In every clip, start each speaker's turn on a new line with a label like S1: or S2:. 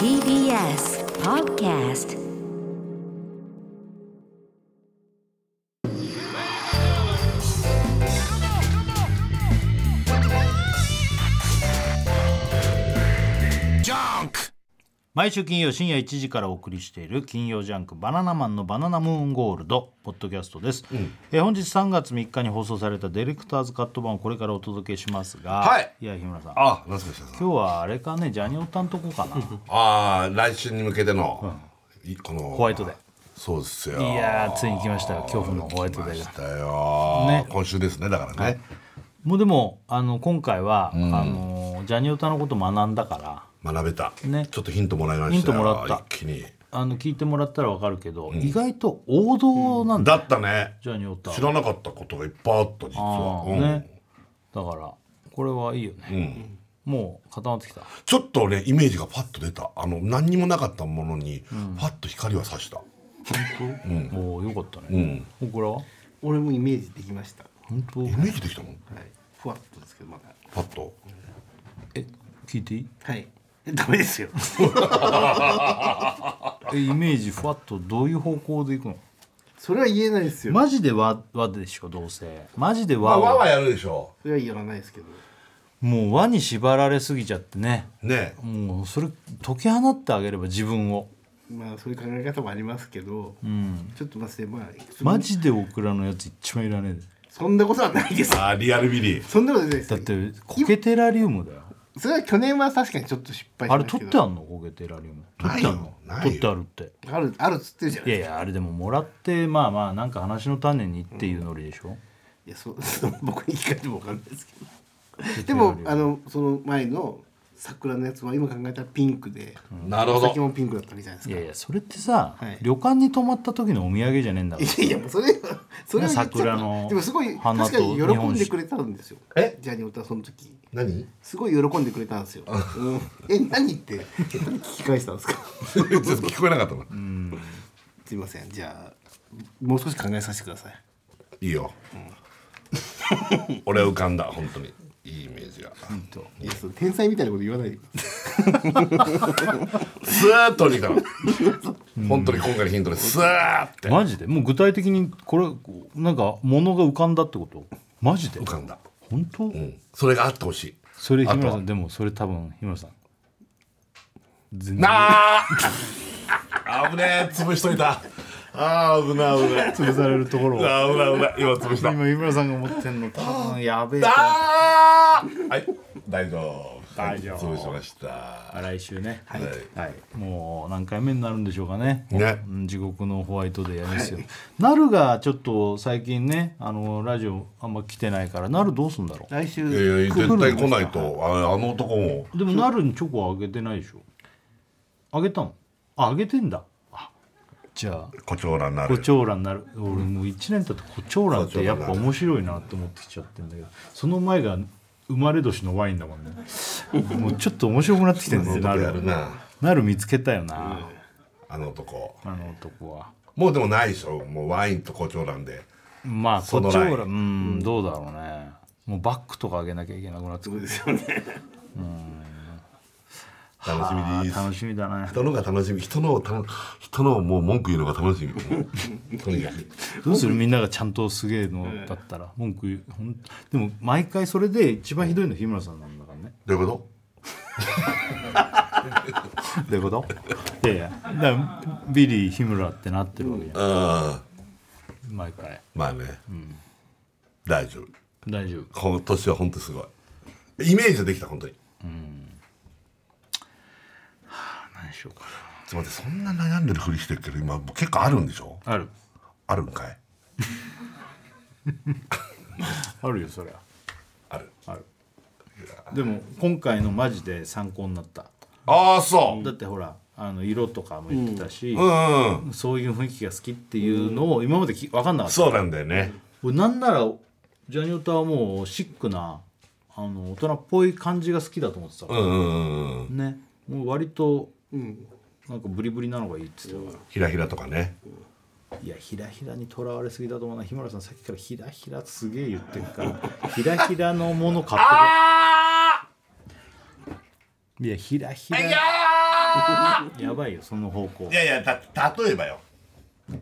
S1: TBS Podcast
S2: 毎週金曜深夜1時からお送りしている金曜ジャンク「バナナマンのバナナムーンゴールド」ポッドキャストです、えー本日3月3日に放送されたディレクターズカット版をこれからお届けしますが、
S3: はい
S2: や日村さん
S3: あ、なんすか、石田さん。
S2: 今日はあれかねジャニオタんとこか な
S3: ああ、来週に向けての、いこの。ホ
S2: ホワイトデ
S3: そうですよ。
S2: ーいやーついに来ましたよ恐怖のホワイトデー
S3: 来
S2: が
S3: たよ、
S2: ね
S3: 今週ですね、だからね。
S2: もうでもあの今回は、あのージャニオタのこと学んだから
S3: 学べた、
S2: ね
S3: ちょっとヒントもらいましたよ。
S2: ヒントもらった
S3: 一気に。
S2: あの聞いてもらったらわかるけど、意外と王道なんだ、
S3: だったね。
S2: ジャニオタ
S3: 知らなかったことがいっぱいあった、実は。
S2: あ
S3: う
S2: ー
S3: ん
S2: ねだからこれはいいよね、もう固まってきた
S3: ちょっとね、イメージがパッと出た。あの、何にもなかったものに、パッと光は差した。
S2: 本当、おおよかった
S3: う
S2: ね、
S3: ん。
S2: これは
S4: 俺もイメージできました。は
S2: 本当
S3: イメージできたもん。
S4: い。ふわっとですけど、まだ。
S3: パッと。
S2: え聞いていい
S4: はい。えダメですよ。
S2: えイメージふわっとどういう方向でいくの
S4: それは言えないですよ。
S2: マジで和和でしょどうせマジで
S3: ま
S2: 和
S3: あ、わ
S2: を
S3: はやるでしょ
S4: それはやらないですけど。
S2: もう和に縛られすぎちゃってね
S3: ね。
S2: もうそれ解き放ってあげれば自分を
S4: まあ、そういう考え方もありますけど。ちょっとまあ、まあ。
S2: マジでオクラのやつ一番いらねえ
S4: そんなことはないです。
S3: あーリアルビリー。
S4: そんなことないです。
S2: だってコケテラリウムだよ
S4: それは去年は確かにちょっと失敗し
S2: あれ
S4: ました
S2: 取
S4: け
S2: っ
S4: ど
S2: てあんのコケテラリウム取ってあんの
S3: ないよないよ
S2: 取ってあるって
S4: あるあるっつってるじゃない
S2: いやい
S4: ですか
S2: やあれでももらってまあまあなんか話の種にっていうノリでしょ、
S4: いやそうそう 僕に聞かれても分かんないですけど
S2: て
S4: でもあのその前の桜のやつは今考えたらピンクで、
S3: なるほ
S4: お酒
S3: ど。
S4: もピンクだったみたいです
S2: い
S4: か
S2: やいやそれってさ、
S4: はい
S2: 旅館に泊まった時のお土産じゃねえんだか
S4: い
S2: ら
S4: やいやもうそ れはそれは言っちゃった
S2: 桜の
S4: でもすごい
S2: 花と
S4: 確かに喜んでくれたんですよ
S3: え
S4: ジャニオタその時
S3: 何
S4: すごい喜んでくれたんです よ、うん、え何って聞き返したんですか
S3: ちょっと聞こえなかったな。
S4: すいませんじゃあもう少し考えさせてください
S3: いいよ、俺は浮かんだ本当にいいイメージが
S4: いやその天才みたいなこと言わないでください
S3: スーッと降りたの本当に今回のヒントでスーッて
S2: マジでもう具体的にこれなんか物が浮かんだってことマジで
S3: 浮かんだ、
S2: 本当、
S3: うん、それがあってほしい
S2: それ日
S3: あと
S2: 村
S3: は
S2: さんでもそれ多分日村さん全然
S3: なあ危ねえ潰しといたあー危ない危ない
S2: 潰されるところを
S3: あー危ない危ない今潰した
S2: 今日村さんが持ってんの多分やべえ
S3: あーはい大丈夫
S2: 大丈夫
S3: 潰しました
S2: 来週ね
S3: はい、
S2: はい、もう何回目になるんでしょうかね
S3: ね
S2: うん地獄のホワイトデーやりますよ、なるがちょっと最近ねあのラジオあんま来てないからなるどうすんだろ
S4: 来週
S3: いやいや絶対来ないとああの男も
S2: うでもなるにチョコあげてないでしょあげたのああげてんだあじゃあ
S3: 胡蝶蘭になる
S2: 胡蝶蘭なる俺もう1年経って胡蝶蘭ってやっぱ面白いなって思ってきちゃってんだけどその前が生まれ年のワインだもんねもうちょっと 面白くなってきてんだよな
S3: や
S2: る
S3: るな
S2: なる見つけたよな、
S3: あの男
S2: あの男は。
S3: もうでもないでしょもうワインと胡蝶蘭で
S2: まあこ
S3: そ
S2: っ
S3: の
S2: ちは
S3: ライン
S2: ほらうんどうだろうねもうバックとか上げなきゃいけなくなってく
S4: そう
S2: る
S4: ですよね
S3: 楽しみです
S2: あー楽しみだね
S3: 人のが楽しみ人のをたの人のをもう文句言うのが楽しみも うとにかく
S2: どうするみんながちゃんとすげえのだったら文句言うほんでも毎回それで一番ひどいのは日村さんなんだからね
S3: どういうこ
S2: どういうこといやいやだからビリー日村ってなってるわけじゃ
S3: とうん
S2: ん毎回
S3: まあね、大丈夫
S2: 大丈夫
S3: 今年は本当すごいイメージできた本当に
S2: 何しようか
S3: ちょっと待ってそんな悩んでるふりしてるけど今もう結構あるんでしょ
S2: なある
S3: あるんかい
S2: あるよそりゃ
S3: ある
S2: あるでも今回のマジで参考になった
S3: ああそう
S2: だってほらあの色とかも言ってたし、
S3: うん、
S2: そういう雰囲気が好きっていうのを今までき分かんなかった
S3: そうなんだよね
S2: 俺なんならジャニオタはもうシックなあの大人っぽい感じが好きだと思ってたか
S3: うんうんうん
S2: らねもう割と
S4: うん
S2: なんかブリブリなのがいいって言ってたか
S3: ひらひらとかね
S2: らいやひらひらにとらわれすぎだと思うな日村さんさっきからひらひらすげえ言 ってるからひらひらのもの買って
S3: ああ
S2: くいやひらひら
S3: いや
S2: やばいよその方向
S3: ーいやいやた例えばよ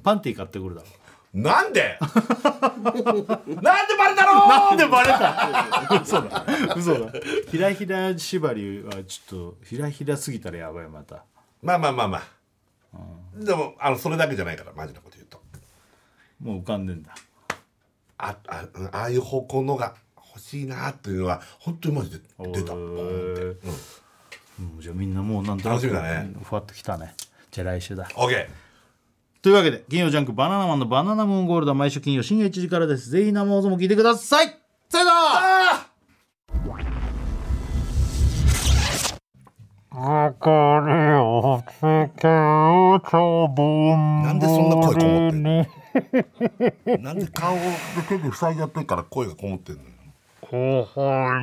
S2: パンティ買ってくるだろ
S3: なんで なんでバレたろなんでバレた
S2: 嘘だ 嘘だひらひら縛りはちょっとひらひらすぎたらやばいまた
S3: まあまあまあまあ、でもあのそれだけじゃないからマジなこと言うと
S2: もう浮かんでんだ
S3: ああうんああいう方向のが欲しいなっていうのは本当にマジで出た
S2: へ
S3: ポ
S2: ー
S3: ンって
S2: うんじゃあみんなもうなんとな
S3: 楽
S2: く
S3: しみだね
S2: ふわっときたねじゃあ来週だ
S3: OK
S2: というわけで金曜ジャンクバナナマンのバナナムーンゴールドは毎週金曜深夜1時からですぜひ生放送も聞いてくださいさよなら
S3: なんでそんな声こもってんのなんで顔で手で塞いじゃってるから声がこもってんのよな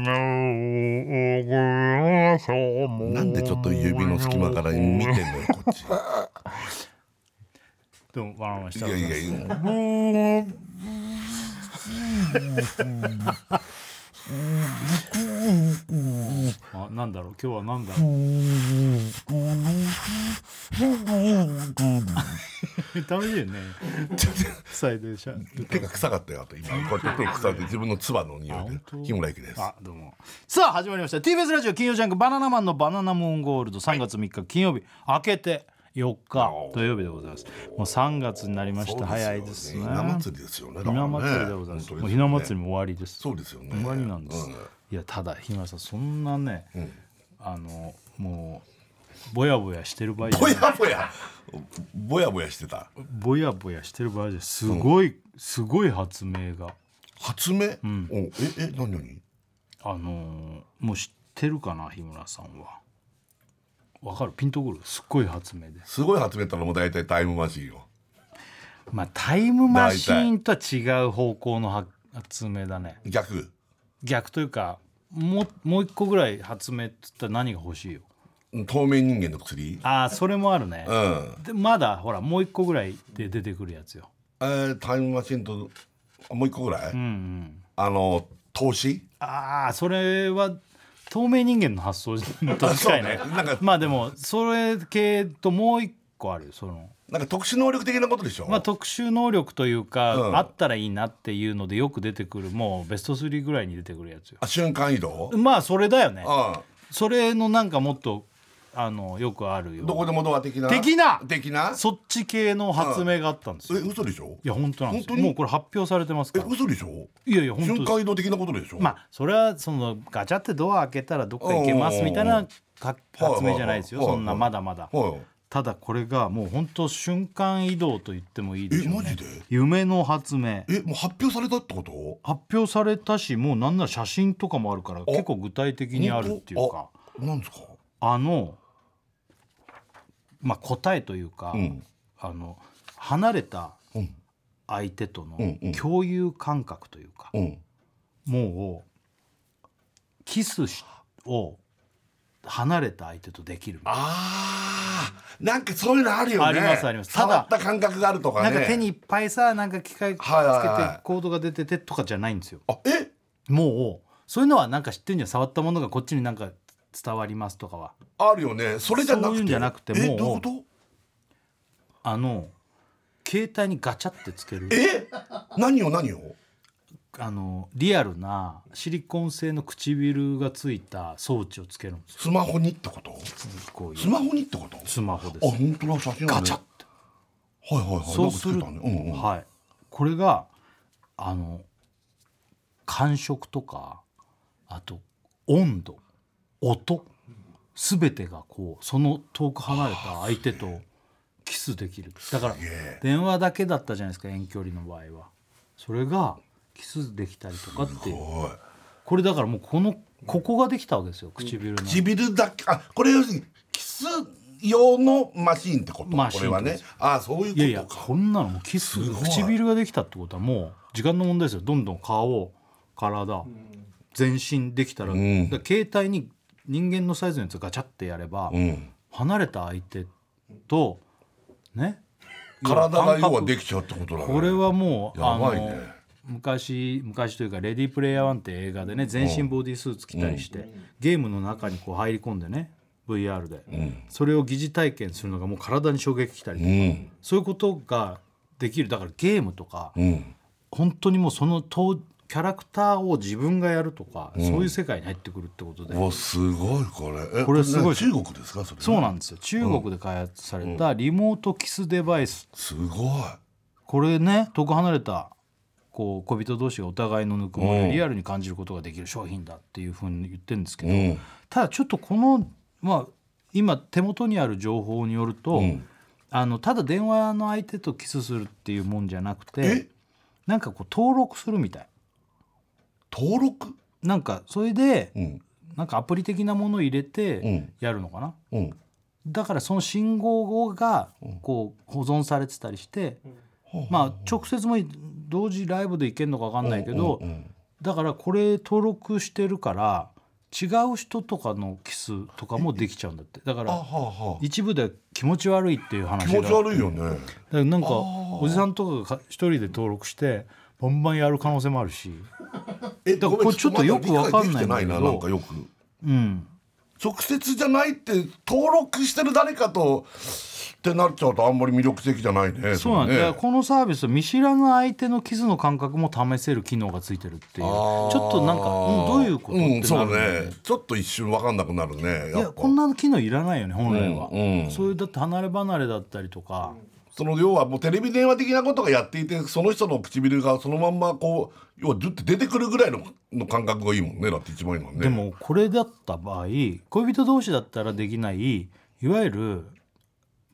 S3: んでちょっと指の隙間から見てんのよこ っち
S2: どうもバナナマンし
S3: い
S2: た
S3: やいやいや
S2: あなんだろう今日はなんだ ろう楽しい よね最低じゃ
S3: 手が臭かったよあと今こうやって手臭いで自分の唾の匂いで日村駅です
S2: あどうもさあ始まりました TBS ラジオ金曜ジャンクバナナマンのバナナムーンゴールド3月3日金曜日、明けて4日土曜日でございますもう3月になりました早いですね
S3: ひな祭りですよねだか
S2: ひ
S3: らね
S2: な祭りでございます、
S3: 本
S2: も
S3: 当
S2: う
S3: で
S2: ひ
S3: よ
S2: な
S3: ね
S2: 祭りも終わりです
S3: そうですよね
S2: 終わりなんです、いやただ日村さんそんなね、あのもうぼやぼやしてる場合じゃ
S3: ぼ
S2: ない
S3: やぼやぼやぼやしてた
S2: ぼやぼやしてる場合じゃないすごい、すごい発明が
S3: 発明、おええ何何
S2: あのーもう知ってるかな日村さんはわかるピンとくるすっごい発明です
S3: すごい発明ったらもう大体タイムマシーンよ
S2: まあタイムマシーンとは違う方向の発発明だね
S3: 逆
S2: 逆というかもうもう一個ぐらい発明っつったら何が欲しいよ
S3: 透明人間の薬
S2: ああそれもあるね、
S3: うん
S2: でまだほらもう一個ぐらいで出てくるやつよ
S3: えー、タイムマシーンとあもう一個ぐらい、
S2: うんうん
S3: あの投資
S2: ああそれは透明人間の発想 と近いね
S3: そうねなんか
S2: まあでもそれ系ともう一個あるよその
S3: なんか特殊能力的なことでしょ、
S2: まあ、特殊能力というか、
S3: うん
S2: あったらいいなっていうのでよく出てくるもうベスト3ぐらいに出てくるやつよ
S3: あ瞬間移動、
S2: まあそれだよね
S3: あ
S2: それのなんかもっとあのよくある
S3: んど
S2: よ
S3: こでもドア的な
S2: 的な
S3: 的な
S2: そっち系の発明があったんです
S3: え
S2: よ、い
S3: 嘘でしょ
S2: や本当なんですよ
S3: 本当に
S2: もうこれ発表されてます
S3: え
S2: から
S3: 嘘でしょ
S2: いやいや本当
S3: 瞬
S2: です
S3: 間移動的なことでしょ
S2: まあそれはそのガチャってドア開けたらどっか行けますみたい
S3: うん
S2: なか発明じゃないですよ
S3: はいは
S2: そ
S3: いはい
S2: んなまだまだ
S3: はい
S2: ただこれがもう本当瞬間移動と言ってもいいでしょう
S3: えマ
S2: ね
S3: ジで
S2: 夢の発明
S3: えもう発表されたってこと
S2: 発表されたしもうなんなら写真とかもあるから結構具体的にあるっていうか
S3: あなんですか
S2: あの、まあ、答えというか、
S3: うん
S2: あの離れた
S3: うん
S2: 相手との
S3: うんうん
S2: 共有感覚というか、
S3: うん
S2: もうキスしを離れた相手とできるみたい
S3: あーなんかそういうのあるよね
S2: ありますありますただ
S3: 触った感覚があるとか
S2: な
S3: ね
S2: なんか手にいっぱいさなんか機械つけて
S3: はいはいはい
S2: コードが出ててとかじゃないんですよ。
S3: あえ
S2: もうそういうのはなんか知ってんじゃん触ったものがこっちになんか伝わりますとかは。
S3: あるよねそれじゃなくて
S2: そういうんじゃなくても
S3: え
S2: う
S3: どういうこと
S2: あの携帯にガチャってつける
S3: え何を何を
S2: あのリアルなシリコン製の唇がついた装置をつけるんですよ
S3: スマホにってこと
S2: こうい
S3: ス
S2: う
S3: マホにってこと
S2: スマホで
S3: あ
S2: す
S3: 本当だ写真ある
S2: ガチャって
S3: はいはいはい
S2: そうする
S3: な
S2: と、
S3: んかつけたねうんうん
S2: はいこれがあの感触とかあと温度音全てがこうその遠く離れた相手とキスできるだから電話だけだったじゃないですか遠距離の場合はそれがキスできたりとかっていう
S3: おい
S2: これだからもうこのここができたわけですよ唇の
S3: 唇だけあこれ要するにキス用のマシーンってこと
S2: マシ
S3: こ
S2: ーン
S3: れは
S2: で
S3: ね
S2: す
S3: ああそう
S2: いやい
S3: いう
S2: や
S3: ことか
S2: こんなのもうキス
S3: すごい
S2: 唇ができたってことはもう時間の問題ですよどんどん顔体全身できたら,、
S3: ん
S2: 携帯に人間のサイズのやつをガチャってやれば、
S3: うん
S2: 離れた相手とね
S3: 体が要は
S2: 感覚
S3: できちゃうってことだね
S2: これはもう、
S3: やばいね
S2: あの昔昔というか「レディープレイヤー1」って映画でね全身ボディスーツ着たりして、ゲームの中にこう入り込んでね VR で、それを疑似体験するのがもう体に衝撃きたりと
S3: う
S2: か、
S3: ん
S2: そういうことができるだからゲームとか、
S3: うん
S2: 本当にもうその当キャラクターを自分がやるとか、そういう世界に入ってくるってことで、
S3: うわすごいこれえ
S2: これすごい
S3: 中国ですかそれ
S2: そうなんですよ中国で開発されたリモートキスデバイス、
S3: すごい
S2: これね遠く離れたこう恋人同士がお互いのぬくもり
S3: う
S2: を
S3: ん
S2: リアルに感じることができる商品だっていうふうに言ってるんですけど、
S3: うん
S2: ただちょっとこのまあ今手元にある情報によると、
S3: ん
S2: あのただ電話の相手とキスするっていうもんじゃなく
S3: え
S2: てなんかこう登録するみたい
S3: 登録
S2: なんかそれで、
S3: うん
S2: なんかアプリ的なものを入れ
S3: う
S2: て
S3: ん
S2: やるのかな、
S3: うん
S2: だからその信号がこう保存されてたりして、まあ直接も同時ライブでいけるのか分かんないけど、だからこれ登録してるから違う人とかのキスとかもできちゃうんだってだか
S3: あは
S2: ら
S3: あはあ
S2: 一部では気持ち悪いっていう話
S3: 気
S2: が
S3: 持ち悪いよね
S2: だからなんかおじさんとかが一人で登録してバンバンやる可能性もあるし、
S3: え
S2: だか
S3: ごめ
S2: ら
S3: ん
S2: これちょっとよくわかんないんだけど
S3: 理解できてななんかよく
S2: うん、
S3: 直接じゃないって登録してる誰かとってなっちゃうとあんまり魅力的じゃないね
S2: そうなんだ、
S3: れ
S2: だ
S3: ね
S2: からこのサービスは見知らぬ相手のキスの感覚も試せる機能がついてるっていうちょ
S3: あー
S2: っとなんか、うんどういうことっ
S3: う
S2: て
S3: ん
S2: な
S3: そ
S2: るん
S3: う
S2: だよね
S3: ねちょっと一瞬わかんなくなるね
S2: い
S3: や
S2: や
S3: っぱ
S2: こんな機能いらないよね本来は、
S3: うんうん
S2: そういうだって離れ離れだったりとか、
S3: その要はもうテレビ電話的なことがやっていてその人の唇がそのまんまこう要はずっと出てくるぐらいのの感覚がいいもんねだって一番いいもんね
S2: でもこれだった場合恋人同士だったらできないいわゆる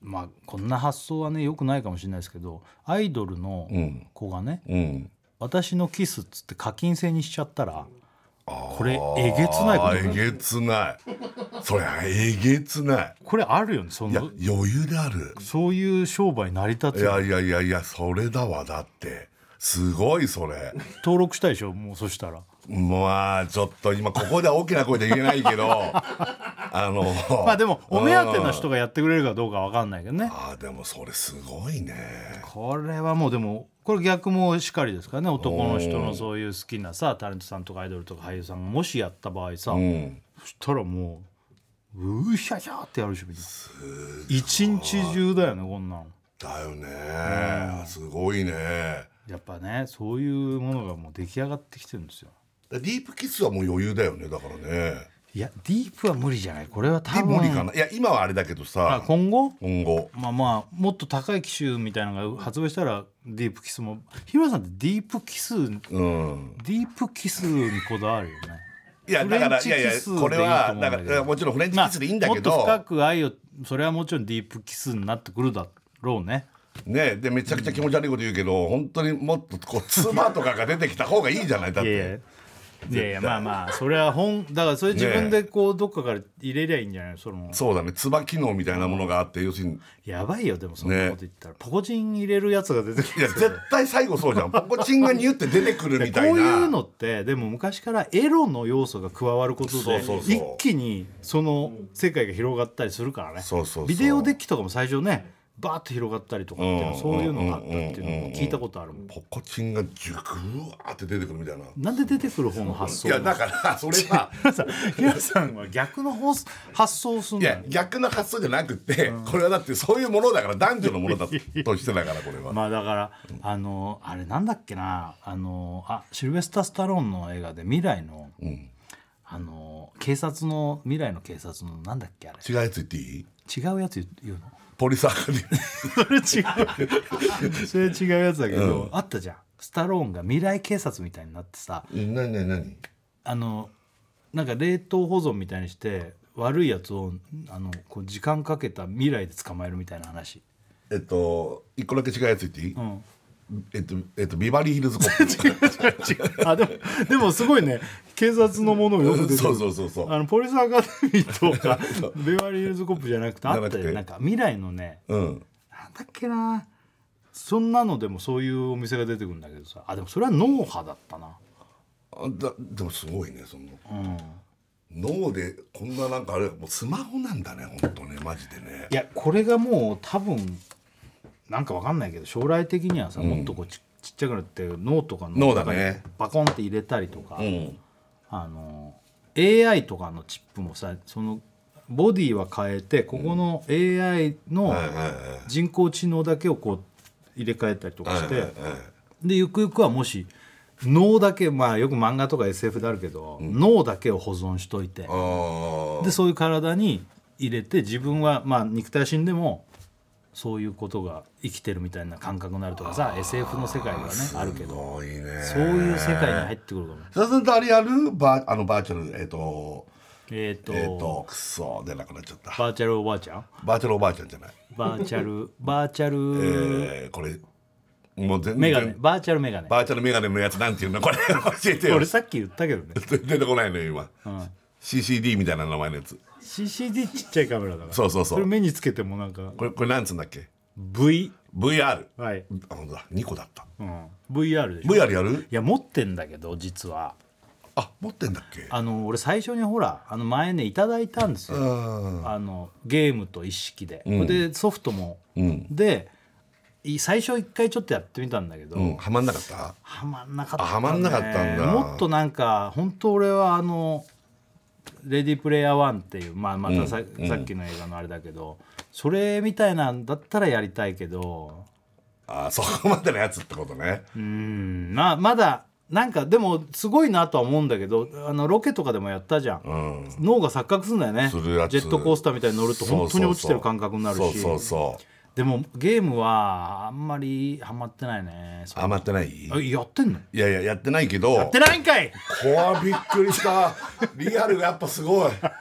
S2: まあこんな発想はねよくないかもしれないですけどアイドルの
S3: うん
S2: 子がね、
S3: うん
S2: 私のキスっつって課金制にしちゃったらこれえ
S3: あー
S2: げつないことになる
S3: えげつないそりゃえげつない
S2: これあるよねそ
S3: いや
S2: の
S3: 余裕である
S2: そういう商売成り立
S3: い
S2: つよ
S3: やいやいやいやそれだわだってすごいそれ
S2: 登録したでしょもうそしたら
S3: まあちょっと今ここでは大きな声で言えないけどあの
S2: まあでもお目当ての
S3: うん
S2: 人がやってくれるかどうかわかんないけどね
S3: あーでもそれすごいね
S2: これはもうでもこれ逆もしかりですからね男の人のそういう好きなさタレントさんとかアイドルとか俳優さんがもしやった場合さ、
S3: うん
S2: そしたらもううーひゃひゃってやるでしょみんな一日中だよねこんなの
S3: だよねすごいね
S2: やっぱねそういうものがもう出来上がってきてるんですよ
S3: ディープキスはもう余裕だよねだからね
S2: いやディープは無理じゃないこれは多
S3: で
S2: 分
S3: 無理かないや今はあれだけど
S2: あ
S3: さ
S2: 今後
S3: 今後
S2: まあまあもっと高い機種みたいなのが発売したらディープキスも日村さんってディープキスデ
S3: うん
S2: ィープキスにこだ わるよね
S3: いや
S2: フ
S3: だ
S2: レ
S3: か
S2: ン
S3: らい
S2: チ
S3: やいや
S2: キスでいいと思
S3: これは
S2: うん
S3: だ
S2: だ
S3: から
S2: けど
S3: いやもちろんフレンチ
S2: ま
S3: キ
S2: あ
S3: スでいいんだけど、
S2: もっと深く愛をそれはもちろんディープキスになってくるだろうね
S3: ねでめちゃくちゃ気持ち悪いこと言うけど、本当にもっとこう妻とかが出てきた方がいいじゃないだっ
S2: い
S3: て
S2: やいやいやいやまあまあそれは本だからそれ自分でこうどっかから入れりゃいいんじゃないその
S3: そうだね唾機能みたいなものがあって要する に
S2: やばいよでもそんなこと言ったら、ポコチン入れるやつが出てく
S3: いや
S2: る
S3: 絶対最後そうじゃんポコチンがニュって出てくるみ
S2: こ
S3: た
S2: う
S3: いな
S2: いうのってでも昔からエロの要素が加わること
S3: そう
S2: で
S3: そうそう
S2: 一気にその世界が広がったりするからね
S3: そうそうそう
S2: ビデオデッキとかも最初ねバーッと広がったりとかっていうの
S3: うん
S2: そういうのがあったっていうのを聞いたことあるもん
S3: ポコチンがジュクワーって出てくるみたいな。
S2: なんで出てくる方の発
S3: い
S2: 想
S3: やだからそれは
S2: 皆さんは逆の方す発想をすん
S3: い
S2: だ
S3: や
S2: よ
S3: 逆の発想じゃなくて、これはだってそういうものだから男女のものだとしてだからこれは。
S2: まあだから、あのあれなんだっけなあのあシルベスタ・スタローンの映画で未来の、あの警察の未来の警察のなんだっけあれ
S3: 違うやつ言っていい？
S2: 違うやつ言うの
S3: ポリスアカデミー。
S2: それ違うそれ違うやつだけど、あったじゃんスタローンが未来警察みたいになってさ
S3: 何何何？
S2: あのなんか冷凍保存みたいにして悪いやつをあのこう時間かけた未来で捕まえるみたいな話、
S3: えっと一個だけ違うやつ言っていい？
S2: うん、
S3: えっとえっとビバリーヒルズコップ。
S2: あでもでもすごいね警察のものがよく出てくる
S3: そうそうそうそう
S2: あのポリスアカデミーとかベワリーヒルズコップじゃなくてあった
S3: じゃなく
S2: よ
S3: て
S2: なんか未来のね
S3: うん。
S2: なんだっけなそんなのでもそういうお店が出てくるんだけどさあでもそれは脳波だったな
S3: あだでもすごいねその、脳でこんななんかあれもうスマホなんだね本当ねマジでね
S2: いやこれがもう多分なんかわかんないけど将来的にはさ、もっとこうちちっちゃくなって脳とかの
S3: 脳だね
S2: 中にバコンって入れたりとか、
S3: ん
S2: あの AI とかのチップもさそのボディは変えてここの AI の人工知能だけをこう入れ替えたりとかしてでゆくゆくはもし脳だけまあよく漫画とか SF であるけど脳だけを保存しといて
S3: あー
S2: でそういう体に入れて自分はまあ肉体死んでもそういうことが生きてるみたいな感覚になるとかさ SF の世界がねあるけど
S3: 多いね
S2: そういう世界に入ってくるかも
S3: そうするとあれやるバーあのバーチャルえっ、と
S2: えっ、と,、
S3: えっ、とくそ出なくなっちゃった
S2: バーチャルおばあ ちゃん
S3: バーチャルおばあちゃんじゃない
S2: バーチャルバーチャル
S3: えー、これもう全然
S2: メガネバーチャルメガネ
S3: バーチャルメガネのやつなんていうのこれ教えてよ
S2: 俺さっき言ったけどね、
S3: 全然出てこないのよ今、
S2: うん、
S3: CCD みたいな名前のやつ
S2: CCD ちっちゃいカメラだから
S3: そうそうそう
S2: れ目につけてもなんか
S3: これこれなんつうんだっけ
S2: V
S3: VR
S2: はい、
S3: あ本当だ2個だった
S2: うん、VR でしょい
S3: VR やる
S2: や持ってんだけど実は
S3: あ持ってんだっけ
S2: あの俺最初にほらあの前ねいただいたんですよあのゲームと一式で、でソフトも、でい最初一回ちょっとやってみたんだけど、
S3: うんはまんなかった
S2: はまんなかった、ね、
S3: あはまんなかったんだ
S2: もっとなんか本当俺はあの「レディープレイヤー1」っていうまあまたさ,、さっきの映画のあれだけどそれみたいなんだったらやりたいけど
S3: あそこまでのやつってことね
S2: うんまあまだなんかでもすごいなとは思うんだけどあのロケとかでもやったじゃん、
S3: うん
S2: 脳が錯覚するんだよね
S3: するやつ
S2: ジェットコースターみたいに乗ると本当に落ちてる感覚になるし
S3: そうそうそう
S2: でもゲームはあんまりハマってないねそう
S3: あまってないい
S2: あやってんの
S3: やいややってないけど
S2: やってないんかい
S3: こわびっくりしたリアルがやっぱすごいバ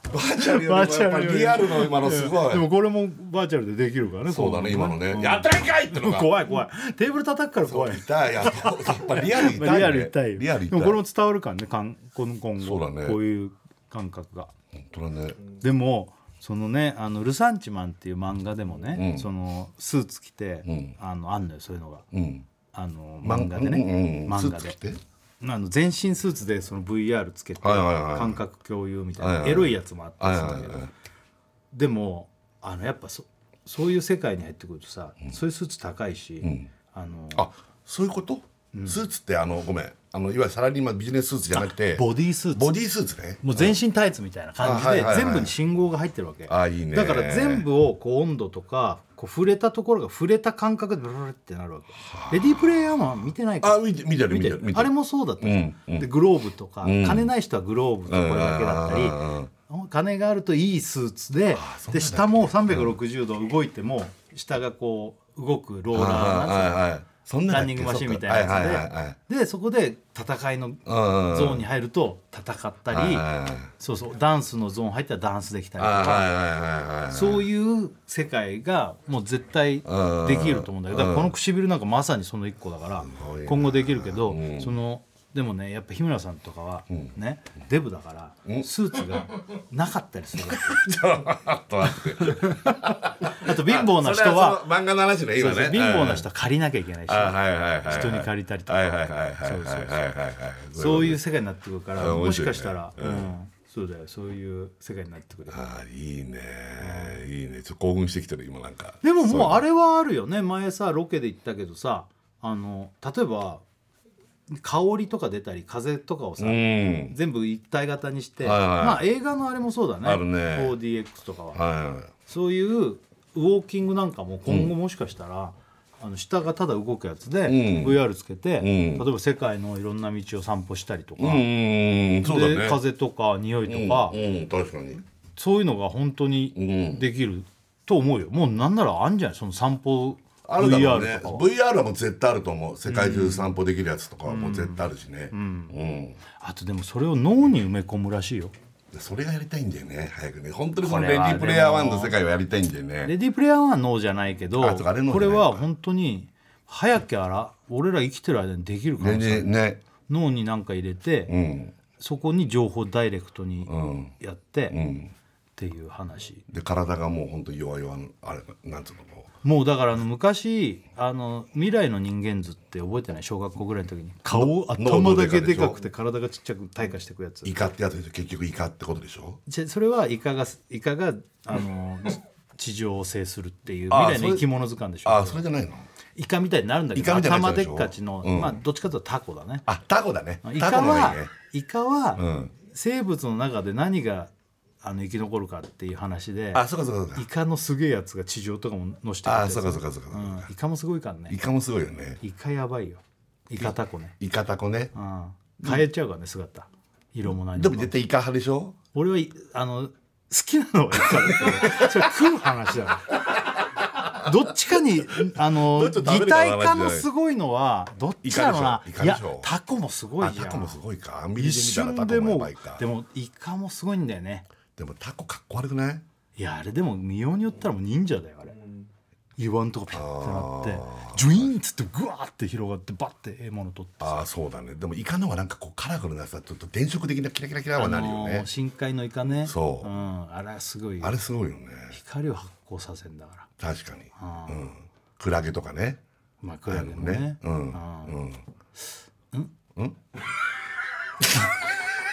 S3: ーチャルより
S2: バー
S3: も
S2: チ
S3: や
S2: ャ
S3: っぱ
S2: ルよ
S3: り
S2: り
S3: リアルの今のすご
S2: でも
S3: い
S2: これもバーチャルでできるからね
S3: そうだね今のねやってないんかいってのが
S2: 怖い怖いテーブル叩くから怖い
S3: 痛いやっぱやっぱリアル痛い、
S2: ま
S3: ね、
S2: あリアル痛いよ
S3: リアル
S2: で
S3: 痛い
S2: もこれも伝わるからねかんこの今
S3: そう
S2: 後
S3: だね
S2: こういう感覚が
S3: 本当だね
S2: でもそのね「あのルサンチマン」っていう漫画でもね、そのスーツ着て、あのあんのよそういうのが、
S3: うん
S2: あの漫画でね、
S3: うんうん
S2: 漫画
S3: スーツ着
S2: で
S3: て
S2: あの全身スーツでその VR つけて
S3: はいはいはい
S2: 感覚共有みたいな、
S3: はいはいはい
S2: エロいやつもあった
S3: はい
S2: りす
S3: は
S2: るんだけ
S3: い
S2: ど、
S3: はい
S2: でもあのやっぱそそういう世界に入ってくるとさ、そういうスーツ高いし、あの
S3: あそういうこと、スーツってあのごめんあのいわゆるサラリーマンビジネススーツじゃなくて
S2: ボディースーツ
S3: ボディースーツね
S2: もう全身タイツみたいな感
S3: あ
S2: じ
S3: は
S2: で
S3: いはいはい
S2: 全部に信号が入ってるわけ
S3: あいいね
S2: だから全部をこう温度とかこう触れたところが触れた感覚でブルルルってなるわけレディープレイヤーマン見てないから
S3: あ見て見てる見てる見てる
S2: あれもそうだったじゃん、でグローブとか、金ない人はグローブとこれだけだった
S3: う
S2: り
S3: んうんうんうん
S2: 金があるといいスーツでで下も360度動いても下がこう動くローラーなんですよ
S3: はいはいはいそんな
S2: ラ
S3: だっけ
S2: ンニングマシンみた
S3: そ
S2: いな
S3: っかはいはいはいは
S2: や
S3: い
S2: つででそこで戦いのゾ
S3: うんうん
S2: ーンに入ると戦ったり、
S3: はいはいはい
S2: そうそうダンスのゾーン入ったらダンスできたりと
S3: あ
S2: か、
S3: はいはいはいはい
S2: そういう世界がもう絶対できると思うんだけどだからこの唇なんかまさにその一個だから今後できるけど、そのでもねやっぱ日村さんとかはね、デブだからスーツがなかったりするわけ
S3: あと待って
S2: あと貧乏な人
S3: それ
S2: は
S3: その漫画の話ね今
S2: そう
S3: ね
S2: そう貧乏な人は借りなきゃいけないし、
S3: あはいはいはいはい
S2: 人に借りたりとか
S3: はいはいはいはいはい
S2: そうそうそう
S3: はいはいはい
S2: そういう世界になってくるから、
S3: うん
S2: もしかしたら、
S3: 面
S2: うんそうだよそういう世界になってくる
S3: あーいいねいいねちょっと興奮してきてる今なんか
S2: でももうあれはあるよね前さロケで行ったけどさあの例えば香りとか出たり風とかをさ、
S3: うん
S2: 全部一体型にして、
S3: はいはい
S2: まあ映画のあれもそうだね
S3: あるね
S2: 4DX とかは、
S3: は
S2: そういうウォーキングなんかも今後もしかしたら、あの下がただ動くやつで、
S3: ん
S2: VR つけて、
S3: ん
S2: 例えば世界のいろんな道を散歩したりとか、
S3: いうんそうだ
S2: で
S3: ね
S2: 風とか匂いとか、
S3: うんうん確かに
S2: そういうのが本当にできると思うよ、もうなんならあんじゃないその散歩
S3: あるだろう
S2: VR
S3: ね
S2: とかは、
S3: VR はもう絶対あると思う世界中散歩できるやつとかはもう絶対あるしねうん
S2: あとでもそれを脳に埋め込むらしいよ
S3: でそれがやりたいんだよね早くね本当にその
S2: こ
S3: レ
S2: れ
S3: デ
S2: は
S3: ィープレイヤー1の世界をやりたいんだよね
S2: レディープレイヤーは脳じゃないけど
S3: あそうかあれ脳じゃ
S2: こ
S3: な
S2: れ
S3: い
S2: は本当に早きゃら俺ら生きてる間にできるか
S3: ね
S2: もしれない
S3: ねね
S2: 脳に何か入れて、
S3: うん
S2: そこに情報ダイレクトに
S3: ん
S2: やって、
S3: うん
S2: っていう話
S3: で体がもう本当弱々のあれなんつうのこ
S2: もうだからあの昔あの未来の人間図って覚えてない小学校ぐらいの時に顔頭だけでかくて体がちっちゃく退化していくやつ
S3: うイカってやつでしょ結局イカってことでしょ
S2: じゃそれはイカがイカがあ の地上を制するっていう
S3: あ
S2: 未来の生き物図鑑でしょ
S3: あーそれじゃないの
S2: イカみたいになるんだけ
S3: イ
S2: ど
S3: カみたいにな
S2: 頭
S3: っちゃう
S2: で
S3: でしょ
S2: っかちの、
S3: うん
S2: まあどっちかというとタコだね
S3: あタコだね
S2: イ
S3: タ
S2: カ
S3: コの方
S2: は
S3: がいいね
S2: イカは
S3: ん
S2: 生物の中で何があの生き残るかっていう話で
S3: あそうかそうかそう
S2: イ
S3: か
S2: カのすげえやつが地上とかものして
S3: あ
S2: て
S3: そうかそうかそうか、
S2: うんイカもすごいから
S3: イ
S2: ね
S3: カもすごいよね
S2: イカやばいよイカタコね、
S3: イカタコね
S2: うん、変えちゃうからね姿色も何
S3: で
S2: も
S3: も絶対イカ派でしょ
S2: 俺はいあの好きなのはイカだけ どそれ食う話だからどっちかにあの
S3: どっちを食べ
S2: 擬
S3: るかの話
S2: 体
S3: じゃない
S2: 化のすごいのはどっちだろうな
S3: イカ
S2: い
S3: で
S2: や
S3: しょイカでしょ
S2: タコもすごい
S3: あ
S2: じゃん
S3: タコもすごいかアンビリ
S2: 一
S3: で見たら
S2: 瞬
S3: タ
S2: で
S3: コも
S2: も
S3: や
S2: う
S3: ばいか
S2: で
S3: でも
S2: もイカもすごいんだよね
S3: タコかっこ悪くない
S2: いやあれでも見ようによったらもう忍者だよあれ岩んとこピュッてなってジュイーンっつってグワーって広がってバッて獲物取って
S3: ああそうだねでもイカの方がなんかこうカラフルなさちょっと電飾的なキラキラキラはなるよ
S2: あ
S3: ね、あ
S2: のー深海のイカね
S3: そう
S2: うん、あれはすごいよ
S3: れすごいよね
S2: 光を発光させんだから
S3: 確かに、うん、クラゲとかね
S2: まあクラゲもね
S3: ねうん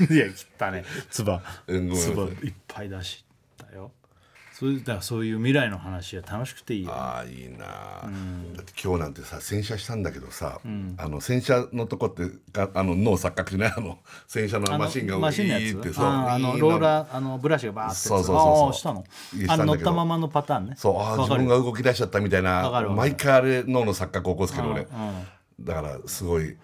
S2: いや切ったねつば
S3: うんごめんなさ
S2: つ
S3: い
S2: ばいっぱい出したよそういうだからそういう未来の話は楽しくていいよ
S3: ああいいなあ、だって今日なんてさ洗車したんだけどさ、あの洗車のとこってかあの脳錯覚しないあの洗車
S2: あ
S3: の
S2: の
S3: マシンが
S2: マシンのや
S3: ウィーって
S2: つ
S3: そう
S2: ああの
S3: ウィー
S2: ローラーあのブラシがバーってやつ
S3: そうそうそうそう
S2: ああしたの
S3: いや
S2: あ
S3: した
S2: の
S3: んだ
S2: 乗
S3: けど
S2: ったままのパターンね
S3: そうああ
S2: わ
S3: 自
S2: かる
S3: 分が動き出しちゃったみたい
S2: わ
S3: な
S2: かるわかる
S3: 毎回あれ脳の錯覚起こすけど俺、
S2: うんうん
S3: だからすごい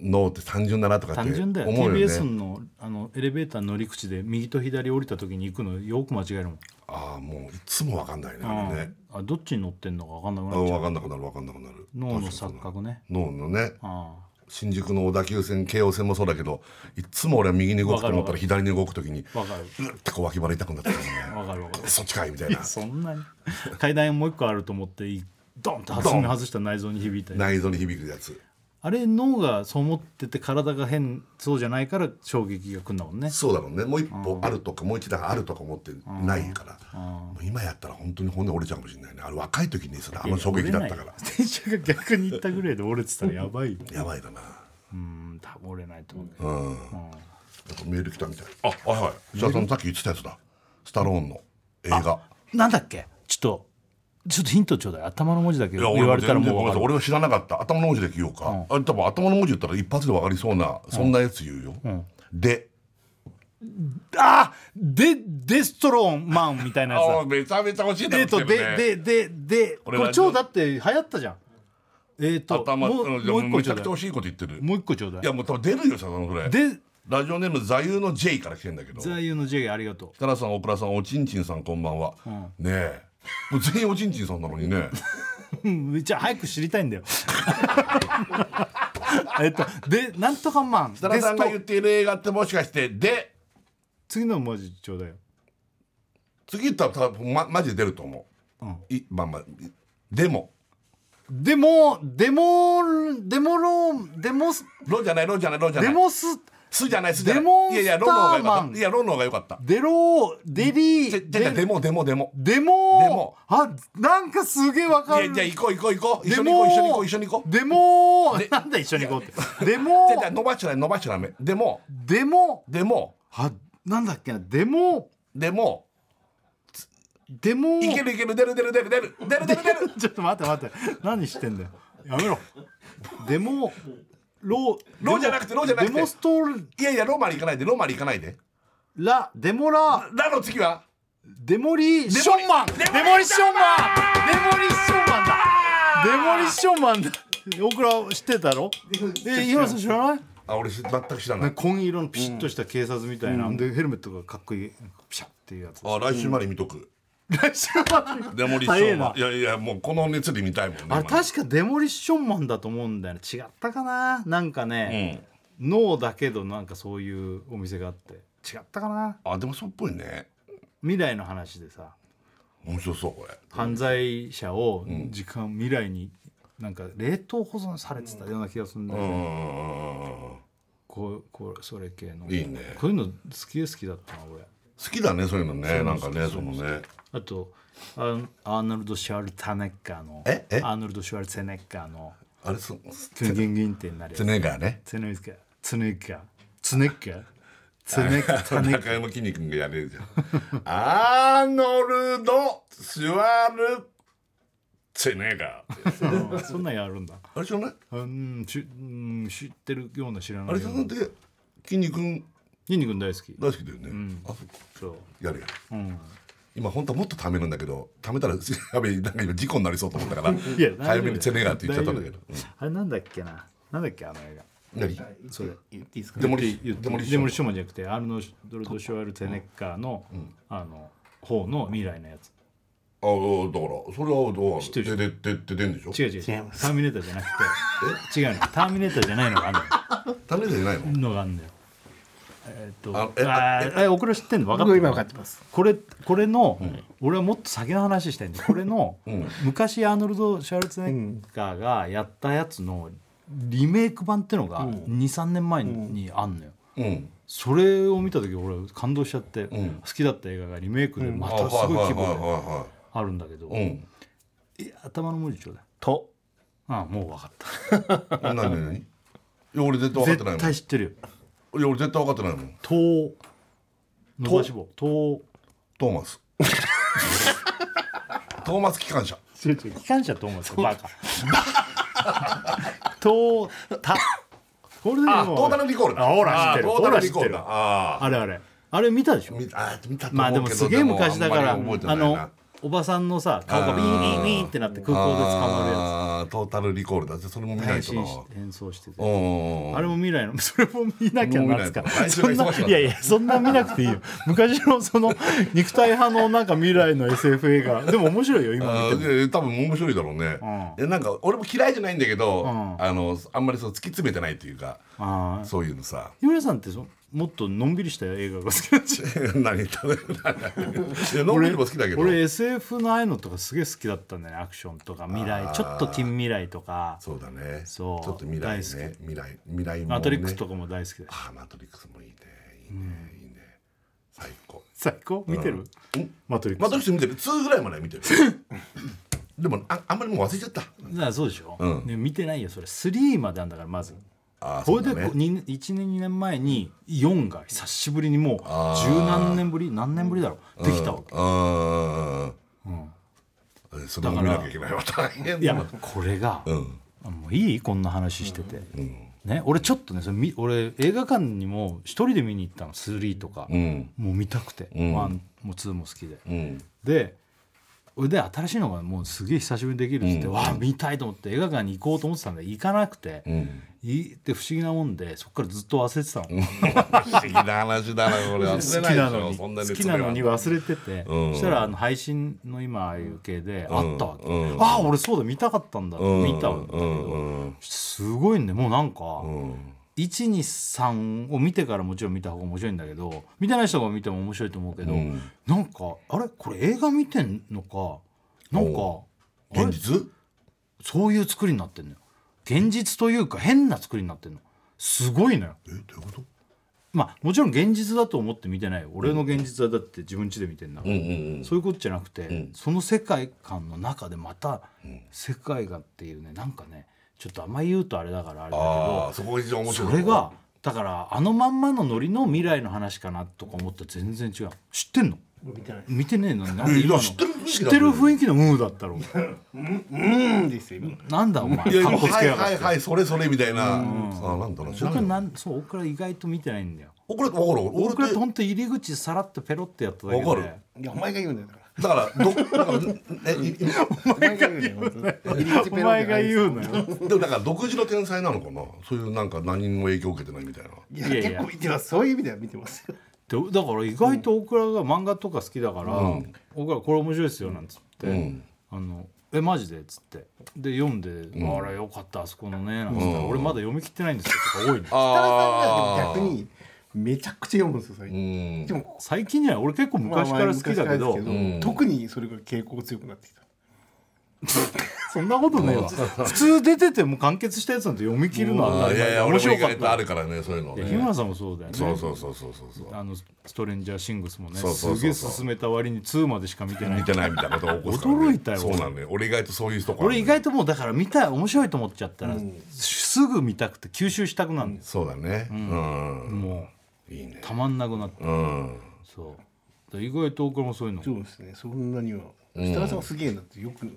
S3: 脳って単純だなとかって
S2: 単純だよ
S3: 思うよ
S2: TBS
S3: ね
S2: のあのエレベーターの乗り口で右と左降りた時に行くのよく間違えるもん、
S3: ああもういつも分かんないねあれね
S2: あどっちに乗ってんのか分かんなく
S3: あ
S2: なっちゃう
S3: 分かんなくなる分かんなくなる
S2: 脳の
S3: 確かに
S2: 錯覚ね
S3: 脳のね
S2: あ
S3: 新宿の小田急線京王線もそうだけどいつも俺は右に動くと思ったら左に動くときに
S2: あ分かる
S3: うってこう脇腹痛くなってたもんね
S2: 分かる分か る
S3: そっちかいみたいな
S2: そんなに 階段もう一個あると思っていドンと弾み外した内臓に響いたり
S3: 内臓に響くやつ
S2: あれ脳がそう思ってて体が変そうじゃないから衝撃が来るんだもんね
S3: そうだろうねもう一歩あるとかもう一段あるとか思ってないからもう今やったら本当に骨折れちゃうかもしれないねあれ若い時にそれあの衝撃だったから
S2: 電車が逆に行ったぐらいで折れてたらやばい よ
S3: やばいだな
S2: うん多分折れないと思うけど
S3: うんメール来たみたいあはいはいじゃあそのさっき言ってたやつだスタローンの映画
S2: なんだっけちょっとちょっとヒントちょうだい頭の文字だけ
S3: いや
S2: 言
S3: 俺
S2: わ
S3: も
S2: れたら
S3: 全然
S2: も
S3: ご
S2: う
S3: めんなさい
S2: 分かる
S3: 俺は知らなかった頭の文字で言おうか、あれ多分頭の文字言ったら一発で分かりそうなそんなやつ言うよ、で
S2: あでデストローンマンみたいなやつ
S3: あ
S2: だ
S3: あめちゃめちゃ欲しいな
S2: えっと、
S3: 来てるね
S2: で、で、で、で、こ
S3: 俺は
S2: れ超だって流行ったじゃん。えっと、
S3: 頭
S2: もう
S3: うんいや
S2: もう一個
S3: め
S2: ち
S3: ち
S2: ょ
S3: ゃく
S2: うだ
S3: ち
S2: い
S3: ゃ。欲しいこと言ってる
S2: もう一個ちょうだ
S3: いやもう多分出るよさそれ
S2: い。で、
S3: ラジオネーム座右の J から来てんだけど
S2: 座右の J ありが と
S3: 北原さん大倉さんおちんちんさんこんばんは、ねえもう全員おちんちんさんなのにね
S2: う。うん、じゃあ早く知りたいんだよ。 えっと、で、なんとかマン。
S3: 北原さんが
S2: ゲ
S3: 言っ
S2: スト
S3: ている映画ってもしかしてで
S2: 次の文字ちょうだいよ。
S3: 次言ったら多分、ま、マジで出ると思う、いまあまあいでも
S2: でも、デモ、デモロー、デモス、
S3: ロじゃないロじゃないロじゃな
S2: デ
S3: い
S2: モス、
S3: すじゃないすじゃない
S2: デモン
S3: いやいや
S2: スタ
S3: ロの方が
S2: ー
S3: よ
S2: マ
S3: か
S2: ン
S3: ったいやロの方がよかった
S2: デロー、デリ
S3: じゃ
S2: ー、
S3: じゃじゃ
S2: デ
S3: デモデモデモ
S2: デモ
S3: デモ
S2: あ、なんかすげえわ
S3: い
S2: か
S3: や
S2: る。
S3: じゃあ行こう行こう行こう一
S2: で
S3: 緒に行
S2: も
S3: こう一緒に行こう一緒に行こう
S2: でも
S3: で
S2: なんだ一緒に行こうってで
S3: じゃあじゃあ
S2: も
S3: 伸ばしちゃダメ伸ばしちゃダメでも
S2: でも
S3: でも
S2: あなんだっけなでも
S3: でも
S2: でも
S3: いけるいける出る出る出る出る出る出る出る
S2: ちょっと待って待って何してんだよやめろでもロー
S3: ローじゃなくてローじゃなくて
S2: デモスト
S3: いやいやローマに行かないでローマに行かないで
S2: ラデモラ
S3: ラの次は
S2: デモリションマンデモリションマンデモリションマンだデモリションマンだ大倉知ってたろえ広瀬知らない
S3: あ俺し全く知らな
S2: なん
S3: い
S2: か紺色のピシッとした警察みたいな、でヘルメットがかっこいいピシャっていうやつ
S3: あ来週まで見とく
S2: 来週まで
S3: デモリッションはいやいやもうこの熱で見たいもんね
S2: あれ
S3: 今
S2: 確かデモリッションマンだと思うんだよね違ったかななんかね、脳だけどなんかそういうお店があって違ったかな
S3: あでもそうっぽいね
S2: 未来の話でさ
S3: 面白そうこれ
S2: 犯罪者を時間、未来になんか冷凍保存されてたような気がするんだよね、
S3: うんうんうんうん
S2: こうこうそれ系の
S3: いいね
S2: こういうの好き好きだったな俺
S3: 好きだねそういうのねなんかねそのね
S2: あとアアーノルド・シュワルツァネッガーの
S3: ええ
S2: アーノルド・シュワルツァネッガーの
S3: あれそう
S2: トゥンギンギンってなるやつ
S3: つねがね
S2: ツネッカツネッカツネッカツネッカツネッカ
S3: 中山きんに君がやれるじゃんアーノルド・スワルツェネッガー
S2: うん そんなんやるんだ
S3: あれ知らない
S2: うんしうん知ってるような知らな
S3: あ
S2: い
S3: れ
S2: よ
S3: そうの
S2: な
S3: できんに君
S2: ニンニくん大好き
S3: 大好きだよね、あそっか
S2: そう
S3: やるやる、今本当はもっと貯めるんだけど貯めたら やべえなんか今事故になりそうと思ったから
S2: いや大丈夫
S3: 早めにチェネガーって言っちゃったんだけど、
S2: 大丈夫あれなんだっけななんだっけあの映
S3: 何
S2: 画それ
S4: 言っていいですか
S3: デモリ
S2: 言って
S3: デモリッシ
S2: デ
S3: ョ
S2: モ
S3: ン
S2: リッションマンじゃなくてアルノドルド・シュワルツェネッガーの、あの方の未来のやつ
S3: ああだからそれはどう
S2: ってる
S3: でででで出んでしょ
S2: 違う違う違う
S4: 違います
S2: ターミネーターじゃなくて違うのターミネーターじゃないのがある
S3: 貯めるじゃないの
S2: のがあるんだよえーっと
S3: あ
S2: あ
S3: えあ
S2: ーえオクラ知ってんの分かって
S4: 僕
S2: る
S4: 今分かってます
S2: これこれの、俺はもっと先の話したいんでこれの、昔アーノルド・シャルツェネッガーがやったやつのリメイク版ってのが23年前にあんのよ、
S3: うん
S2: それを見た時俺感動しちゃって、好きだった映画がリメイクでま
S3: あ
S2: たすご
S3: はいはい
S2: い規模で
S3: は
S2: あるんだけど、
S3: いはいはい
S2: いや頭の文字ちょうだい「と」ああもう分かっ
S3: うん何何何いや俺絶対分かってな
S2: た
S3: い
S2: 絶
S3: もん
S2: 対知ってるよ
S3: いや俺絶対分かってないもん
S2: 「と」伸ばし棒「と」
S3: トーマ ストーマス機関車
S2: 違う違う機関車と思うんですよバカトータこれで
S3: あ
S2: も
S3: トータルリコールだ
S2: あほら知ってる
S3: あトータルリコールだ
S2: ほ
S3: あ
S2: あれあれあれ見たでしょ
S3: ー見あー見たと思うけど
S2: まあでもすげえ昔だからあ
S3: でもんまり覚えてないな
S2: のおばさんのさ顔がビービービーってなって空港で捕まるや
S3: あートータルリコールだじゃあそれも見
S2: つ
S3: ない
S2: 変
S3: とな
S2: 身して変装してて
S3: うん
S2: あれも未来の それも見なきゃなんつか
S3: もう見ないと来週
S2: そ
S3: が
S2: んな
S3: 忙しくなる
S2: いやいやそんな見なくていいよ 昔のその肉体派のなんか未来の SF 映画でも面白いよ今見て
S3: あ
S2: も
S3: ーで多分面白いだろうね、えなんか俺も嫌いじゃないんだけど、
S2: ん
S3: あのあんまりそう突き詰めてないっていうか
S2: あー
S3: そういうのさ
S2: 日村さんってそもっとのんびりした映画が好きなんじゃな
S3: 何
S2: い
S3: 言ったのいやノンビルも好きだけど
S2: 俺俺 SF のああいうのとかすげえ好きだったんだよねアクションとか未来ちょっと近未来とか
S3: そうだね
S2: そう
S3: ちょっと未来
S2: 大
S3: ね未来未来も、ね、
S2: マトリックスとかも大好きだし
S3: あーマトリックスもいいねいいね、いいね最高
S2: 最高見てる、マトリック
S3: マ
S2: ス
S3: トリックス見てる2ぐらいまで 見てるでもああんまりもう忘れちゃった
S2: なあそうでしょ、ね見てないよそれ3まであんだからまず
S3: あー
S2: こ
S3: そ
S2: れ
S3: う
S2: で
S3: だ
S2: こ
S3: ね
S2: に1年2年前に4が久しぶりにもう十何年ぶり何年ぶりだろうできたわけ、
S3: ああ、うん、それも見なきゃいけないわ大変
S2: い
S3: だ
S2: や
S3: な
S2: これが、
S3: うん
S2: あもういいこんな話してて、ね、俺ちょっとねそれみ俺映画館にも一人で見に行ったの3とか、
S3: うん
S2: もう見たくて、
S3: ん
S2: ワンもツーも好きで、
S3: うん
S2: でそれで新しいのがもうすげえ久しぶりにできるっつって、わあ見たいと思って映画館に行こうと思ってたんだけど行かなくて、
S3: うん
S2: いって不思議なもんでそっからずっと忘れてたの、
S3: 不思議な話だなこれ
S2: 好
S3: 忘れ
S2: き
S3: な
S2: な
S3: でし
S2: いの
S3: ょ
S2: に
S3: そんな
S2: 好
S3: に
S2: きなのに忘れてて、
S3: うん
S2: そしたらあの配信の今ああいう系であったわけ、
S3: うん
S2: ああ俺そうだ見たかったんだ、
S3: うん
S2: 見たんだけど、
S3: うん
S2: すごいねもうなんか、
S3: うん
S2: 123を見てからもちろん見た方が面白いんだけど見てない人が見ても面白いと思うけど、
S3: うん
S2: なんかあれこれ映画見てんのかなんかあ
S3: 現
S2: れ
S3: 実
S2: そういう作りになってんのよ現実というか変な作りになってんのすごいのよ
S3: えどういうこと
S2: まあもちろん現実だと思って見てないよ俺の現実はだって自分家で見てんだから、
S3: うんうん
S2: そういうことじゃなくて、その世界観の中でまた世界がっていうねなんかねちょっとあんま言うとあれだからあれだけど
S3: ああそこが非常に面白い
S2: それがだからあのまんまのノリの未来の話かなとか思ったら全然違う知ってんの
S4: 見てない
S2: 見 てねえのになんで
S3: え
S2: 今の
S3: 知ってる雰囲気
S2: 知
S3: だ
S2: ってる雰囲気の「ムー」だったろ
S4: うんですよ今
S2: なんだお前
S3: いや
S2: かっこつ
S3: は
S2: け
S3: い
S2: やがっ
S3: はい
S2: て
S3: はいそれそれみたいなあなんだろう知ら
S2: 僕
S3: な
S2: はいなんそう僕ら意外と見てないんだよ
S3: 僕ら分かる俺
S2: 僕らって
S3: だ
S2: 本当入り口さらってペロってやっただけで
S3: わかる
S4: いやお前が言うんだよだから
S3: からどだからえいい
S4: お前が言うんだよ本当に入り口
S2: お
S4: ペロ
S2: 前
S4: ンじゃな
S2: が
S4: いです
S2: 言うのよ
S3: でもだから独自の天才なのかなそういうなんか何にも影響を受けてないみたいない
S2: いやい
S4: や
S2: や
S4: 結構見てますそういう意味では見てますよ
S2: でだから意外とオクラが漫画とか好きだから「オクラこれ面白いですよ」なんつって
S3: ん
S2: 「あのえマジで?」っつってで読んで「あらよかったあそこのね」なんつったら「俺まだ読み切ってないんですよ」とか多いの
S4: 設楽さんが逆にめちゃくちゃ読むんですよ最
S3: う
S4: 近
S3: ん
S4: でも
S2: 最近じゃない俺結構昔から好きだけど、
S4: まあまあ昔からですけど特にそれが傾向強くなってきた
S2: そんなことねえわ普通出てても完結したやつなんて読み切るのは当た
S3: あ
S2: り
S3: い
S2: 前
S3: やいや
S2: 面
S3: 俺も
S2: 白
S3: 意
S2: かっ
S3: 外と
S2: た
S3: あるからねそういうの
S2: いや日村
S3: ね
S2: さんもそうだよね
S3: そうそうそうそうそうそう
S2: あのストレンジャーシングスもね
S3: そうそうそうそう
S2: すげえ進めた割に2までしか見てない
S3: 見てないみたいなことを起こすからね
S2: 驚いたよ
S3: そうなんだよ俺意外とそういうとこある
S2: 俺意外ともうだから見たい面白いと思っちゃったら、すぐ見たくて吸収したくなるんです、
S3: そうだねうん
S2: も
S3: いいね
S2: うたまんなくなって、
S3: うん
S2: そうだから意外と僕もそういうの
S4: そうですねそんなには設楽さんはすげえなってよく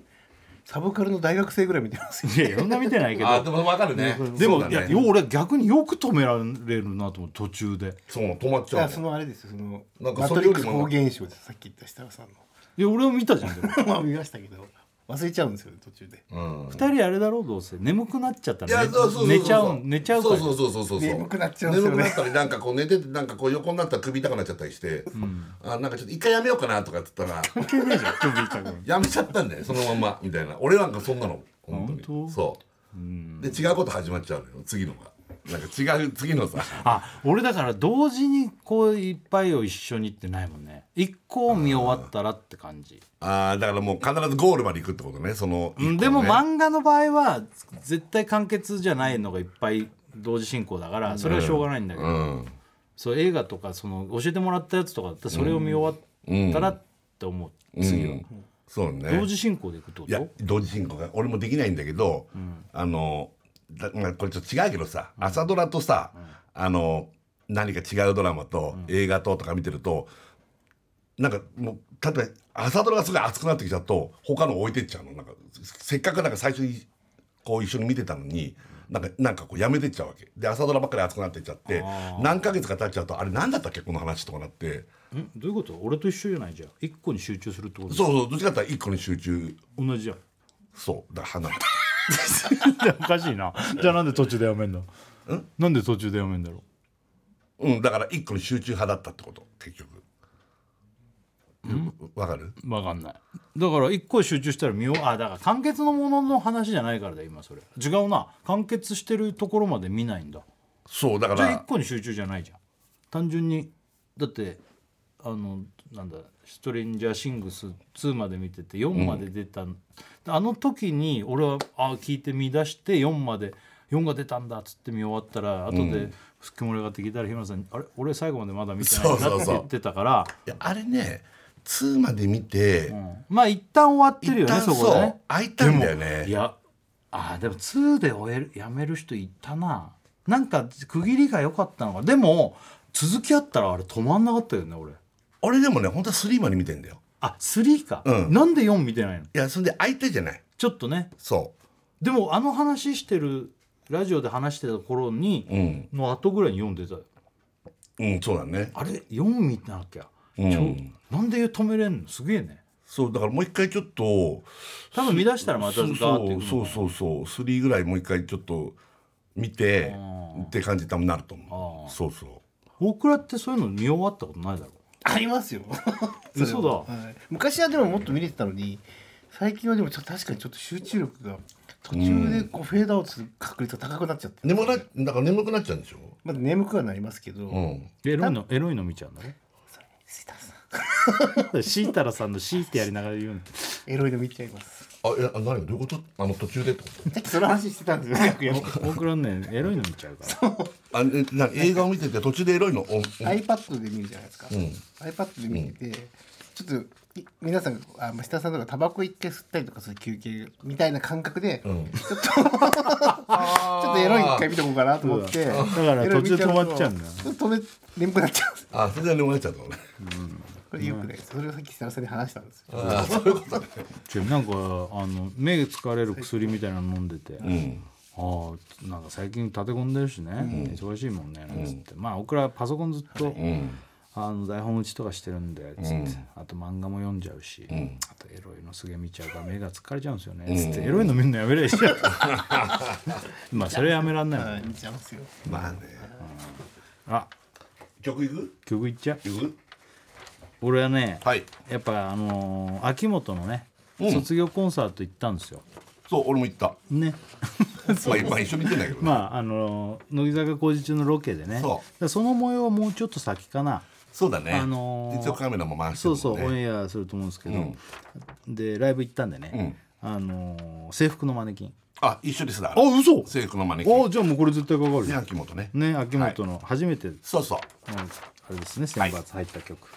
S4: サブカルの大学生ぐらい見てます よ
S2: いやそんな見てないけ
S3: あ
S2: ど
S3: でも分かるね
S2: で
S3: そう
S2: も、
S3: だ
S2: いや
S3: ね
S2: よう俺逆によく止められるなと思う途中で
S3: そう止まっ
S4: い
S3: ちゃ
S4: や
S3: う
S4: そ
S3: の
S4: のあれですよその
S3: なんか
S4: マ
S3: そ
S4: ト
S3: れ
S4: リ
S3: よ
S4: ッ
S3: り
S4: ク
S3: も
S4: ス方言賞ですさっき言った設楽さんの
S2: いや俺も見たじゃんでも
S4: まあ見ましたけど忘れちゃうんですよね途中で
S3: うん
S2: 二人あれだろうどうせ眠くなっちゃった
S3: いや
S2: ら、
S3: そうそうそうそう
S2: 寝ちゃう寝ちゃうから
S3: そうそうそうそうそう
S4: 眠くなっちゃうんですよね
S3: 眠くなったりなんかこう寝ててなんかこう横になったら首痛くなっちゃったりして、あなんかちょっと一回やめようかなとかって言ったら
S2: 関係ねえじゃん首痛くなる
S3: やめちゃったんだよそのまんまみたいな俺なんかそんなの本当に
S2: 本当
S3: そうで違うこと始まっちゃうのよ次のがなんか違う次のさ
S2: あ俺だから同時にこういっぱいを一緒にってないもんね一個を見終わったらって感じ、
S3: あーだからもう必ずゴールまで行くってことねその
S2: うん
S3: 一個ね
S2: でも漫画の場合は絶対完結じゃないのがいっぱい同時進行だからそれはしょうがないんだけど、
S3: うん
S2: そう映画とかその教えてもらったやつとかだったらそれを見終わったらって思う、次は、
S3: うんそうね
S2: 同時進行でいくってこ
S3: いや
S2: と
S3: 同時進行が俺もできないんだけど、あのだまあこれちょっと違うけどさ、朝ドラとさ、あの何か違うドラマと映画ととか見てると、なんかもう例えば朝ドラがすごい熱くなってきちゃうと他の置いてっちゃうのなんかせっかくなんか最初にこう一緒に見てたのに。なんかなんかこうやめてっちゃうわけで朝ドラばっかり熱くなってっちゃって何ヶ月か経っちゃうとあれ何だったっけこの話とかなって
S2: んどういうこと俺と一緒じゃないじゃん一個に集中するってこと
S3: そうそうどっちかっていうと一個に集中
S2: 同じじゃん
S3: そうだから離れて
S2: おかしいなじゃあなんで途中でやめんだなんで途中でやめんだろう
S3: うん、だから一個に集中派だったってこと結局わかる
S2: わかんないだから一個集中したら見ようあだから完結のものの話じゃないからだ今それ違うな完結してるところまで見ないんだ
S3: そうだか
S2: じゃあ一
S3: ら
S2: 個に集中じゃないじゃん単純にだってあのなんだ「ストレンジャーシングス2」まで見てて4まで出た、あの時に俺はあ聞いて見出して4まで4が出たんだっつって見終わったら後ですっきもり上がってきたら日村さんに「あれ俺最後までまだ見てない
S3: そう
S2: な」
S3: そう
S2: って
S3: そう
S2: 言ってたから
S3: いやあれね2まで見て、
S2: うんまあ一旦終わってる
S3: 一
S2: よね
S3: 旦
S2: そ
S3: そう
S2: こでね。
S3: 開いたんだよね
S2: いやあーでも2で終えるやめる人いたななんか区切りが良かったのかでも続きあったらあれ止まんなかったよね俺
S3: 俺でもね本当は3まで見てんだよ
S2: あ3か、
S3: うん
S2: なんで4見てないの
S3: いやそれで開いてじゃない
S2: ちょっとね
S3: そ
S2: でもあの話してるラジオで話してた頃に、
S3: ううん
S2: の後ぐらいに4出たよ
S3: うんそうだね
S2: あれ4見てなきゃ、
S3: うん
S2: ちょなんで止めれんのすげえね
S3: そうだからもう一回ちょっと
S2: 多分見出したらまた
S3: そ
S2: ガー
S3: う
S2: っていくのか
S3: そう
S2: な
S3: そうそうそう3ぐらいもう一回ちょっと見てって感じ多分なると思
S2: あ
S3: うそうそう
S2: 大倉ってそういうの見終わったことないだろ
S4: ありますよれは
S2: 嘘だ
S4: はい昔はでももっと見れてたのに最近はでもちょっと確かにちょっと集中力が途中でこうフェードアウトする確率が高くなっちゃって、
S3: 眠らだから眠くなっちゃうんでしょ
S4: まだ眠くはなりますけど、
S3: うん
S2: エロいのエロいの見ちゃうんだね
S4: スイタさん
S2: シータラさんの「シー」ってやりながら言うの
S4: エロいの見ちゃいます
S3: あ、え、あ何がどういうことあの途中でってこ
S4: さっきその話してたんですよ楽屋で
S2: 僕らねエロいの見ちゃうから
S3: と あ、えな映画を見てて途中でエロいのおお
S4: iPad で見るじゃないですか、iPad で見てて、ちょっとい皆さんあ下さんとかタバコ一回吸ったりとかする休憩みたいな感覚で、ちょっと ちょっとエロい一回見とこうかなと思ってだ
S2: だから途中で止まっちゃうんだよ
S4: 止め眠くなっちゃうんです
S3: あ、それで眠くなっちゃったのね
S4: これよくないですそれをさっき設楽さんに話したんですよ
S3: あ、そういうことね
S2: ちょなんかあの目疲れる薬みたいなの飲んでて、ああなんか最近立て込んでるしね、忙しいもんねなんつって、まあ僕らパソコンずっと、あの台本打ちとかしてるんでつって、あと漫画も読んじゃうし、あとエロいのすげえ見ちゃうから目が疲れちゃうんですよねつって、エロいの見るのやめれし まあそれやめらんないもんね、
S4: はい見ちゃいますよ
S3: まあね
S2: あ
S3: 曲いく
S2: 曲いっちゃう
S3: いく
S2: 俺はね、
S3: はい
S2: やっぱあのー秋元のね、卒業コンサート行ったんですよ。
S3: そう、俺も行った
S2: ね、
S3: まあ、今一緒に行ってんだけどね
S2: まああのー乃木坂工事中のロケでね
S3: そう
S2: だその模様はもうちょっと先かな、
S3: そうだね
S2: あのー
S3: 一応カメラも回して
S2: そ
S3: る
S2: うそう、
S3: も
S2: オ
S3: ん
S2: ン
S3: ね
S2: エアすると思うんですけど、でライブ行ったんでね、あのー制服のマネキン
S3: あ、一緒ですだ
S2: あ嘘
S3: 制服のマネキン
S2: あじゃあもうこれ絶対かかる
S3: で
S2: よ
S3: 秋元ね
S2: ね秋元の初めて、
S3: そうそう
S2: うんあれですね選抜入った曲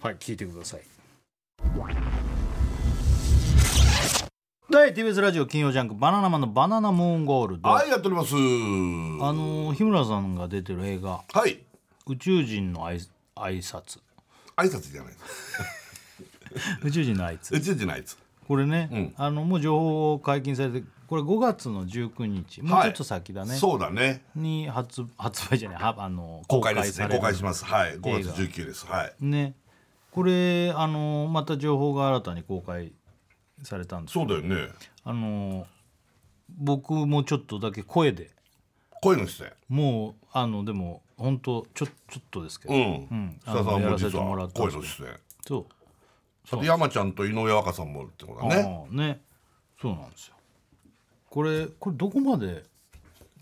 S2: はい聴、いてください第 TBS ラジオ金曜ジャンク「バナナマンのバナナムーンゴールド」
S3: はい、やっております
S2: あのー日村さんが出てる映画
S3: はい
S2: 「宇宙人のあい挨拶
S3: 挨拶じゃないです
S2: 宇宙人のあいつ
S3: うちじゃないです
S2: これね、あのもう情報解禁されてこれ5月の19日もうちょっと先だね、
S3: そうだね
S2: に発発売じゃないはあの
S3: 公開ですね
S2: され
S3: 公
S2: る
S3: 開しますはい5
S2: 映
S3: 月
S2: 画
S3: 19ですはい
S2: ねこれあのまた情報が新たに公開されたんです
S3: そうだよね
S2: あの僕もちょっとだけ声で
S3: 声の出
S2: もうあのでも本当ちょちょっとですけど、
S3: 演う
S2: うんん
S3: 須田さ
S2: あ
S3: ん
S2: のや
S3: も
S2: らせて
S3: 実
S2: もら
S3: は
S2: ったんで
S3: 声
S2: す
S3: の
S2: けど
S3: 出演
S2: そう
S3: あと山ちゃんと井上若さんもってことだね
S2: ああねそうなんですよこれこれどこまで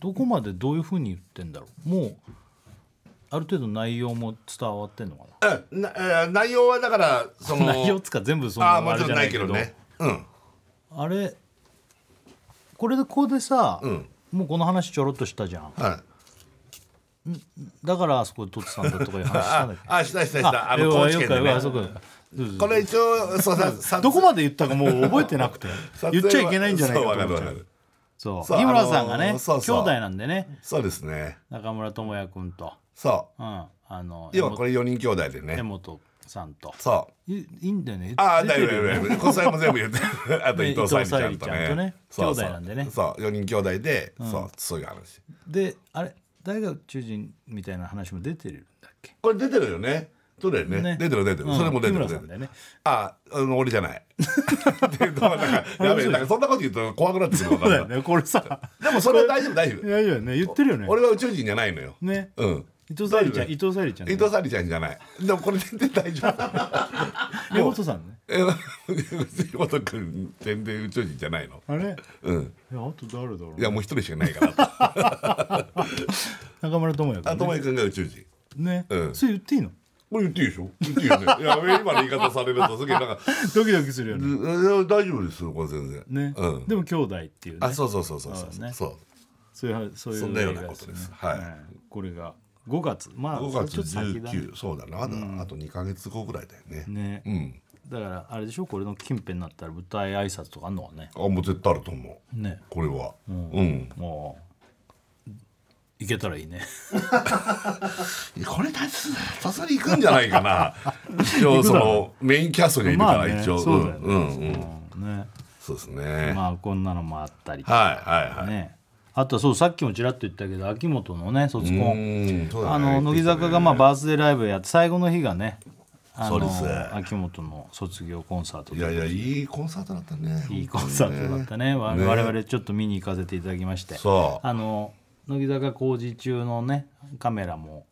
S2: どこまでどういうふうに言ってんだろうもうある程度内容も伝わってんのか
S3: うんなえー内容はだからその
S2: な内容つか全部その
S3: ああ
S2: あ
S3: も
S2: れ
S3: ちろ
S2: じゃ
S3: ん
S2: な
S3: ないい
S2: け
S3: け
S2: ど
S3: どねうん
S2: あれこれでこうでさ、
S3: ん
S2: もうこの話ちょろっとしたじゃん
S3: はい
S2: だからあそこで撮ってたんだとかいう話したんだっけ
S3: あしたしたしたあの
S2: よか
S3: 高知県で
S2: よか
S3: ね
S2: あそこどうぞ
S3: これ一応そうささ
S2: どこまで言ったかもう覚えてなくて
S3: 撮影は
S2: 言っちゃいけないんじゃないか
S3: そう
S2: と思
S3: わか
S2: っちゃ
S3: るわか
S2: う
S3: る
S2: そう
S3: そう
S2: 日村さんが
S3: あ
S2: ね
S3: のーそうそう
S2: 兄弟なんでね
S3: そうですね
S2: 中村智也君と、
S3: そ
S2: うん、あの
S3: う要はこれ4人兄弟で
S2: 江
S3: ね
S2: 本さんと
S3: そう
S2: いいいんだよね
S3: ああ、
S2: 出
S3: だ
S2: て
S3: い
S2: る
S3: ぶ
S2: よ
S3: だいぶ。こさえも全部言って る。あと
S2: ね
S3: 伊藤沙莉ちゃんと
S2: 伊藤沙莉ちゃんと
S3: ね
S2: ね。
S3: そう
S2: 兄弟なんでね
S3: そうそう、四人兄弟で、そう、そういう話。
S2: であれ大学中人みたいな話も出てるんだっけ
S3: これ出てるよね。そうだよね。
S2: ね
S3: 出てる出てる。
S2: うん
S3: それも出て
S2: 日
S3: る
S2: 村
S3: 出
S2: さ
S3: て
S2: んだ
S3: る。
S2: よね
S3: ああ、あの俺じゃない。 でなんかやべえ、なんかそんなこと言うと怖くなってくるの
S2: そうだ
S3: か
S2: よ
S3: な。
S2: ねこれさ
S3: でもそれは大丈夫大丈
S2: いやいやね言ってるよね
S3: 夫。俺は宇宙人じゃないのよ。
S2: ね
S3: うん。
S2: 伊藤沙莉ちゃん
S3: 大丈夫
S2: 伊藤沙莉ちゃん
S3: 伊藤沙莉ちゃんじゃない。でもこれ全然大丈 夫。
S2: 根本さんね
S3: え、杉本君全然宇宙人じゃないの。
S2: あれいや
S3: うん。
S2: あと誰だろう
S3: いやもう一人しかいない から。
S2: 中村智也
S3: あ、
S2: 君
S3: ともえ君が宇宙人。
S2: ね
S3: うん
S2: それ言っていいの
S3: これ言っていいでしょ言っていいよね。いや、今の言い方されるとすげえなんか、
S2: ドキドキするよ
S3: う
S2: ね
S3: ん大丈夫ですよ、これ全然。
S2: ね
S3: うん。
S2: でも兄弟っていうね
S3: あ、そうそうそうそうそう
S2: そうだね
S3: そう。
S2: そういうそういう
S3: そんなような
S2: 映画
S3: ことですはい
S2: これが5月まあ
S3: 5月
S2: ちょっと先だ
S3: 19、そうだな、まだあと2ヶ月後ぐらいだよね。
S2: ね
S3: うん。
S2: だからあれでしょこれの近辺になったら舞台挨拶とかあんのかね
S3: あ、もう絶対あると思う。
S2: ね
S3: これは。うん。
S2: もういけたらいいね
S3: これだす、さすがに行くんじゃないか な。一応、その、メインキャストがいるか
S2: まあ
S3: ら、
S2: ね
S3: 一応。
S2: そうだよね,
S3: う
S2: そ
S3: ん
S2: う、
S3: うん。
S2: ね
S3: そうですね。はい、
S2: まあこんなのもあったりとか
S3: はい、はい。
S2: ねあとそうさっきもちらっと言ったけど秋元のね卒コン
S3: うん、そうだね
S2: あの乃木坂がまあバースデーライブやって最後の日がねあ
S3: そう
S2: の
S3: です
S2: 秋元の卒業コンサート
S3: いやいや、いいコンサートだったね。
S2: いいコンサートだったねわ我々ちょっと見に行かせていただきまして
S3: そう
S2: あの乃木坂工事中のねカメラも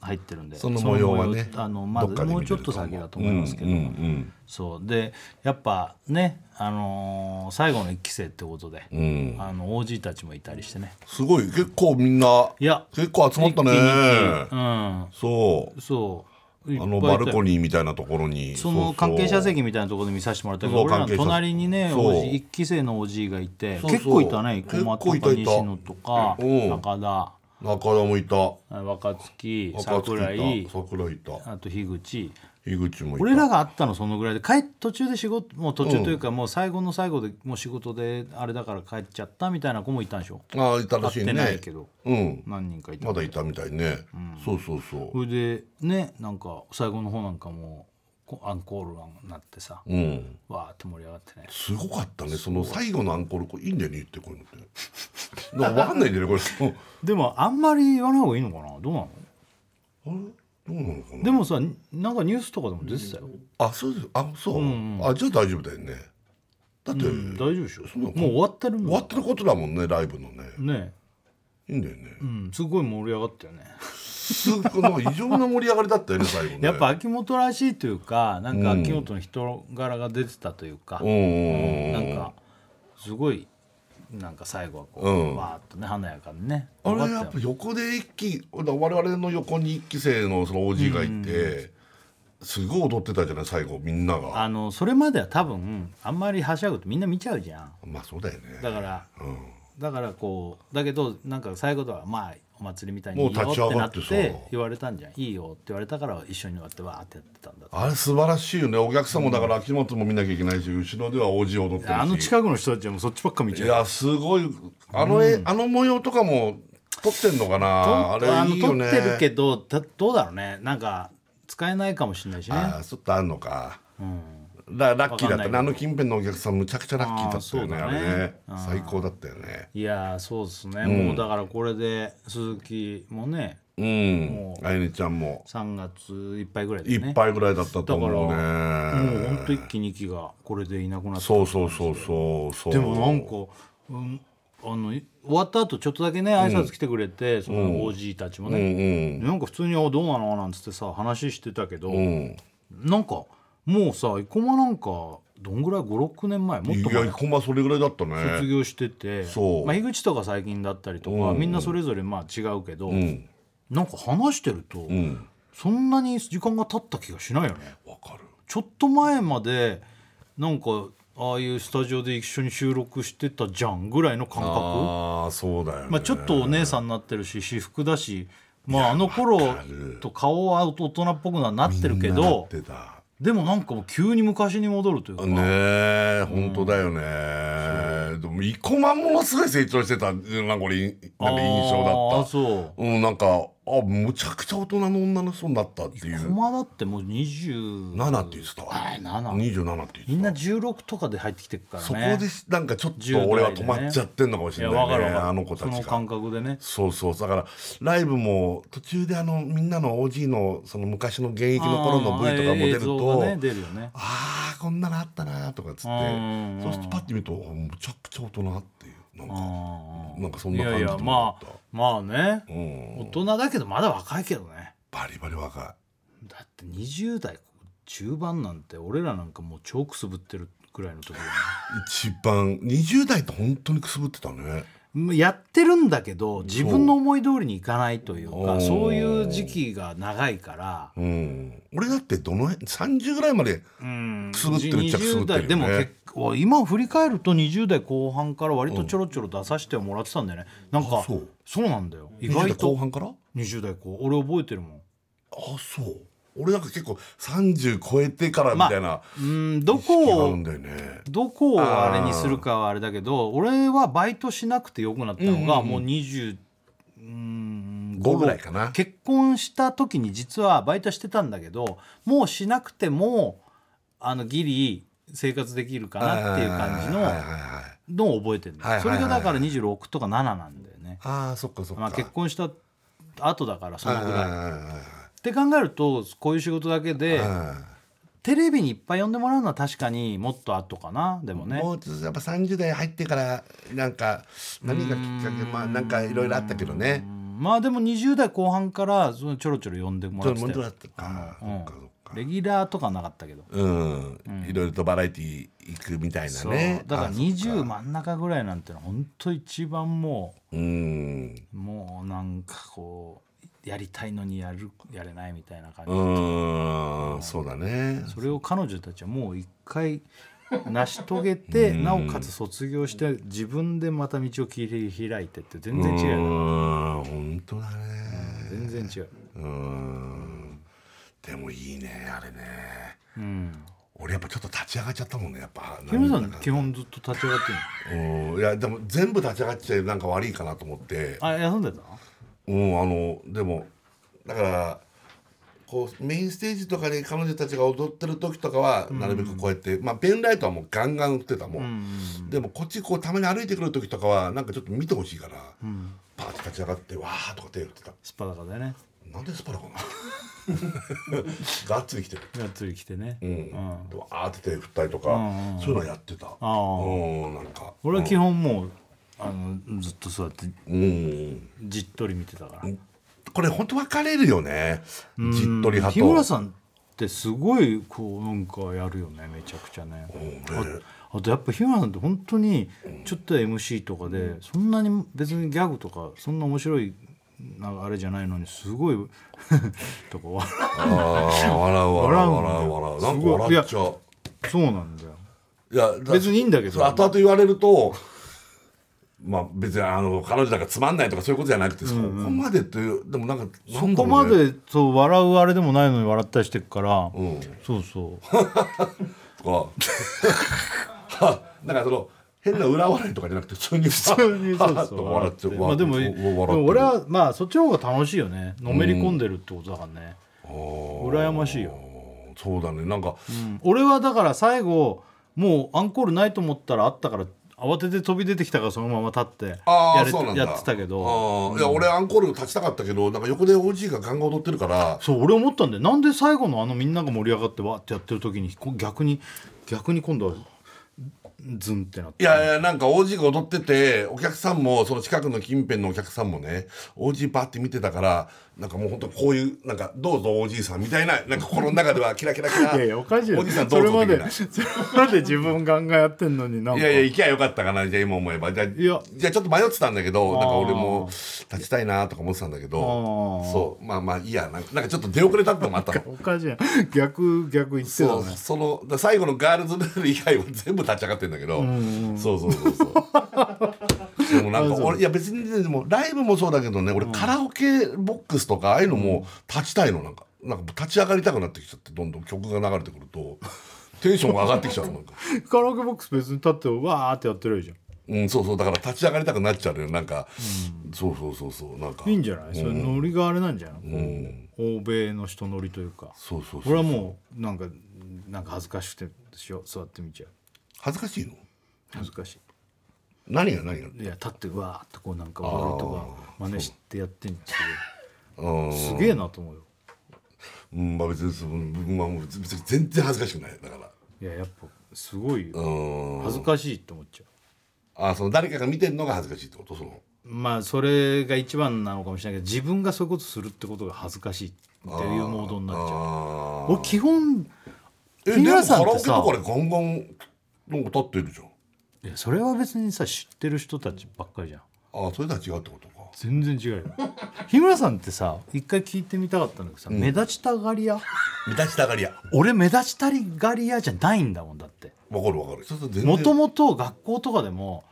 S2: 入ってるんで
S3: その模様はね
S2: その模様あのま
S3: どっか
S2: だ
S3: で見
S2: も
S3: れ
S2: う
S3: る
S2: ち
S3: と思
S2: ょ
S3: う
S2: っと先だと思いますけ
S3: う
S2: ど、
S3: んうん
S2: そうでやっぱね、あのー最後の1期生ってことで、
S3: うん
S2: あの OG たちもいたりしてね
S3: すごい結構みんない
S2: や
S3: 結構集まったね
S2: 一気に
S3: そう
S2: うんそういっ
S3: あ
S2: ぱいいた
S3: の
S2: よ
S3: バルコニーみたいなところに
S2: そうの
S3: う
S2: 関係者席みたいなところで見させてもらったけど
S3: そう
S2: 俺らの
S3: 関係者
S2: 隣にね
S3: そう
S2: おじ一期生のおじいがいて
S3: そうそう
S2: 結構いたね
S3: 結
S2: 小
S3: 構
S2: 松と
S3: いた
S2: か
S3: いた
S2: 西野とか
S3: うん
S2: 中田
S3: 中田もいた
S2: 若槻
S3: 赤月
S2: 桜井
S3: いた桜井いた
S2: あと樋口
S3: 樋口もいた
S2: 俺らがあったのそのぐらいで帰っ途中で仕事もう途中というか、もう最後の最後でもう仕事であれだから帰っちゃったみたいな子もいたんでしょ
S3: ああいたらしい
S2: 会って
S3: ね
S2: ないけど
S3: うん
S2: 何人かいた
S3: まだいたみたいね、そうそうそ
S2: それでねなんか最後の方なんかもうこアンコールになってさ、
S3: ううん
S2: わーって盛り上がってね
S3: すごかったねその最後のアンコールこれいいんだよね言ってこういうのって なんか分かんないんだよねこれ そう
S2: でもあんまり言わない方がいいのかなどうなの
S3: あれどうなのかな
S2: でもさなんかニュースとかでも出てたよ、
S3: あそうですあそう、
S2: ん
S3: あじゃあ大丈夫だよねだって、
S2: うん大丈夫でしょ
S3: うなの
S2: もう終わってる
S3: 終
S2: も
S3: わ
S2: ん
S3: ってることだもんねライブのね
S2: ね
S3: いいんだよね、
S2: うんすごい盛り上がったよね
S3: すなんか異常な盛り上がりだったよね最後ね
S2: やっぱ秋元らしいというかなんか秋元の人柄が出てたというか、
S3: うんうん
S2: な
S3: うん
S2: んかすごいなんか最後はこう、
S3: うん
S2: わーっとね華やかにね
S3: あれ
S2: 終わ
S3: や
S2: っ
S3: ったぱ
S2: よ
S3: 横で一期我々の横に一期生のその OG がいて、すごい踊ってたじゃない最後みんなが
S2: あのそれまでは多分あんまりはしゃぐとみんな見ちゃうじゃん
S3: まあそうだよね
S2: だから
S3: うん
S2: だからこうだけどなんか最後とはまあお祭りみたいに
S3: も
S2: いういよ
S3: 立ち
S2: っ
S3: 上
S2: て
S3: が
S2: な
S3: っ
S2: って
S3: さ
S2: て言われたんじゃんいいよって言われたから一緒に割ってわーってやってたんだと
S3: あれ素晴らしいよねお客さんもだから秋元も見なきゃいけないし後ろでは OG 踊ってるし
S2: あの近くの人たちはもうそっちばっか見
S3: い
S2: ちゃう
S3: やすごいあの絵、あの模様とかも撮ってんのかなあ
S2: とあ
S3: れ
S2: の
S3: いいよね
S2: 撮ってるけどだどうだろうねなんか使えないかもしれないしね
S3: あーちょっとあんのか、ララッキーだった
S2: わかんないけ
S3: ね
S2: ど
S3: あの近辺のお客さんむちゃくちゃラッキーだったよね
S2: あー
S3: あ
S2: そうだね
S3: れね
S2: うん
S3: 最高だったよね
S2: いやーそうですね、もうだからこれで鈴木もね
S3: うんあゆねちゃんも
S2: 3月いっぱいぐらいで
S3: い
S2: ね
S3: っぱいぐらいだったと思うね
S2: だからもうほんと一気に息がこれでいなくなった
S3: そうそうそうそうそう
S2: でもなんか、うん、あのい終わった後ちょっとだけね挨拶来てくれて、その OG たちもね、
S3: うん
S2: なんか普通に「あどうなの?」なんつってさ話してたけど、
S3: うんうん
S2: なんかもうさ生駒なんかどんぐらい56年前もっ
S3: い
S2: と
S3: や
S2: 前
S3: ほんまそれぐらいだった
S2: 卒
S3: ね
S2: 業してて、
S3: そう
S2: まあ、樋口とか最近だったりとか、みんなそれぞれまあ違うけど、
S3: ん
S2: なんか話してると、
S3: うん
S2: そんなに時間が経った気がしないよね。
S3: わかる
S2: ちょっと前までなんかああいうスタジオで一緒に収録してたじゃんぐらいの感覚
S3: ああそうだよね
S2: まあ、ちょっとお姉さんになってるし私服だし、まあ、あの頃と顔は大人っぽくはなってるけ
S3: みんななっ
S2: ど
S3: てた
S2: でもなんかもう急に昔に戻るというか、
S3: ねえ本当だよねでも生駒ものすごい成長してたなんか俺いなんか印象
S2: あ
S3: だ
S2: あ
S3: った
S2: そう
S3: うんなんかあむちゃくちゃ大人の女の人になったっていう
S2: 駒だってもう
S3: 7って
S2: 27
S3: 言ってた
S2: あ7
S3: 27って言
S2: み
S3: っ
S2: ん
S3: て
S2: な
S3: た
S2: 16とかで入ってきてるからね
S3: そこでなんかちょっと俺は止まっちゃってんのかもしれない
S2: やわかる
S3: ね
S2: わかる
S3: あの子た
S2: そ
S3: ち
S2: の感
S3: が
S2: 覚でね
S3: そうそうだからライブも途中であのみんなの OG のその昔の現役の頃の V とかも出る
S2: ああ映像がね
S3: と
S2: 出るよね
S3: ああこんなのあったなーとかっつって
S2: うん
S3: そうするとパッて見るとあむちゃくちゃ大人っていうなんか
S2: あ
S3: なんかそん
S2: い
S3: な感
S2: や
S3: じ
S2: い
S3: で
S2: やまあまあね、
S3: うん
S2: 大人だけどまだ若いけどね
S3: バリバリ若
S2: だって20代中盤なんて俺らなんかもう超くすぶってるぐらいの時だよね
S3: い一番20代って本当にくすぶってたね
S2: まあ やってるんだけど自分の思い通りにいかないという
S3: お
S2: か
S3: ー
S2: そういう時期が長いから
S3: うん俺だってどの辺30ぐらいまで
S2: うん
S3: くすぶってるっちゃくすぶってるよね
S2: 20代でも結構今振り返ると20代後半から割とちょろちょろ出させてもらってたんだよねなんか
S3: あそう
S2: なんだよ意
S3: 20代
S2: 外と
S3: 後半からあ
S2: 20代後俺覚えてるもん
S3: そう俺なんか結構30超えてからみたいな
S2: うんど
S3: 気
S2: こ
S3: がある
S2: を
S3: んだよね
S2: どこをあれにするかはあれだけど俺はバイトしなくてよくなったのがもう20うん
S3: 5ぐらいかな
S2: 結婚した時に実はバイトしてたんだけどもうしなくてもあのギリ生活できるかなっていう感じ
S3: はいはい
S2: の
S3: はい
S2: のを覚えてるの
S3: はいはい
S2: そ
S3: はい
S2: れがだから26とか7なんだよね、
S3: ああそっかそっか
S2: まあ、結婚した後だからその
S3: は
S2: ぐ
S3: い
S2: らい。
S3: はいはいはい
S2: って考えるとこういう仕事だけでテレビにいっぱい呼んでもらうのは確かにもっと後かなでもね
S3: もうちょっとやっぱ30代入ってからなんか何がきっかけまあなんかいろいろあったけどね
S2: うんまあでも20代後半からそのちょろちょろ呼んでも
S3: ち
S2: ら
S3: ょ
S2: っ
S3: っと
S2: て
S3: も
S2: た
S3: ら
S2: よ
S3: ったかそっかそっか
S2: レギュラーとかなかったけど、
S3: うんいろいろとバラエティー行くみたいな
S2: そう
S3: ね
S2: だから
S3: あ
S2: 20真ん中ぐらいなんてのは本当一番も
S3: うん
S2: うもうなんかこうやりたいのにやるやれないみたいな感じ、
S3: うんそうだね
S2: それを彼女たちはもう一回成し遂げて、なおかつ卒業して自分でまた道を切り開いてって全然違う
S3: う
S2: よね
S3: ん本当だね
S2: 全然違う、
S3: うんでもいいねあれね
S2: うん、
S3: 俺やっぱちょっと立ち上がっちゃったもんねやっぱ
S2: キムさん基本ずっと立ち上がってる
S3: うんいやでも全部立ち上がっちゃなんか悪いかなと思って
S2: のあ休んでた
S3: うんあのでもだからこうメインステージとかで彼女たちが踊ってる時とかはなるべくこうやって、まあペンライトはもうガンガン売ってたもん、でもこっちこうたまに歩いてくる時とかはなんかちょっと見てほしいから、パーッて立ち上がってわーとか手振ってた
S2: すっぱだかでね
S3: なんでスパラかな がっつり来てる
S2: がっつり来てね、
S3: うん、でわーって手振ったりとか、そういうのやってたうんなんか
S2: 俺は基本もうあのずっとそうやって
S3: うん
S2: じっとり見てたから、
S3: これ本当分かれるよねじっとり派と
S2: 日村さんってすごいこうなんかやるよねめちゃくちゃね、ああとやっぱ日村さんって本当にちょっと MC とかでそんなに別にギャグとかそんな面白いなんかあれじゃないのにすごい とか笑
S3: あー笑う笑う笑う笑うなんか笑っちゃう
S2: うそうなんだよ
S3: いやだ
S2: 別にいいんだけど
S3: それ後々言われるとまあ別にあの彼女なんかつまんないとかそういうことじゃなくて、そこまでというでもなんかそ
S2: そこまでそう笑うあれでもないのに笑ったりしてるから、
S3: ん
S2: そうそう
S3: とか はなんかその変な裏笑いとかじゃなくて普通に普
S2: 普通にそうそう
S3: とか 笑っちゃう
S2: まあでも
S3: わ
S2: で
S3: わ笑ってる
S2: も俺はまあそっちの方が楽しいよねのめり込んでるってことだからね、羨ましいよ
S3: あーそうだねなんか
S2: 俺はだから最後もうアンコールないと思ったらあったから慌てて飛び出てきたからそのまま立って
S3: あ
S2: や
S3: あ
S2: れ
S3: そうなんだ
S2: やってたけど
S3: あーいや俺アンコール立ちたかったけどなんか横で OG がガンガン踊ってるから
S2: そう俺思ったんでなんで最後のあのみんなが盛り上がってわーってやってる時にこう逆に逆に今度はズンってなって
S3: いやいやなんか OG が踊っててお客さんもその近くの近辺のお客さんもね OG バーって見てたからなんかもう本当こういうなんかどうぞ OG さんみたいななんか心の中ではキラキラキラおじさんど
S2: そうれ
S3: ぞ
S2: ま
S3: みたい
S2: で
S3: な。
S2: それまで自分ガンガンやってんのになんか
S3: いやいや行きゃよかったかなじゃあ今思えばじゃあ
S2: いや
S3: じゃあちょっと迷ってたんだけどなんか
S2: あー
S3: 俺も立ちたいなとか思ってたんだけど
S2: あー
S3: そうまあまあいいやなんかなんかちょっと出遅れたってのもあったの
S2: おかしいな逆逆言ってた
S3: そう
S2: ね
S3: そのだ最後のガールズルール以外は全部立ち上がってんだけど、そうそうそうそう でもなんか俺いや別にねでもライブもそうだけどね俺カラオケボックスとかああいうのも立ちたいのなんかなんか立ち上がりたくなってきちゃってどんどん曲が流れてくるとテンションが上がってきちゃうのなんか、
S2: カラオケボックス別に立ってわーってやってるじゃん
S3: うん、そうそうだから立ち上がりたくなっちゃうのよなんか、そうそうそうそうなんか
S2: いいんじゃないそれノリがあれなんじゃない、
S3: うん
S2: 欧米の人ノリというか
S3: そうそう
S2: 俺
S3: そう
S2: はもうなんかなんか恥ずかしくてしよ座ってみちゃう
S3: 恥ずかしいの
S2: 恥ずかし
S3: 何が何が
S2: いいや立ってうわーってこうなんか踊るとか真似してやってんじ
S3: うん
S2: ゃんすげえなと思うよ
S3: うんまあ別にそのまあもう別に全然恥ずかしくないだから
S2: いややっぱすごいよ
S3: うん
S2: 恥ずかしいって思っちゃう
S3: あその誰かが見てるのが恥ずかしいってことその
S2: まあそれが一番なのかもしれないけど自分がそういうことするってことが恥ずかしいっていうモードになっちゃ
S3: あ
S2: う俺基本
S3: えでも
S2: 日村さ
S3: カ
S2: んっ
S3: ラオ
S2: て
S3: ケ
S2: さ
S3: とかでガンガンなんか立ってるじゃん
S2: いやそれは別にさ知ってる人たちばっかりじゃん
S3: あそれとは違うってことか
S2: 全然違うよ 日村さんってさ一回聞いてみたかったんだけどさ、目立ちたがり屋
S3: 目立ちたがりや
S2: 俺目立ちたがり屋じゃないんだもんだって
S3: わかるわかるちょっと全然
S2: もともと学校とかでも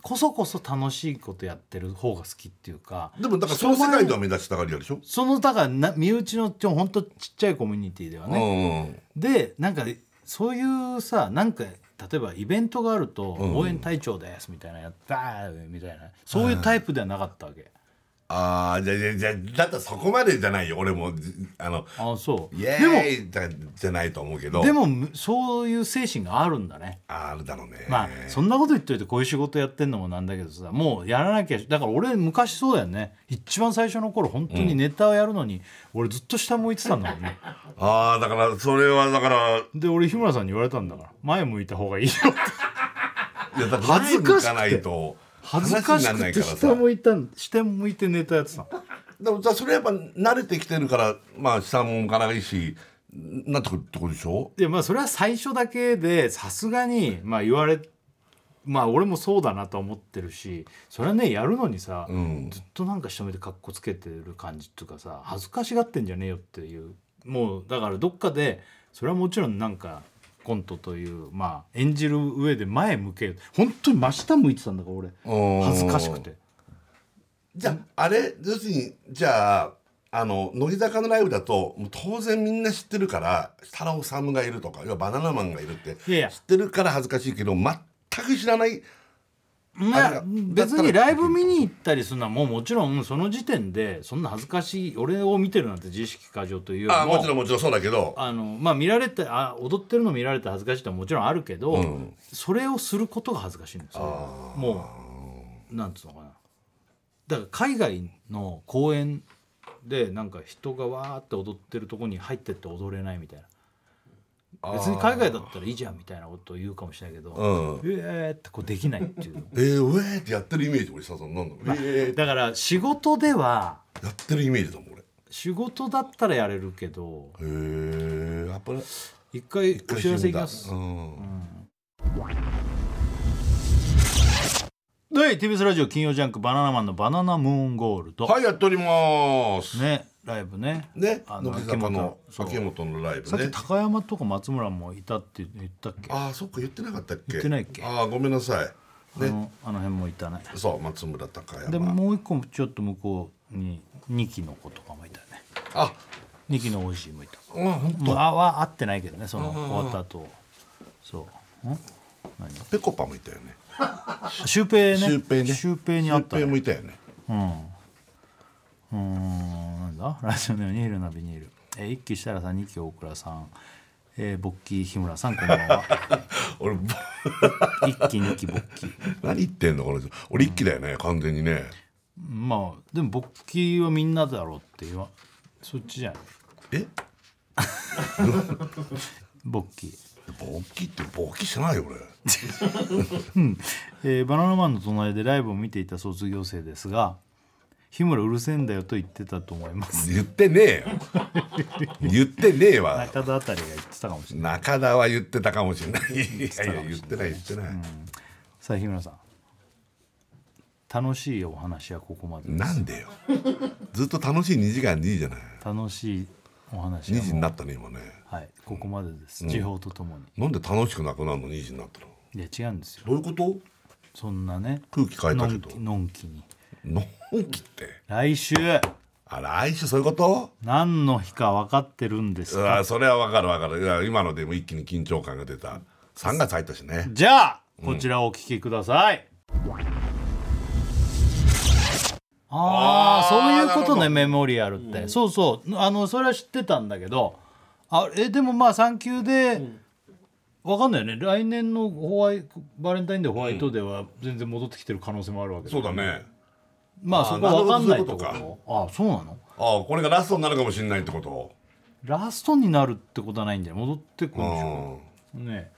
S2: こそこそ楽しいことやってる方が好きっていうか
S3: でもだからその世界では目立ちたがりやでしょ
S2: そのだからな身内のちょほんとちっちゃいコミュニティでは
S3: うん
S2: ね、でなんかそういうさなんか例えばイベントがあると「応援隊長です」みたいなやったーみたいなそういうタイプではなかったわけ、
S3: ああじゃあじゃあじゃあだったらそこまでじゃないよ俺もじあの
S2: あそう
S3: イ
S2: で
S3: エ
S2: も
S3: ーイだじゃないと思うけど
S2: でもむそういう精神があるんだね。
S3: あーあるだろうね
S2: まあそんなこと言っといてこういう仕事やってんのもなんだけどさもうやらなきゃだから俺昔そうだよね一番最初の頃本当にネタをやるのに、俺ずっと下向いてたん だもんね
S3: ああだからそれはだから
S2: で俺日村さんに言われたんだから前向いた方がいいよって
S3: いやだから
S2: 恥
S3: ず
S2: ずかしくて
S3: かないと
S2: 恥ずか
S3: 話
S2: し
S3: にならない
S2: く
S3: か
S2: て
S3: らさ
S2: 下向いたん下向いてネタやってたの
S3: でもさそれやっぱ慣れてきてるからまあ下も向かないしなんてことでしょ
S2: でまあそれは最初だけでさすがにまあ言われまあ俺もそうだなとは思ってるしそれはねやるのにさ、
S3: ん
S2: ずっとなんか下目でかっこつけてる感じっていうかさ恥ずかしがってんじゃねえよっていうもうだからどっかでそれはもちろんなんかコントというまあ演じる上で前向けよ本当に真下向いてたんだから
S3: う
S2: 俺
S3: ん
S2: 恥ずかしくて
S3: じゃああれ要するにじゃああの乃木坂のライブだともう当然みんな知ってるから太郎さんがいるとか要はバナナマンがいるって
S2: いやいや
S3: 知ってるから恥ずかしいけど全く知らないあれ
S2: ま
S3: が
S2: あ別にライブ見に行ったりするのはもうもちろんその時点でそんな恥ずかしい俺を見てるなんて自意識過剰というより
S3: あ
S2: も
S3: もちろんもちろんそうだけど
S2: あのまあ見られてあ踊ってるの見られて恥ずかしいってのはもちろんあるけど、それをすることが恥ずかしいんですよもうなんつうのかなだから海外の公演でなんか人がわーって踊ってるとこに入ってって踊れないみたいな別に海外だったらいいじゃんみたいなことを言うかもしれないけど、
S3: う
S2: えーってこうできないっていう
S3: えー、うえーってやってるイメージ俺下さんなんだろう、え
S2: だから仕事では
S3: ー、やってるイメージだもん俺へ
S2: 仕事だったらやれるけど
S3: えー、やっぱり
S2: 一回お知らせいきます
S3: う。ん
S2: はい TBS ラジオ金曜ジャンク「バナナマンのバナナムーンゴールド」
S3: はいやっております
S2: ねライブね
S3: ね、
S2: あの
S3: 乃木坂の
S2: 秋元そう
S3: 秋元のライブ
S2: さっき
S3: ね。
S2: 高山とか松村もいたって言ったっけ
S3: ああ、そっか言ってなかったっけ。
S2: 言ってないっけ
S3: ああ、ごめんなさい。
S2: あ
S3: ね、
S2: のあの辺もいたね
S3: そう松村高山。
S2: でもう一個もちょっと向こうに2期の子とかもいたよね
S3: あ、
S2: 2期の OG もいた
S3: うん本
S2: まあは会ってないけどねその終わった後そうん何
S3: 当ペコパもいたよね。
S2: シュウペイね
S3: シュウペイね
S2: シュウペイに会った
S3: ペ
S2: ね
S3: もいたよね。
S2: うーんなんだラジオネームニールなビニール、えー、1期設楽さん2期大倉さんえー、勃起日村さんこんばんは
S3: 俺ぼ
S2: 一期二期勃起
S3: 何言ってんのこの人俺一気だよね、完全にね
S2: まあでも勃起はみんなだろうって言わそっちじゃない
S3: え
S2: 勃起
S3: 勃起って勃起してないよ俺
S2: えーバナナマンの隣でライブを見ていた卒業生ですが日村うるせえんだよと言ってたと思います
S3: 言ってねえよ言ってねえわ
S2: 中田 あたりが言ってたかもしれない
S3: 中田は言ってたかもしれないいやいや言ってない言ってない、
S2: さあ日村さん楽しいお話はここまでです
S3: なんでよずっと楽しい2時間でいいじゃない
S2: 楽しいお話
S3: 2時に
S2: はもう
S3: なったね今ね
S2: はいここまでです時報とともに、
S3: なんで楽しくなくなるの2時になったの
S2: いや違うんですよ
S3: どういうこと
S2: そんなね
S3: 空気変え
S2: の
S3: たけ
S2: ん
S3: ど
S2: きのんきに
S3: のんきって
S2: 来週
S3: あ来週そういうこと
S2: 何の日か分かってるんです
S3: う
S2: か
S3: わそれはわかるわかるいや今のでも一気に緊張感が出た3月入ったしね
S2: じゃあこちらをお聞きください、
S3: あ
S2: あ
S3: ー
S2: あそういうこと
S3: なるほ
S2: ね
S3: ど
S2: メモリアルって、そうそうあのそれは知ってたんだけどあえでもまあ産休で、わかんないよね来年のホワイバレンタインデーホワイトデーは全然戻ってきてる可能性もあるわけだ
S3: そうだね
S2: まあ
S3: あー
S2: そこわかんな
S3: な
S2: い
S3: る
S2: っ
S3: ほ
S2: て
S3: どそ
S2: こと
S3: ういう
S2: ああそうなの
S3: ああこれがラストになるかもしれないってこと
S2: ラストになるってことはないんじゃない戻ってくるんでしょ
S3: う
S2: ね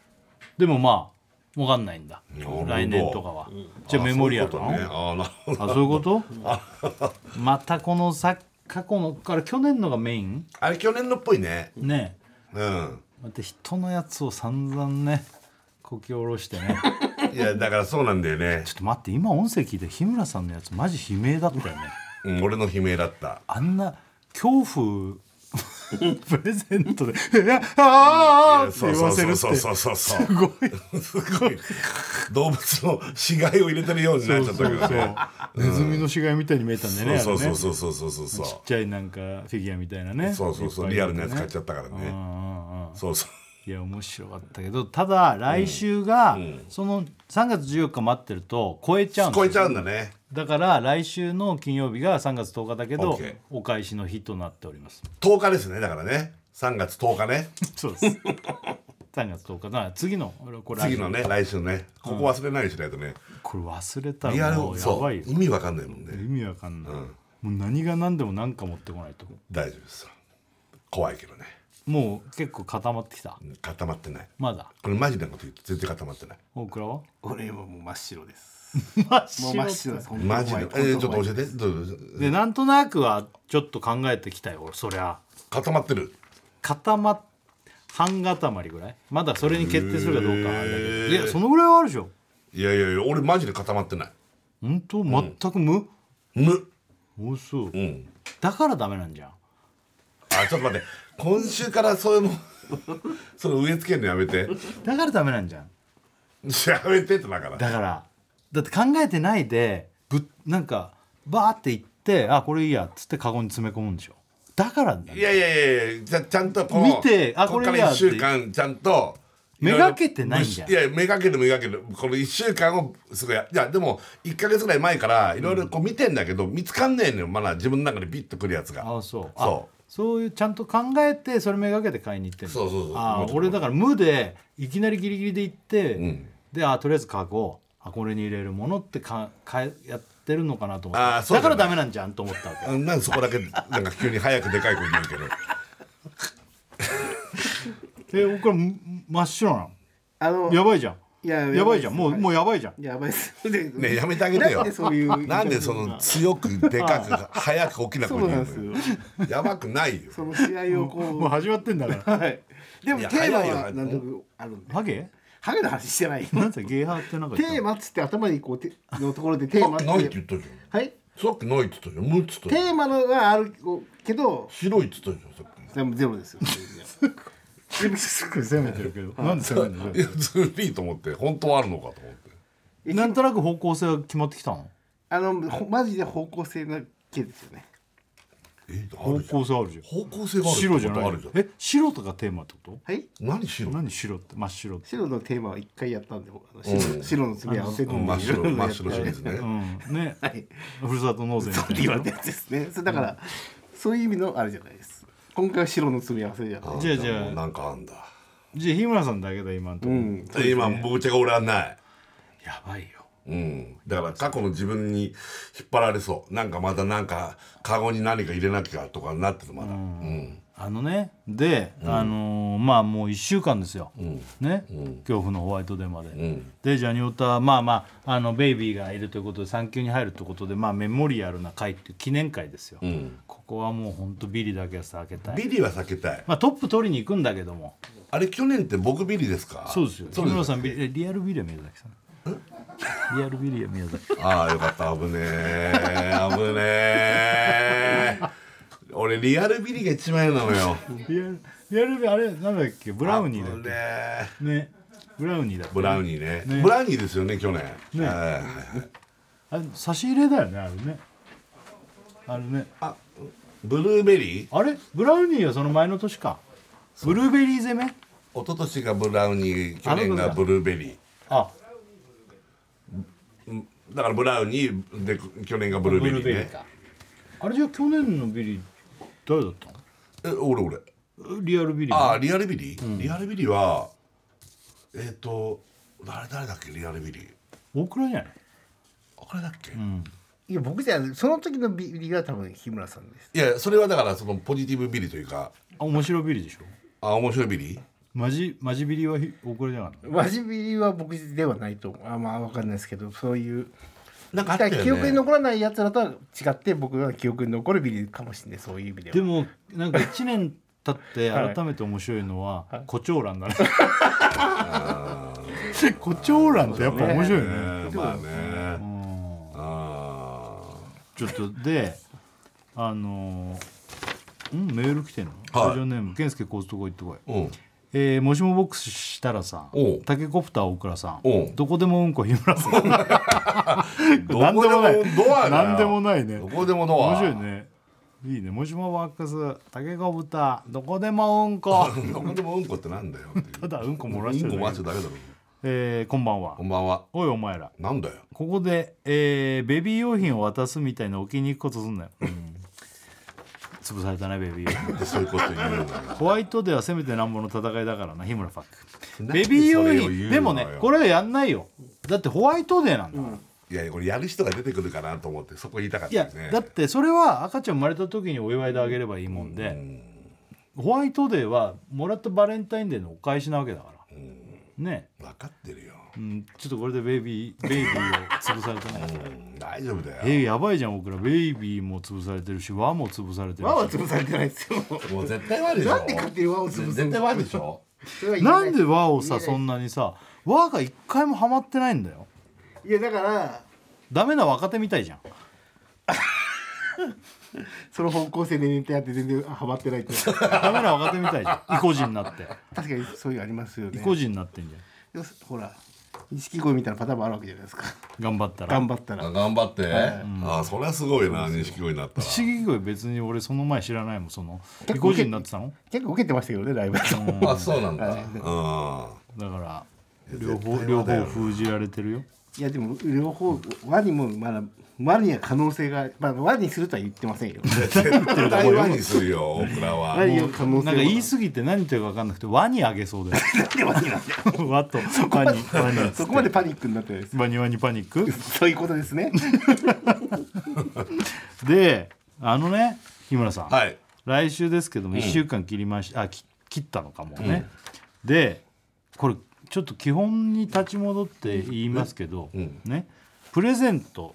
S2: でもまあわかんないんだ
S3: なるほど
S2: 来年とかは、じゃあメモリアルなの
S3: んああなるほど
S2: あそういうことまたこのさ過去のから去年のがメイン
S3: あれ去年のっぽいね
S2: ね
S3: うん
S2: また人のやつを散々ねこき下ろしてね
S3: いやだからそうなんだよね
S2: ちょっと待って今音声聞いて日村さんのやつマジ悲鳴だったよね
S3: うん俺の悲鳴だった
S2: あんな恐怖プレゼントで「えああ!」って
S3: そう
S2: 言
S3: そ
S2: わ
S3: う
S2: せる
S3: そ
S2: っ
S3: う
S2: て
S3: そうそうそうすごいすごい動物の死骸を入れてるようになっちゃったけどね
S2: ネズミの死骸みたいに見えたんでね
S3: そうそう
S2: う
S3: そうそうそうそうそう
S2: ちっちゃいなんかフィギュアみたいなね
S3: そうそうそう
S2: い
S3: リア
S2: ぱい
S3: ルな
S2: いて
S3: や
S2: ね
S3: つ買っちゃったから
S2: う
S3: ね
S2: んうんうん
S3: そうそう
S2: いや面白かったけどただ来週が、その3月14日待ってると超えちゃうんです
S3: 超
S2: よ
S3: えちゃうんだね
S2: だから来週の金曜日が3月10日だけど
S3: OK
S2: お返しの日となっております
S3: 10日ですねだからね3月10日ね
S2: そうです 3月10日だから次のこれ
S3: 次のね来週ねここ忘れないようにしないとね
S2: これ忘れた
S3: リア
S2: らもう
S3: ル
S2: や
S3: そ
S2: ば
S3: う
S2: いよ
S3: 意味わかんないもんね
S2: 意味わかんない、もう何が何でも何か持ってこないと
S3: 大丈夫です怖いけどね
S2: もう結構固まってきた
S3: 固まってない
S2: まだ
S3: これマジなこと言うと全然固まってない
S2: 大倉は
S4: 俺はもう真っ白です。
S2: 真っ
S4: もう真っ白です。本当に
S3: マジでえ
S4: ホワイト
S3: ーちょっと教えてどうぞ
S2: でなんとなくはちょっと考えてきたよそりゃ
S3: 固まってる
S2: 固まっ半固まりぐらいまだそれに決定するかどうかはあれだけど、
S3: へー
S2: いやそのぐらいはあるでしょ
S3: いやいやいや俺マジで固まってない
S2: 本当全く無、
S3: む
S2: おいしそう
S3: うん
S2: だからダメなんじゃん
S3: あちょっと待って 今週からそういうの その植え付けるのやめて
S2: だからダメなんじゃん
S3: やめてってだから
S2: だからだって考えてないでぶなんかバーって行ってあこれいいやっつってカゴに詰め込むんでしょだからなんだよ
S3: いやいやいやいやじゃちゃんとこう
S2: 見てあ
S3: こっ
S2: こ
S3: か
S2: れや
S3: ら
S2: って
S3: 1週間ちゃんと
S2: めがけてないんじゃん
S3: いやめがけるめがけるこの1週間をすごいいやでも1か月ぐらい前からいろいろこう見てんだけど見つかんねえのよまだ自分の中でビッとくるやつが
S2: あそうあ
S3: そう
S2: そういうちゃんと考えてそれめがけて買いに行ってんの
S3: そうそうそう
S2: あ
S3: もちろん
S2: 俺だから無でいきなりギリギリで行って、
S3: ん
S2: であとりあえずカゴあこれに入れるものってかかえやってるのかなと思って
S3: あそう
S2: だ
S3: だね
S2: からダメなんじゃんと思った わけ
S3: あなんでそこだけなんか急に早くでかい声で言う けど
S2: え僕はむ真っ白な
S4: あの
S2: のやばいじゃん
S4: いや
S2: やばいじゃんもう、
S4: は
S2: もうやばいじゃん
S4: やばいです。 ね
S3: ねやめてあげてよ
S4: なんでそういう。
S3: なんでその強くでかく早く大きな
S4: そ
S3: 声
S4: う
S3: で言う
S4: なんです
S3: のよ
S4: よ。
S3: やばくない よ
S4: その試合をこ
S2: もう
S4: う。
S2: 始まってんだ から
S4: はい。でも
S3: い
S4: テ
S3: や
S4: ーマ
S3: 早い
S4: は
S3: よ
S4: なんとなくあるんで。
S2: ハゲ
S4: ハゲの話してないよ。
S2: なんてゲーハーってなんか
S4: テー
S2: マ
S4: マっつって頭にこうてのところでテー
S3: さっ
S4: マ
S3: きないって
S4: っ
S3: 言
S4: て。
S3: ったじゃん
S4: はい。
S3: さっきないって言ったじゃんむっつった
S4: テ
S3: じゃん
S4: ーマのがあるけど、
S3: 白いって言ったじゃんさっき
S4: でもゼ ロですよ。全部すごい
S2: 攻めてるけどなんで攻めて
S3: い
S2: る
S3: やずるいと思って本当はあるのかと思って
S2: なんとなく方向性が決まってきたの
S4: あのほマジで方向性な系ですよね。
S3: えあ
S2: 方
S3: るじゃん
S2: 向性あるじゃん
S3: 方向性があるって
S2: 白じゃ
S3: こと
S2: な
S3: あ
S2: い
S3: るじゃんえ
S2: え白とかテーマってこと
S4: はい。
S3: 何白
S2: 何白って真っ白って、
S4: 白のテーマは一回やったんで、僕あの白白の詰め合わせって
S3: うん真っ白真っ白シリーズね、
S2: う ん、ね、
S4: はい
S2: ふるさと納税みたいな
S4: 言われたやつですね。それだから、そういう意味のあれじゃないです。今回は白の詰め合わせじゃない。
S3: あ
S2: じゃあ
S3: もう
S2: じゃあ
S3: なんかあんだ
S2: じゃあ日村さんだけだ今のとこ
S4: う
S2: ろ、
S4: ん
S3: 今僕茶が俺はない
S2: やばいよ
S3: うん、だから過去の自分に引っ張られそうなんかまたなんかカゴに何か入れなきゃとかなってるまだうん
S2: あのねで、あのーまあもう1週間ですよ、ね、恐怖のホワイトデーまで、
S3: ん
S2: でジャニオタはまあまああのベイビーがいるということで産休に入るということで、まあ、メモリアルな会っていう記念会ですよ、
S3: うん
S2: ここはもう本当ビリだけはさ開けたい、
S3: ビリは避けたい
S2: まあ、トップ取りに行くんだけども
S3: あれ去年って僕ビリですか
S2: そうですよ日
S3: そうで
S2: 村
S3: す
S2: さんビリえリアルビリは宮崎さんリアルビリは宮崎さん
S3: ああよかった危ねえ危ねえ俺リアルビリが一番嫌なのよ
S2: リアルリアルビリあれなんだっけブラウニーだっ
S3: 危ねえ
S2: けねブラウニーだっけ
S3: ブラウニーね
S2: ね
S3: ブラウニーですよね去年
S2: ね
S3: はい
S2: あれ差し入れだよねあれねあれね
S3: あブルーベリー
S2: あれブラウニーはその前の年かブルーベリー攻め
S3: 一昨年がブラウニー去年
S2: あの子
S3: が
S2: だ
S3: ブルーベリー
S2: あ
S3: だからブラウニーで去年がブルーベリーね
S2: あれじゃあ去年のビリー誰だった
S3: え俺俺
S2: のリアルビリー
S3: ああリアルビリー、リアルビリーはえっ、ー、と誰誰だっけリアルビリー
S2: 大倉じゃない
S3: あこれだっけ、
S4: いや僕じゃないその時のビリが多分日村さんです
S3: いやそれはだからそのポジティブビリーというか
S2: あ面白ビリーでしょ
S3: あ面白いビリー
S2: マジマジビリーはひ大倉じゃなかった
S4: マジビリは僕ではないと思うあまあ分かんないですけどそういう
S3: なんかあ
S4: だ
S3: っ
S4: か
S3: た
S4: ら
S3: よね
S4: 記憶に残らないやつらとは違って僕は記憶に残るビリかもしれないそういう意味では
S2: でもなんか1年経って改めて面白いのは胡蝶蘭だね 胡蝶蘭ってやっぱ面白いね
S3: ねまあねあ
S2: ちょっとであのーんメール来てんの、
S3: はい
S2: ラジオネーム健介コーストコ行ってこい
S3: ーうん
S2: えー、もしもボックスしたらさ
S3: お
S2: ん
S3: う
S2: タケコプター大倉さ
S3: おうん
S2: どこでもうんこ日村さ ん
S3: ど
S2: なん
S3: こ
S2: で
S3: でも
S2: もない
S3: ドアだよ
S2: なんでもないね
S3: どこでもドア
S2: 面白いねいいねもしもボックスタケコプターどこでもうんこ
S3: どこでもうんこってなんだよっていう
S2: ただうんこ漏ら
S3: う
S2: して
S3: んこ漏
S2: るだ
S3: ら
S2: け
S3: してるだけだろ
S2: えー、こんばんは
S3: こんばんは
S2: おいお前ら
S3: なんだよ
S2: ここで、えーベビー用品を渡すみたいな置きに行くことすんなよ、潰されたねベビー用品
S3: なんでそういうこと言うのよ
S2: ホワイトデーはせめてなんぼの戦いだからな日村ファック
S3: なん
S2: ベ
S3: で
S2: ビー
S3: そ
S2: 用
S3: れを言うのよ
S2: 品でもねこれはやんないよだってホワイトデーなんだから、
S3: いやいやこれやる人が出てくるかなと思ってそこ言いたかっ
S2: い
S3: た
S2: や
S3: よね
S2: だってそれは赤ちゃん生まれた時にお祝いであげればいいもんで、ホワイトデーはもらったバレンタインデーのお返しなわけだから、ね
S3: 分かってるよ、
S2: うん、ちょっとこれでベイビーベイビーを潰さ れたね
S3: うん、大丈夫だよ、
S2: えー、やばいじゃん僕らベイビーも潰されてるし和も潰されてる
S4: 輪は
S2: し
S4: 潰されてないですよ
S3: もう絶対悪いでしょ
S4: なんで勝手に輪を潰すの
S3: 絶対悪いでしょ
S4: それは言え
S2: ないんで和を
S4: 言
S2: さ
S4: えない
S2: そんなにさ和が一回もハマってないんだよ
S4: いやだから
S2: ダメな若手みたいじゃん
S4: その方向性でネタやって全然ハマってないって 確か
S2: ダメな若手みたいじゃ ん意固地になって
S4: にそういうのありますよ
S2: 意
S4: ね
S2: 固地になってんじゃ
S4: 要すほら錦鯉みたいなパターンもあるわけじゃないですか
S2: ん頑張ったら
S4: 頑張ったら
S3: あ頑張って、ああそりゃすごいな錦鯉になったら
S2: 不思議声別に俺その前知らないもんその意固地になってたの
S4: 結構受けてましたけどねライブ と
S3: あそうなんだ、う
S2: だから両方両方封じられてるよ
S4: いやでも両方ワニもまだワニは可能性がまあワニするとは言ってませんよ
S3: ん絶対ワニするよ大倉
S4: ワ
S3: は
S4: ニは可能性
S2: な
S4: は
S2: んか言い過ぎて何言ってるか分かんなくて和にあげそうで
S4: なんでワニなんだ よ
S2: 和と和に和に
S4: そこまでパニックになってないです
S2: 和に和にパニック
S4: そういうことですね
S2: であのね日村さん、
S3: はい
S2: 来週ですけども1週間切りました、あき切ったのかもね、でこれちょっと基本に立ち戻って言いますけど、ねプレゼント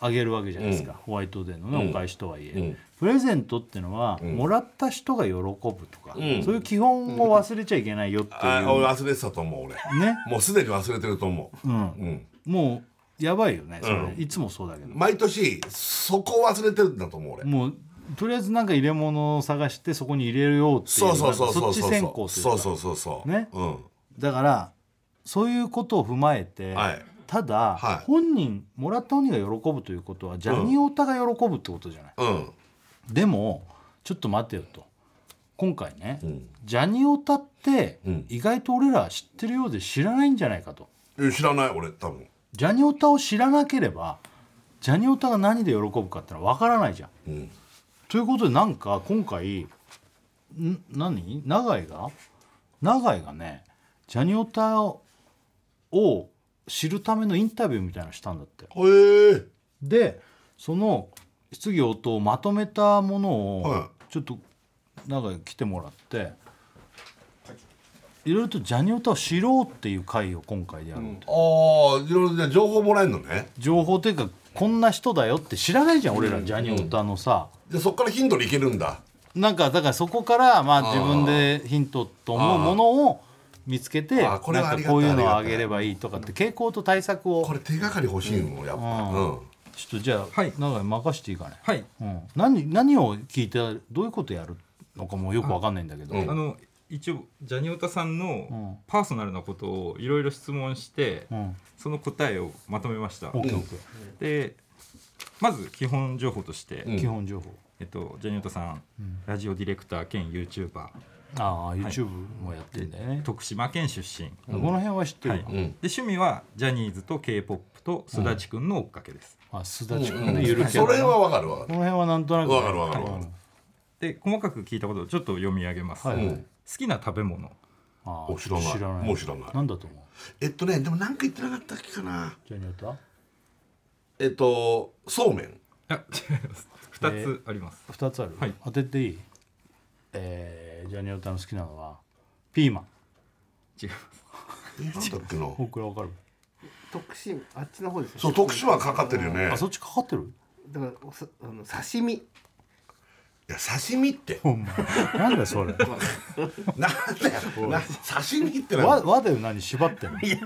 S2: あげるわけじゃないですか、ホワイトデーのね、お返しとはいえ、プレゼントってのは、もらった人が喜ぶとか、そういう基本を忘れちゃいけないよって
S3: あ
S2: いう、
S3: 俺忘れてたと思う俺
S2: ね
S3: もうすでに忘れてると思う、
S2: うんもうやばいよねそれ、いつもそうだけど、
S3: 毎年そこを忘れてるんだと思う俺、
S2: もうとりあえずなんか入れ物を探してそこに入れるよってい
S3: そ
S2: う
S3: うそうそう
S2: なん
S3: そう
S2: かそ
S3: そ
S2: っ
S3: う
S2: ち先行というか
S3: そうそうそうそう
S2: ね
S3: うん
S2: だからそういうことを踏まえて、
S3: はい
S2: ただ、
S3: はい
S2: 本人もらった本人が喜ぶということはジャニオタが喜ぶってことじゃない、
S3: うん
S2: でもちょっと待てよと今回ね、ジャニオタって
S3: ん
S2: 意外と俺ら知ってるようで知らないんじゃないかと
S3: え知らない俺多分
S2: ジャニオタを知らなければジャニオタが何で喜ぶかってのは分からないじゃん。
S3: うん
S2: ということでなんか今回ん何永井が永井がねジャニオタを知るためのインタビューみたいなのしたんだって
S3: へえ
S2: でその質疑応答をまとめたものを
S3: は
S2: ちょっと永井が来てもらっていろいろとジャニオタを知ろうっていう会を今回でやろうと、
S3: ああいろいろじゃあ情報もらえるのね
S2: 情報というかこんな人だよって知らないじゃん、俺らジャニオタのさ、
S3: じゃあそっからヒントにいけるんだ
S2: なんかだからそこからまあ自分でヒントと思うものを見つけて
S3: あ
S2: な
S3: ー
S2: ん
S3: これはあ
S2: か
S3: りがたい
S2: こういうのをあげればいいとかって傾向と対策を
S3: これ手がかり欲しいもんやっぱ
S2: う
S3: うんん、
S2: ちょっとじゃあ
S5: はい
S2: 長井任していいかね、
S5: はい
S2: うん、何何を聞いてどういうことやるのかもよくわかんないんだけど、
S3: うん
S5: あの一応ジャニオタさん
S2: うん
S5: のパーソナルなことをいろいろ質問して、
S2: うん
S5: その答えをまとめました、
S2: オッケーオッケ
S5: でまず基本情報として、
S2: ー基本情報
S5: えっと、ジャニオタさん、ラジオディレクター兼 YouTuber
S2: ああ YouTube もやってんだよね、
S5: 徳島県出身、
S2: この辺は知って
S5: は
S2: る
S5: い
S2: わ、
S5: で趣味はジャニーズと k p o p とすだちくんの追っかけです、
S2: あすだちくんねゆるキャ
S3: それ
S2: ラ
S3: はわかるわか
S2: この辺はなんとなく
S3: るわかるわかるわかる
S5: で細かく聞いたことをちょっと読み上げます、
S2: はいはい
S5: 好きな食べ物
S2: ああ
S3: お知らない
S2: 知らない
S3: もう知らない
S2: なんだと思う
S3: えっとねでもなんか言ってなかったっけかな
S2: ジャニオタ
S3: えっとそうめん
S5: いや違います2つあります、
S2: 二つある、
S5: はい
S2: 当てていいえー、ジャニオタの好きなのはピーマン
S5: 違います
S3: えなんだっけな
S2: 僕らわかる
S4: 徳島あっちの方ですよ
S3: そう徳島かかってるよね
S2: あそっちかかってる
S4: だからおさあの刺身
S3: いや刺身 って
S2: ほんまなんだよそれ
S3: なんだよな刺身ってな
S2: わ
S3: んだ
S2: 和で何縛ってんの
S3: いやこ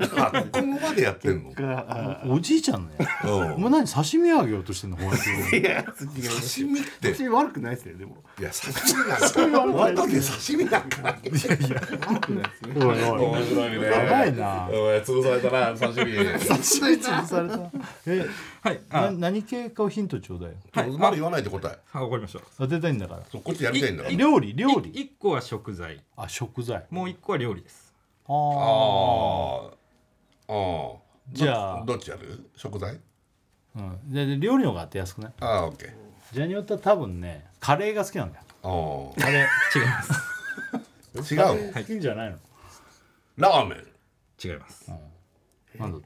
S3: こまでやってんの
S4: が
S2: おじいちゃんね
S3: うん
S2: お前何刺身あげようとしてんのこうや って
S4: いや刺
S3: 刺身って
S4: 身悪くないですよでも
S3: いや刺身なんか後で刺身なんかいやいや
S4: 悪くないですよ
S2: お
S4: ね
S2: いおい
S3: 白いね
S2: やばいな
S3: 潰されたな刺身
S2: 刺身潰されたえ
S5: はい
S2: な
S5: あ
S2: 何系かをヒントちょうだい
S3: まだ言わないで答え
S5: あわかりました
S2: 当てたいんだから
S3: そうこっちやりたいんだから
S2: 料理料理
S5: 1個は食材
S2: あ食材
S5: もう1個は料理です
S2: あー
S3: あああ
S2: じゃあ
S3: どっちやる食材
S2: うんでで料理の方が当てやすくない
S3: ああオッケー
S2: ジャニオタ多分ねカレーが好きなんだよ
S3: あ
S2: カレー
S5: 違います
S3: あ違うの
S2: 好きじゃないの
S3: ラーメン
S5: 違います
S2: なんだと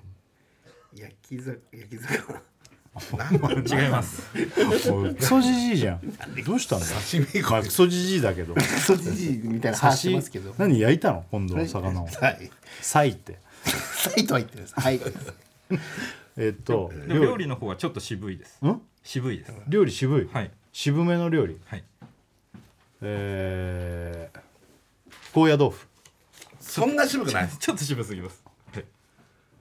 S4: 焼き魚焼き魚
S5: 違います
S2: 思うク ソじじいじゃんどうしたんだ
S3: 刺身
S2: まあクソじじいだけど
S4: クソじじいみたいな話してますけど
S2: 何焼いたの今度の魚を
S4: はい
S2: サイって
S4: サイトは言ってるんですはい
S2: えっと
S5: でも料理の方はちょっと渋いです
S2: ん
S5: 渋いです
S2: 料理渋い、
S5: はい
S2: 渋めの料理
S5: はい
S2: えー、高野豆腐
S3: そんな渋くない
S5: ちょっと渋すぎます、はい、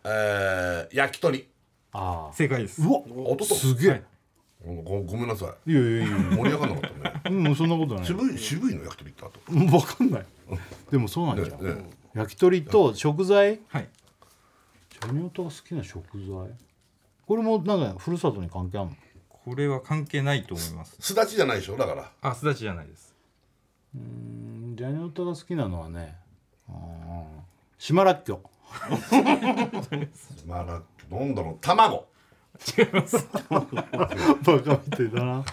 S3: えー焼き鳥
S2: ああ
S5: 正解です
S2: うわ
S3: おとと
S2: すげえ、
S5: はい
S3: ごごめんなさ
S2: い、やいやいや
S3: い盛り上がんなかったね
S2: もうそんなことない
S3: 渋い渋いの焼き鳥行った
S2: うんわかんないでもそうなんじゃん、
S3: 後ね
S2: 焼き鳥と食材
S5: はい
S2: ジャニオタが好きな食材これもなんかふるさとに関係あるの
S5: これは関係ないと思います
S3: すだちじゃないでしょだから
S5: あすだちじゃないです
S2: うんジャニオタが好きなのはねうん島らっきょう
S3: まあなんなんだろう卵
S2: バカみてえだな。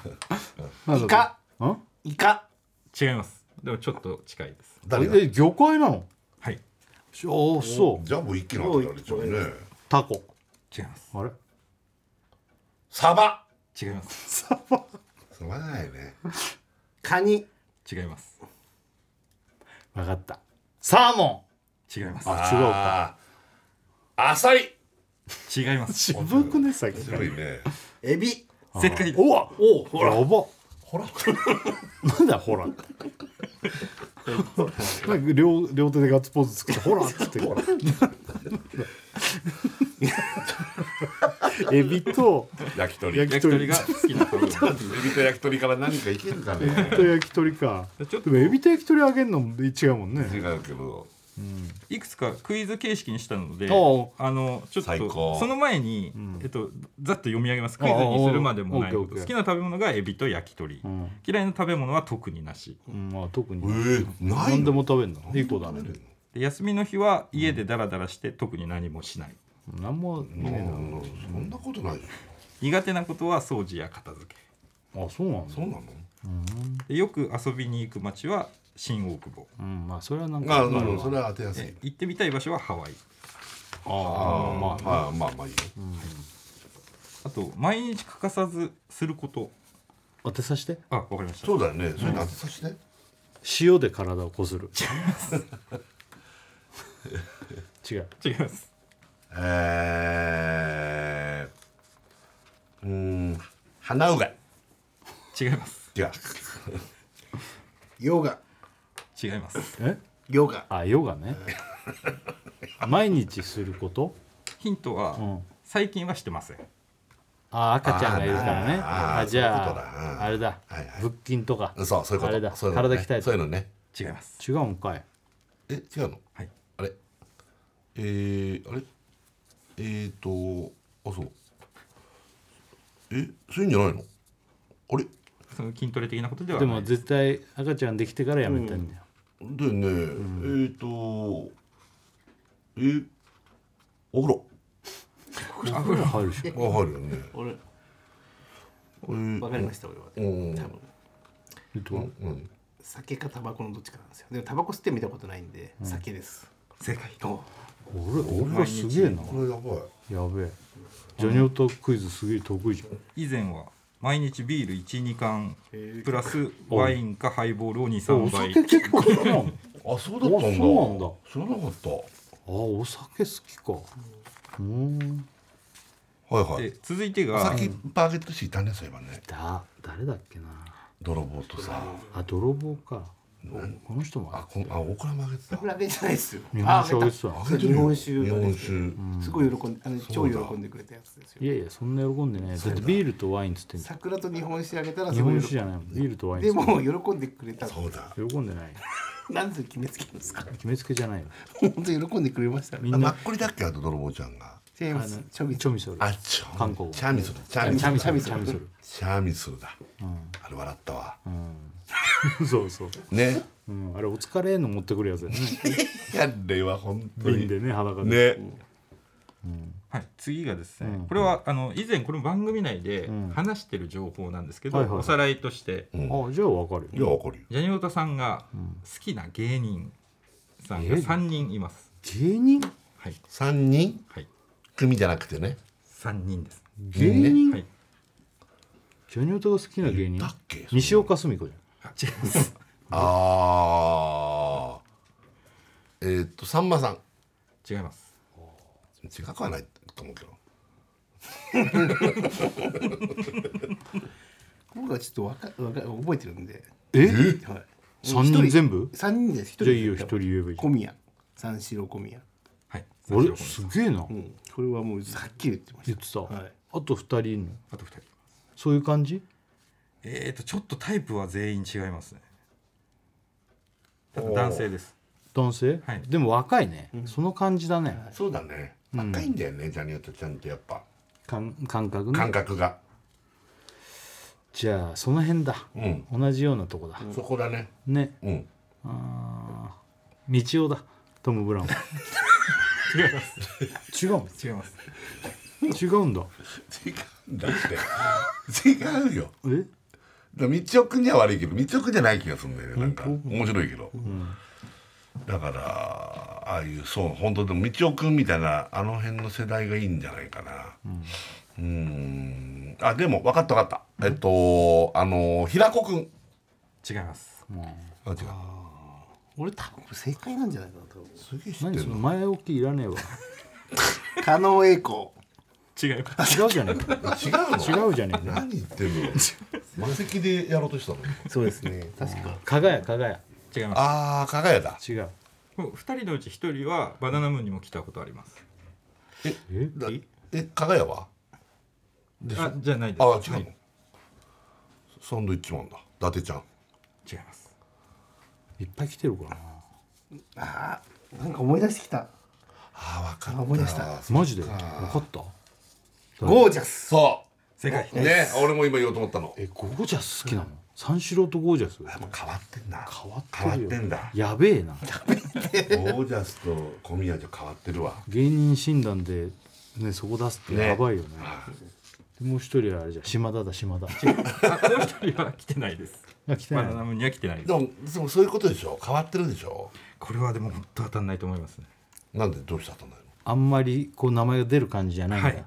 S4: イカ
S2: ん？
S4: イカ
S5: 違いますでもちょっと近いです
S3: 誰が
S2: え魚介なの？
S5: はい
S2: おおそう。
S3: じゃあもう一気に当てられちゃうね
S2: タコ。
S5: 違います
S2: あれ？
S3: サバ
S5: 違います
S3: すまないね
S4: カニ
S5: 違います
S2: わかった。サーモ
S5: 違います
S2: ン。あ違うか。
S3: ああさり
S5: 違います
S2: 渋くねさっきから
S3: 渋いね
S4: エビ
S5: 正解です
S2: おわおほらやば。
S3: ほら
S2: なんだよほら。なんか両両手でガッツポーズ作ってほらっつってほら。 エビと
S3: 焼き鳥
S2: 焼
S3: 焼
S2: き鳥
S5: 焼き鳥が好きな 食べ物
S3: きと焼き鳥から何かいけるかね
S2: と焼き鳥か。
S5: ち
S2: で
S5: ょっと
S2: もエビと焼き鳥あげるの違うもんね。
S3: 違うけど
S5: いくつかクイズ形式にしたので
S2: お
S5: あのちょっ
S3: 最
S5: と
S3: 高
S5: その前に、えっと、ざっと読み上げますクイズにするまでもない
S2: おうお
S5: こ
S2: うオッケーオッケ
S5: と
S2: ー
S5: 好きな食べ物がエビと焼き鳥、嫌いな食べ物は特になし
S2: うんまあ特に。
S3: えーない
S2: 何で
S3: の
S2: も食べるのいい子だね
S5: で休みの日は家でダラダラして特に何もしない
S2: 何もね
S3: そんなことないよ
S5: 苦手なことは掃除や片付け
S2: えなあそうなんだ
S3: そうなの
S5: でよく遊びに行く街は新大久保、
S2: うん、まあそれはなん
S3: ま
S2: か
S3: あ、なるほど、それは当てやすい
S5: え。行ってみたい場所はハワイ
S2: ああまあ
S3: ああ、まあ、まあ、いいよ。
S5: あと毎日欠かさずすること
S2: 当てさして
S5: あわかりました
S3: そうだよね、それ当てさせて。
S2: 塩で体をこする違う
S5: 違います
S3: えー、うーん、鼻うがい。
S5: 違います
S3: 違う。
S4: ヨガ
S5: 違います
S2: え
S4: ヨガ
S2: あヨガね毎日すること
S5: ヒントは、
S2: ん
S5: 最近はしてません
S2: あ赤ちゃんがいるからね
S3: あー
S2: あ
S3: あー
S2: じ
S3: そういう
S2: ゃ
S3: ことだ
S2: あ
S3: うん
S2: あれだ、
S3: はいはい
S2: 腹筋とか
S3: そう、そういうこと。
S2: あれだ
S3: そういうの
S2: 体
S3: ね
S2: 鍛えて
S3: そういうのね。
S5: 違います
S2: 違うんかい
S3: え、違うの。
S5: はい
S3: あれ。えー、あれ。えーと、あ、そう。え、そういうんじゃないの。あれ。
S5: その筋トレ的なことでは
S2: で
S5: な
S2: も
S5: い
S2: 絶対赤ちゃんできてからやめたんだよ、
S3: でね、えーと。え。お風呂。
S2: お風呂入るでしょ
S3: あ、入るよね。
S6: 俺
S3: えー、
S6: 分かりました俺は
S3: うん
S6: 多分
S2: えっと
S3: うん。
S6: 酒かタバコのどっちかなんですよでもタバコ吸って見たことないんで酒です
S5: 正解
S6: お
S2: 俺俺はすげえな
S3: これやばい。
S2: やべえジョニオタクイズすげえ得意じゃん
S5: 以前は毎日ビール12缶プラスワインかハイボールを23杯
S2: 結構好きなの
S3: あ、そうだったんだ。
S2: あそうなんだ
S3: 知らなかった。
S2: あお酒好きかうん
S3: はいは
S5: で
S3: い。
S5: 続いて
S3: さ
S5: が
S3: っきバーゲットシーいたね、そういえばね。
S2: だ誰だっけな
S3: 泥棒とさ。
S2: あ泥棒かこの人も
S3: あ、こん、あ、大倉曲げてた。
S6: 比べじゃないですよ
S2: 日本酒あげてた
S6: ああげた日本酒
S3: 日
S6: がね
S3: 本酒。
S6: すごい喜んであの超
S3: そうだ
S6: 喜んでくれたやつですよ
S2: いやいやそんな喜んでねだってビールとワインっつってんじゃ
S6: 桜と日本酒あげたら
S2: ん
S6: す
S2: 日
S6: ごい
S2: 本
S6: 喜
S2: 酒じゃないもんビールとワインっ
S6: で
S2: つってんじゃん
S6: も喜んでくれた
S3: そうだ。
S2: 喜んでない
S6: なんで決めつけるんですか
S2: 決めつけじゃないよ
S6: 本当に喜んでくれましたね
S2: み
S3: あ
S2: ん
S3: マ
S2: な
S3: ッコリだっけあと泥棒ちゃんが。
S6: チェームスチョビ
S2: チョミソル
S3: あ、ちょ。
S2: 韓国
S3: チャーミスル。チャーミ
S2: チ
S3: ス
S2: ャ
S3: ル。
S2: ミソルチャミソル
S3: チャーミスルだ。あれ笑ったわ。
S2: そうそう、
S3: ね。
S2: うん、あれお疲れの持ってくるやつだよね
S3: あれは本当
S2: 瓶
S3: に。
S2: でね裸で
S3: ね。
S5: はい、次がですね、これはあの以前この番組内で話してる情報なんですけど、
S2: はいはい
S5: おさらいとして、
S2: あじゃあわかる
S3: いや、
S2: よ
S3: わかるよ。
S5: ジャニオタさんが好きな芸人さんが3人います。
S2: 芸人
S5: はい、
S3: 三人
S5: はい、
S3: 組じゃなくてね。
S5: 3人です。
S2: 芸
S3: ね
S2: 人、
S5: はい、
S2: ジャニオタが好きな芸人
S3: だっけ
S2: 西岡澄子じ
S5: あ違い ます。
S3: ああ。えーっと、さんまさん。
S5: 違います。
S3: 違くはないと思うけど。
S6: 僕はちょっとわかわか覚えてるんで、
S2: ゃんえ
S6: はい、
S2: 三人全部
S6: 3人です1人
S2: じゃあいいよ一人言えばいいじゃ
S6: 小
S2: ん
S6: 宮三四郎小宮
S5: はい、
S2: あ
S5: 三
S2: れ
S5: 四
S2: す
S5: 五
S2: げえな
S6: うんこれはもうはっきり言ってまし
S2: 言ったてた、
S6: はい
S2: あと二人いんの
S5: あと2人。
S2: そういう感じ
S5: えっ、ー、とちょっとタイプは全員違いますね。ただ男性です。
S2: 男性、
S5: はい
S2: でも若いね、その感じだね、
S3: そうだね。若いんだよね、ジャニオタちゃんってやっぱ。
S2: 感感覚ね
S3: 感覚が。
S2: じゃあその辺だ、
S3: ん
S2: 同じようなとこだ、
S3: そこだね。
S2: ね
S3: うん。
S2: あー道夫だトム・ブラウン
S5: 違います。
S2: 違う
S5: 違います。
S2: 違うんだ
S3: 違うんだ って。違うよ。
S2: え
S3: だから道夫君には悪いけど道夫君じゃない気がするんだよねなんか面白いけど、だからああいうそう本当でも道夫君みたいなあの辺の世代がいいんじゃないかなうんんあでも分かった分かったえっとあの平子君
S5: 違います。
S3: あ違う
S6: 俺多分正解なんじゃないかな多分
S3: すげえ知っ
S2: 何
S3: て
S2: そ
S3: る
S2: の
S3: の
S2: 前置きいらねえわ
S6: 加納栄光
S5: 違います。
S2: 違うじゃねえか
S3: 違うの
S2: 違うじゃねえか
S3: 何言ってんの魔石でやろうとしたの
S6: そうですね確か
S2: 加賀屋加賀屋
S5: 違います。
S3: ああ加賀屋だ
S2: 違う
S5: もう2人のうち1人はバナナムーンにも来たことあります。
S2: え
S3: だえ加賀屋は
S5: あじゃないです。
S3: ああ違うの、
S5: はい
S3: サンドイッチマンだ伊達ちゃん
S5: 違います。
S2: いっぱい来てるからな
S6: あーなんか思い出してきた
S3: ああ分か
S6: あ思い出した
S2: マジで分かった
S6: ゴージャス
S3: そう
S5: 正解。
S3: ね俺も今言おうと思ったの
S2: えゴージャス好きなの、三四郎とゴージャス
S3: 変わってんな変
S2: 変わってるよ
S3: んだ
S2: やべえな
S3: ゴージャスと小宮じゃ変わってるわ
S2: 芸人診断でねそこ出すってやばいよねもう一人はあれじゃん島田だ島田
S5: あもう一人は来てないです
S2: あ来てな
S5: バ
S2: い
S5: ナナムーンには来てないです
S3: でもでもそういうことでしょ変わってるでしょ
S5: これはでも本当当たんないと思いますね
S3: なんでどうして当たんないの
S2: あんまりこう名前が出る感じじゃないんだ、
S5: はい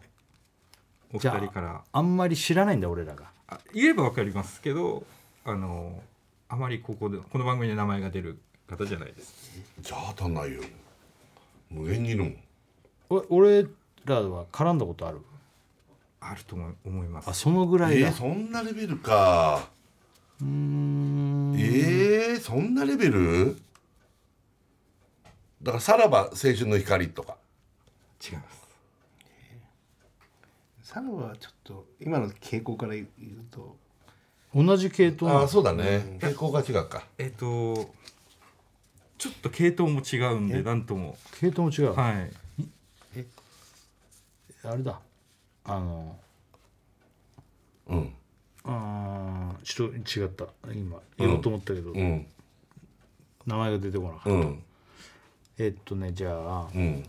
S5: お
S2: じ
S5: 二
S2: ゃあ
S5: 人から
S2: あんまり知らないんだ俺らが
S5: あ言えばわかりますけどあのあまりここでこの番組で名前が出る方じゃないです
S3: じゃあ当たんないよ無限にいるもん
S2: お俺らは絡んだことある
S5: あると思い思います
S2: あそのぐらい
S3: え
S2: だ、
S3: ー、そんなレベルかえー、そんなレベルだからさらば青春の光とか
S5: 違います
S6: サムはちょっと今の傾向から言うと
S2: 同じ系統な
S3: あ
S2: の
S3: あそうだね傾向が違うか
S5: えっ、とちょっと系統も違うんでなんとも
S2: 系統も違う、
S5: はい
S2: あれだあの
S3: うん
S2: あーちょっと違った今言おうと思ったけど、
S3: うん
S2: 名前が出てこなかった、
S3: うん
S2: えっとねじゃあ
S3: うん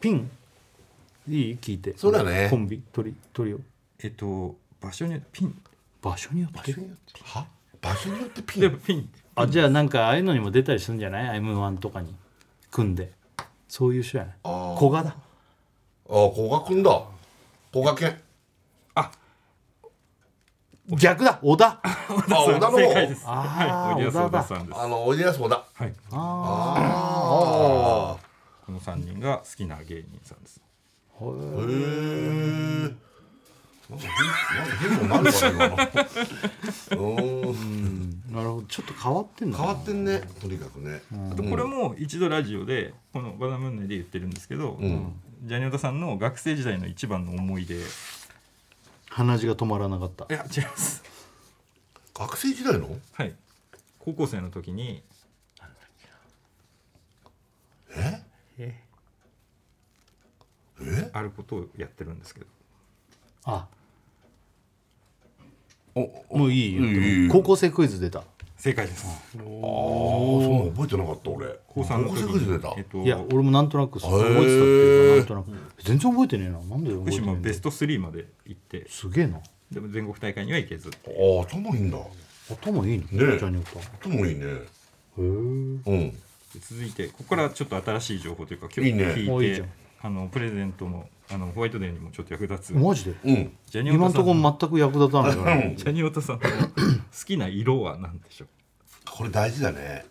S2: ピンいい聞いて
S3: そうだね
S2: コンビトリトリオ
S5: えっ、と場所にピン
S2: 場所によって
S3: は場所によってピ
S5: で
S3: ン
S5: もピン
S2: あじゃあなんかああいうのにも出たりするんじゃない m 1とかに組んでそういう人やない古賀
S3: あ
S2: だ
S3: あ古賀君だ古賀健
S2: 逆だ小田
S3: あ小田の
S5: 正解で
S3: 方
S5: す
S2: あー
S5: はいおいでやす
S2: 小
S5: 小
S2: 田だ
S5: 田さんです
S3: あのおいでやす小田
S5: はい
S3: あ
S5: この三人が好きな芸人さんです
S3: あへえなんか変なんか変なのあるかなうん
S2: なるほどちょっと変わってんのか
S3: 変
S2: な
S3: わってんねとにかくね
S5: あとこれも一度ラジオでこの「バナナムーン内」で言ってるんですけど、ジャニオタさんの学生時代の一番の思い出い
S2: 鼻血が止まらなかった
S5: や違います
S3: 学生時代の
S5: はい高校生の時に
S3: え
S5: あることをやってるんですけど
S2: あ
S3: お
S2: もういい言っても
S3: いいいい
S2: 高校生クイズ出た
S5: 正解です
S3: おそうなの覚えてなかった俺
S5: 高3の時
S3: 高校生
S5: に
S3: 出た
S5: えっと
S2: いや俺もなんとなくそう覚えてたっていうかなんとなく全然覚えてねえななんで覚
S5: 福
S2: えてね
S5: 島
S2: えんだ
S5: ベスト3まで行って
S2: すげえな
S5: でも全国大会には行けず
S3: ああ頭いいんだ
S2: 頭いいのジ
S3: え
S2: ャニオタへ
S3: 頭いいね
S2: え
S3: うん
S5: 続いてここからちょっと新しい情報というか今
S3: いい
S5: 日
S3: ね
S5: 聞
S2: おいい
S5: い
S2: じ
S5: て
S2: ゃん
S5: あのプレゼントもあのホワイトデーにもちょっと役立つ
S2: マジで
S3: うん
S5: ジャニオ
S2: 今
S5: タ
S2: ん
S5: さ
S2: と
S5: ん
S2: こ
S5: の
S2: 全く役立たないからね
S5: ジャニオタさんの好きな色は何でしょう
S3: これ大事だね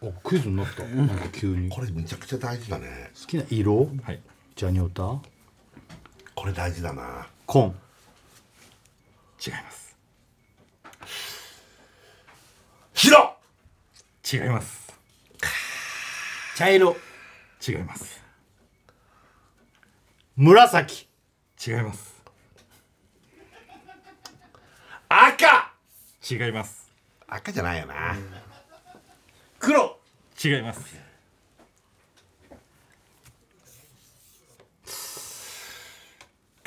S2: おクイズになったなんか急に好
S3: これめちゃくちゃ大事だね
S2: きな色
S5: はい
S2: ジャニオタ
S3: これ大事だな
S2: コン
S5: 違います
S3: 白
S5: 違います
S6: 茶色
S5: 違います
S2: 紫
S5: 違います
S3: 赤
S5: 違います
S3: 赤じゃないよな
S6: 黒
S5: 違います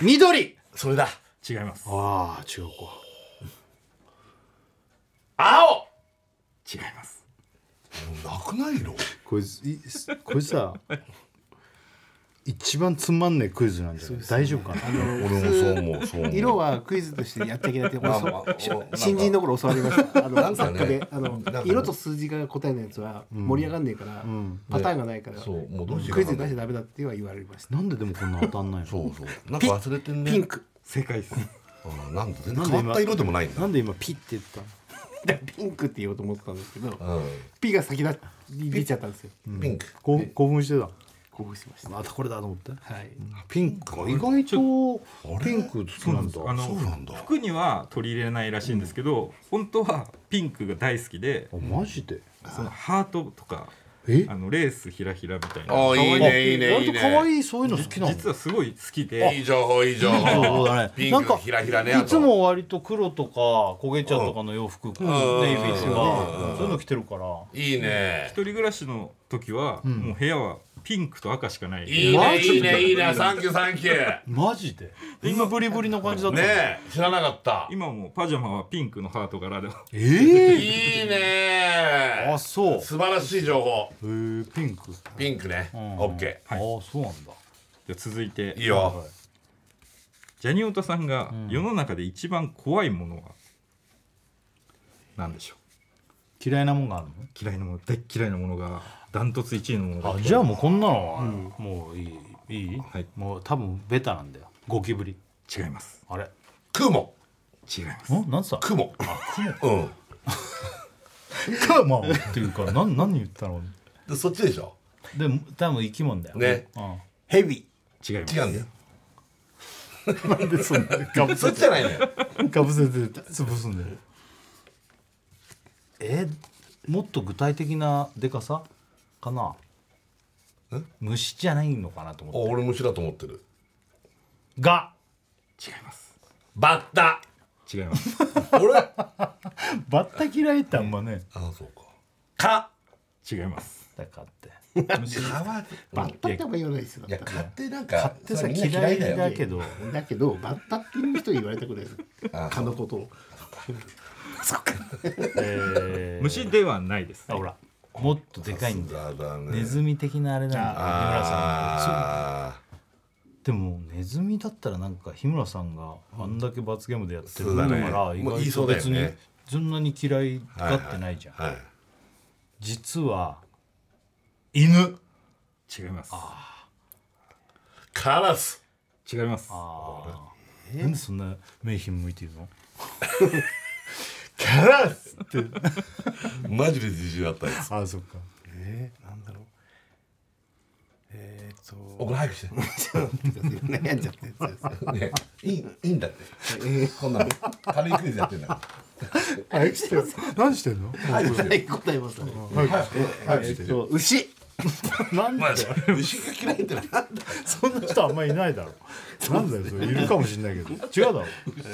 S2: 緑
S3: それだ
S5: 違います
S2: ああ違うか
S3: 青
S5: 違います
S3: なくないの
S2: これいこれさ一番つまんねえクイズなんじゃない、大丈夫かな
S3: 俺もそう思うそう思う
S6: 色はクイズとしてやっちゃいけないって俺
S3: まあ
S6: そ
S3: まあ
S6: し
S3: おなんか
S6: 新人の頃教わりましたあ
S3: な
S6: の
S3: んか
S6: 作
S3: ね
S6: 家であの
S3: なんかね
S6: 色と数字が答えのやつは盛り上がんねえからパターンがないから
S3: そうもうどうしよう
S6: クイズに出しちゃダメだっては言われました
S2: なんででもこんな当たんないの
S3: そうそうなんか忘れてんね
S6: ピンク
S5: 正解です
S3: うんなんか全
S2: な
S3: 然
S2: んで今
S3: 変わった色でもないんだ
S2: なんで今ピッて言ったの
S6: でピンクって言おうと思ってたんですけど
S3: う
S6: ピが先だ出ちゃったんですよ
S3: んピンク
S2: 興奮興奮してた
S6: 興奮しました
S2: またこれだと思って
S6: はい
S2: ピンクか意外と
S3: れ
S2: ピンク好きなんだ
S5: あ
S3: そう
S5: の
S3: なんだ
S5: 服には取り入れないらしいんですけど、本当はピンクが大好きで
S2: あマジで
S5: そのハートとか
S2: え
S5: あのレースひらひらみたい
S3: あ
S5: な
S3: あいいねいいねい
S2: 割
S3: い
S2: と可
S3: ね
S2: 愛いそういうの好きなの
S5: 実はすごい好きで
S3: いい情報いい情
S2: そう
S3: 報
S2: だね
S3: ピ
S2: な
S3: ン
S2: ん
S3: クの
S2: か
S3: ひらひらねあ
S2: い
S3: と
S2: つも割と黒とか焦げ茶とかの洋服、ネイビーとかそういうの着てるから
S3: いいね
S5: 一人暮らしの時は、もう部屋はピンクと赤しかない
S3: いい
S2: マ
S3: ね
S2: ジで
S3: いいねいいねサンキューサンキュー
S2: マジで今ブリブリの感じだったの
S3: ねえ知らなかった
S5: 今もパジャマはピンクのハート柄で
S2: ええ
S3: いいね
S2: あそうへ
S3: 素晴らしい情報
S2: えピンク、
S3: ピンクねオッケ
S2: ああそうなんだ
S5: で続いて
S3: ーいいよ
S5: ジャニオタさんが世の中で一番怖いものは何でしょ
S2: 嫌いなもんがある
S5: う嫌いなもの大っ嫌いなものがダントツ1位のもの
S2: の
S5: が
S2: あじゃあもうこんなのは、もういいいい、
S5: はい
S2: もう多分ベタなんだよゴキブリ
S5: 違います
S2: あれ
S3: 雲
S5: 違います
S2: んなんつった
S3: 雲うん
S2: かまあっていう かなん何言ったの
S3: でそっちでしょ
S2: でも多分生き物だよ
S3: ね
S2: うん
S4: ヘビ
S5: 違います
S3: 違うんだよ
S2: なんでそんなガブ
S3: そっちじゃないのよ
S2: かぶせて潰すんだよえもっと具体的なでかさかな虫じゃないのかなと
S3: あ
S2: 思って
S3: 俺虫だと思ってる
S2: が
S5: 違います
S3: バッタ
S5: 違います
S3: 俺あ
S2: バッタ嫌いってあんまね
S3: そうか
S5: か 違います
S2: だからって
S3: 蚊は
S4: バッタってあんま言わないですよ
S3: いや
S4: だ
S3: 蚊ってなんか
S2: 買って
S3: そ
S2: さ
S3: れみんな
S2: 嫌いだ
S3: よ
S2: けど
S4: けどバッタっていう人に言われたくないです
S3: あ
S4: 蚊のことを
S2: えー
S5: 虫ではないです
S2: あほらもっとでかいんだよ
S3: だだね
S2: ネズミ的なあれなんだよ日村さんのそう
S3: あ
S2: でもネズミだったらなんか日村さんがあんだけ罰ゲームでやってる
S3: そ
S2: ん
S3: う
S2: だ
S3: だ
S2: か
S3: ね
S2: ら意
S3: もう言
S2: 外
S3: い
S2: と
S3: そうだ
S2: 別
S3: よ
S2: に
S3: ね
S2: そんなに嫌いがってないじゃん
S3: ーはい
S2: 実は犬
S5: 違います
S3: カラス
S5: 違います
S2: あーなんでそんな名品向いてるの
S3: カラスってマジで自信あったやつ
S2: ああそっか
S6: えー、なんだろうえー、っと
S3: おこれ早くして
S4: 悩んじゃってるやつです
S3: ねいいいいんだってこんなの軽いクイズやってんだか
S2: 何してる何してんの
S3: ら早くして
S4: はい答えますね
S3: 早くして
S4: そう牛
S2: なんで
S3: まあ牛が嫌いってなんだ
S2: そんな人あんまいないだろ なんだよそれいるかもしれないけど 違うだろ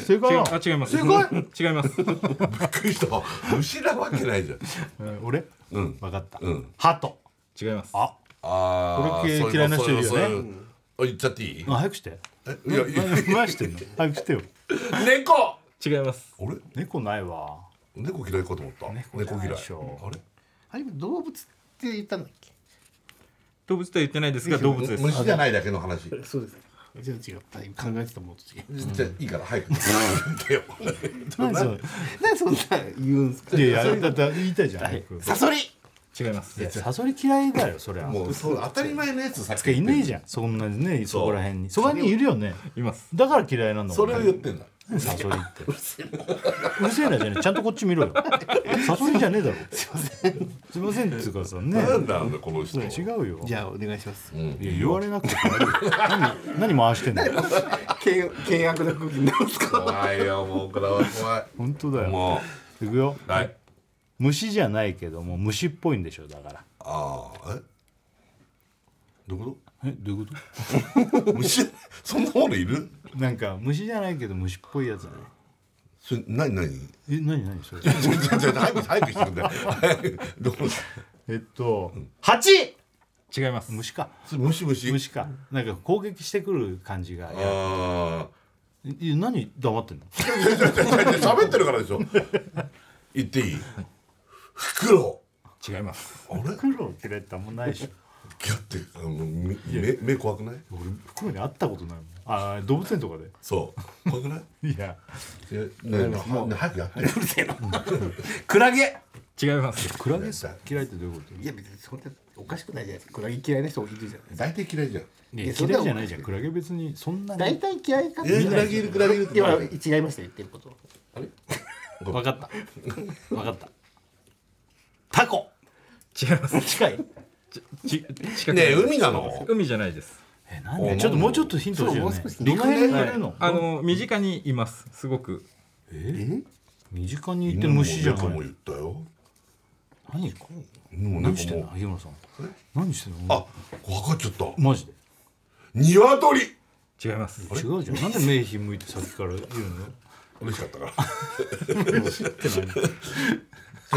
S2: 正解
S5: 違
S2: な
S5: う
S2: の
S5: あ 違います
S2: 正解
S5: 違います
S3: びっくりした牛なわけないじゃん
S2: うん俺
S3: うん
S2: 分かった
S3: うん
S2: ハト
S5: 違います
S2: あ
S3: ああ
S2: これ系嫌いな人いるよね
S3: 言っちゃっていい
S2: あ早くして
S3: いやいや
S2: 何してんの早くしてよ
S3: 猫
S5: 違います
S3: あれ
S2: 猫ないわ
S3: 猫嫌いかと思った
S2: 猫
S3: 猫
S2: じゃない
S3: 嫌い
S2: でしょ
S3: あれ
S4: あれ動物って言ったんだっけ
S5: 動物とは言ってないですが動物です
S3: 虫じゃないだけの話
S4: そうですじゃあ違った今考えてたものと違う
S3: じゃあいいから早 くでよ
S2: 何それ
S4: なんでそんな言うんすか
S2: いやいやだって言いたいじゃん早く
S4: サソリ
S5: 違います
S2: いやサソリ嫌いだよそりゃ
S3: もうそう当たり前のやつさっ
S2: つかいねえじ
S3: ゃ
S2: ゃんそんなにねそこら辺にそこら辺にいるよね
S5: います
S2: だから嫌いなんだも
S3: そ
S2: ん
S3: れを言ってんだ
S2: サソリってうるせえなじゃねえちゃんとこっち見ろよサソリじゃねえだろすいませんすいませんっつうかさね
S3: なんだなんだこの人
S2: 違うよ
S4: じゃあお願いします
S2: いや言われなくてもあるよ何何回してんだよ
S4: 険険悪な空気になるんですか
S3: 怖いよもうこれは怖
S2: 本当だ
S3: い
S2: よ
S3: も
S2: いくよ
S3: うはい
S2: 虫じゃないけども虫っぽいんでしょだから
S3: ああえどういうこ
S2: えどういうこと
S3: 虫そんなものいる
S2: となんか虫じゃないけど虫っぽいやつだね
S3: それ何何
S2: え何何それ
S3: ちょちょちょ早く早くしてくんだよ早くどう
S2: えっと蜂
S5: 違います
S2: 虫か
S3: それ虫虫
S2: 虫かなんか攻撃してくる感じがや
S3: ああ
S2: いや何黙ってんの
S3: 喋ってるからでしょ言っていいフクロ
S5: 違います
S3: ウあれいや
S2: 黒嫌いってあんまないでしょ
S3: ってあのみ目目怖くない
S2: 俺袋に会ったことないもんあー動物園とかで
S3: そう怖くない
S2: いや
S3: いやねえもう早くやってうるせえな
S4: クラゲい
S5: 違います
S2: クラゲさ嫌いってどういうこと
S4: や別にそんなおかしくないじゃないですかクラゲ嫌いな人多いるじゃないですか
S3: 大体嫌いじゃん
S2: い
S4: い
S2: や
S4: やそ
S2: 嫌
S4: れはい
S2: じゃないじゃんクラゲ別にそんな
S4: 大
S2: に
S4: 体嫌いか
S3: えクラゲいるクラゲいるって
S4: いや違いました言ってること
S2: 分かった分かったタコ
S5: 違います
S2: 近い
S5: ち近く
S3: ねえ
S5: ない
S3: 海なの
S5: 海じゃないです
S2: えなんでちょっともうちょっとヒント欲しいよね
S4: そうもう少し
S2: どの辺にいるの
S5: あの身近にいますすごく
S2: 身近にいて虫じゃな
S3: 犬も猫も
S2: い
S3: 言ったよ
S2: 何
S3: 犬も
S2: 何して
S3: 猫
S2: んの
S3: も
S2: 日村さん何してんの
S3: あ分かっちゃった
S2: マジで
S3: 鶏
S5: 違います
S2: 違うじゃんなんで名品向いてさっきから言う
S3: 嬉しかったから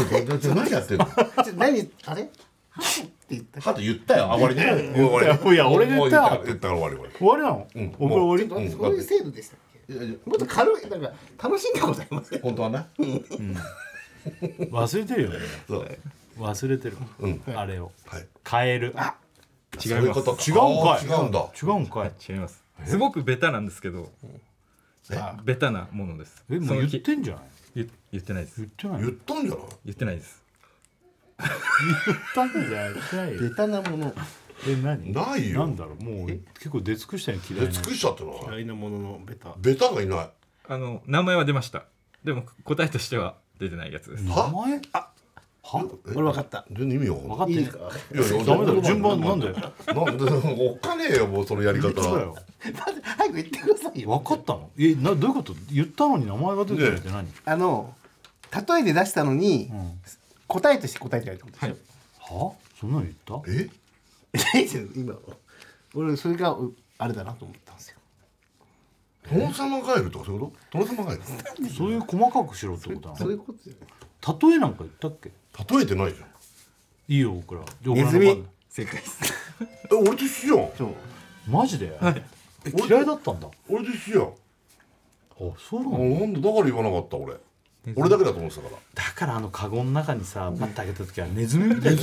S3: ちょ何やってんの
S4: ちょ何あれハトって言った
S3: ハト言ったよあ終わりねもう終わ
S2: の
S3: り
S2: いや俺が
S3: も
S2: 言
S3: う
S2: った
S3: 言言ったから終わり終わり
S2: 終わりなの、うん俺終わ
S3: も
S2: り
S3: ん
S4: そういう制度でしたっけもっと軽いなんか楽しんでございます
S3: 本当はな
S2: 忘れてるよね
S3: そう
S2: 忘れてる、
S3: ん
S2: あれを、
S3: はい
S2: カエル
S3: 違うこと
S2: 違うんかい
S3: 違うんだ
S2: 違うんかい
S5: 違いますすごくベタなんですけどあベタなものです
S2: え
S5: そ
S2: もう
S5: の
S2: 言っ
S5: き
S2: てんじゃない
S5: 言言ってないです
S2: 言ってない
S3: 言ったんじゃない
S5: 言ってないです
S2: 言ったんじゃない
S4: ベタなもの
S2: え何
S3: ないよ
S2: なんだろうもう結構出尽くしたよ嫌い
S3: え
S2: な
S3: 尽くしちゃってない
S6: 嫌いなもののベタ
S3: ベタがいない
S5: あの名前は出ましたでも答えとしては出てないやつです
S2: 名前あ
S3: え
S6: 俺分かった
S3: 全然意味わかん
S2: 分
S3: な
S2: かってる
S3: いいやいや
S2: ダメだよ順番なんだよ
S3: なんでおっかねえよもうそのやり方
S2: そうだよ
S4: 早く言ってくださいよ
S2: 分かったのえなどういうこと言ったのに名前が出てるって何、
S4: あの例えで出したのに、答えとして答えてないってことでしょ、
S2: はそんなの言った
S3: え
S4: 大丈夫今俺それがうあれだなと思ったんですよ
S3: 殿様ガエルとかそういうこと殿様ガエル
S2: そういう細かくしろってことな
S4: そういうことじゃない
S2: の例えなんか言ったっけ
S3: 例えてないじゃん
S2: いいよオクラじゃあ
S4: ネ
S2: オ
S4: ズ
S2: クラの番
S4: ミ
S2: だ
S5: 正解です
S3: え俺と一緒じゃん
S4: そう
S2: マジで、え嫌いだったんだあ
S3: 俺と一緒じゃん
S2: そうな
S3: あ
S2: の
S3: なんだだから言わなかった俺俺だけだと思ってたから
S2: だからあのカゴの中にさパッと開けた時はネズミみたいな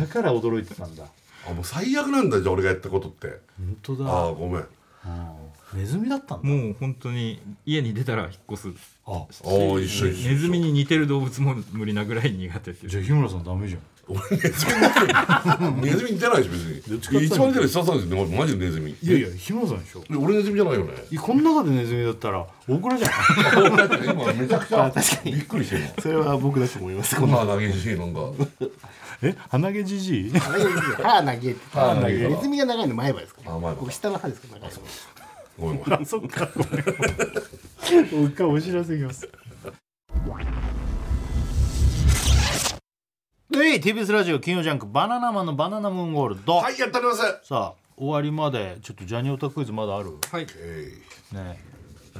S2: だから驚いてたんだ
S3: あもう最悪なんだじゃあ俺がやったことって
S2: 本当
S3: あ
S2: だ
S3: あごめん
S2: ネズミだったんだ
S5: もう本当に家に出たら引っ越す
S2: あ
S5: し
S3: あー一緒一緒
S5: ネズミに似てる動物も無理なぐらい苦手っていう
S2: じゃあ日村さんダメじゃん
S3: 俺ネズミネズミ似てないし別に一番似てる人さんですねマジでネズミ
S2: いやいや日村さんでしょ
S3: え俺ネズミじゃないよね
S2: いやこの中でネズミだったら大倉じゃん
S3: 今 めちゃくちゃびっくりして る
S6: それは僕だと思います
S3: こんな激しいなんか
S2: え鼻毛じじい
S4: あれがいいですよ歯投げって
S3: 歯投げ
S4: ネズミが長いの前歯ですから
S3: あ前歯
S4: 僕下の歯ですから長いの
S3: ごめんごめん
S2: そっかごめんもう一回お知らせいきますえい TBS ラジオ金曜ジャンク「バナナマンのバナナムーンゴールド」
S3: はいやっております
S2: さあ終わりまでちょっとジャニオタクイズまだある
S5: はい
S3: え
S2: ね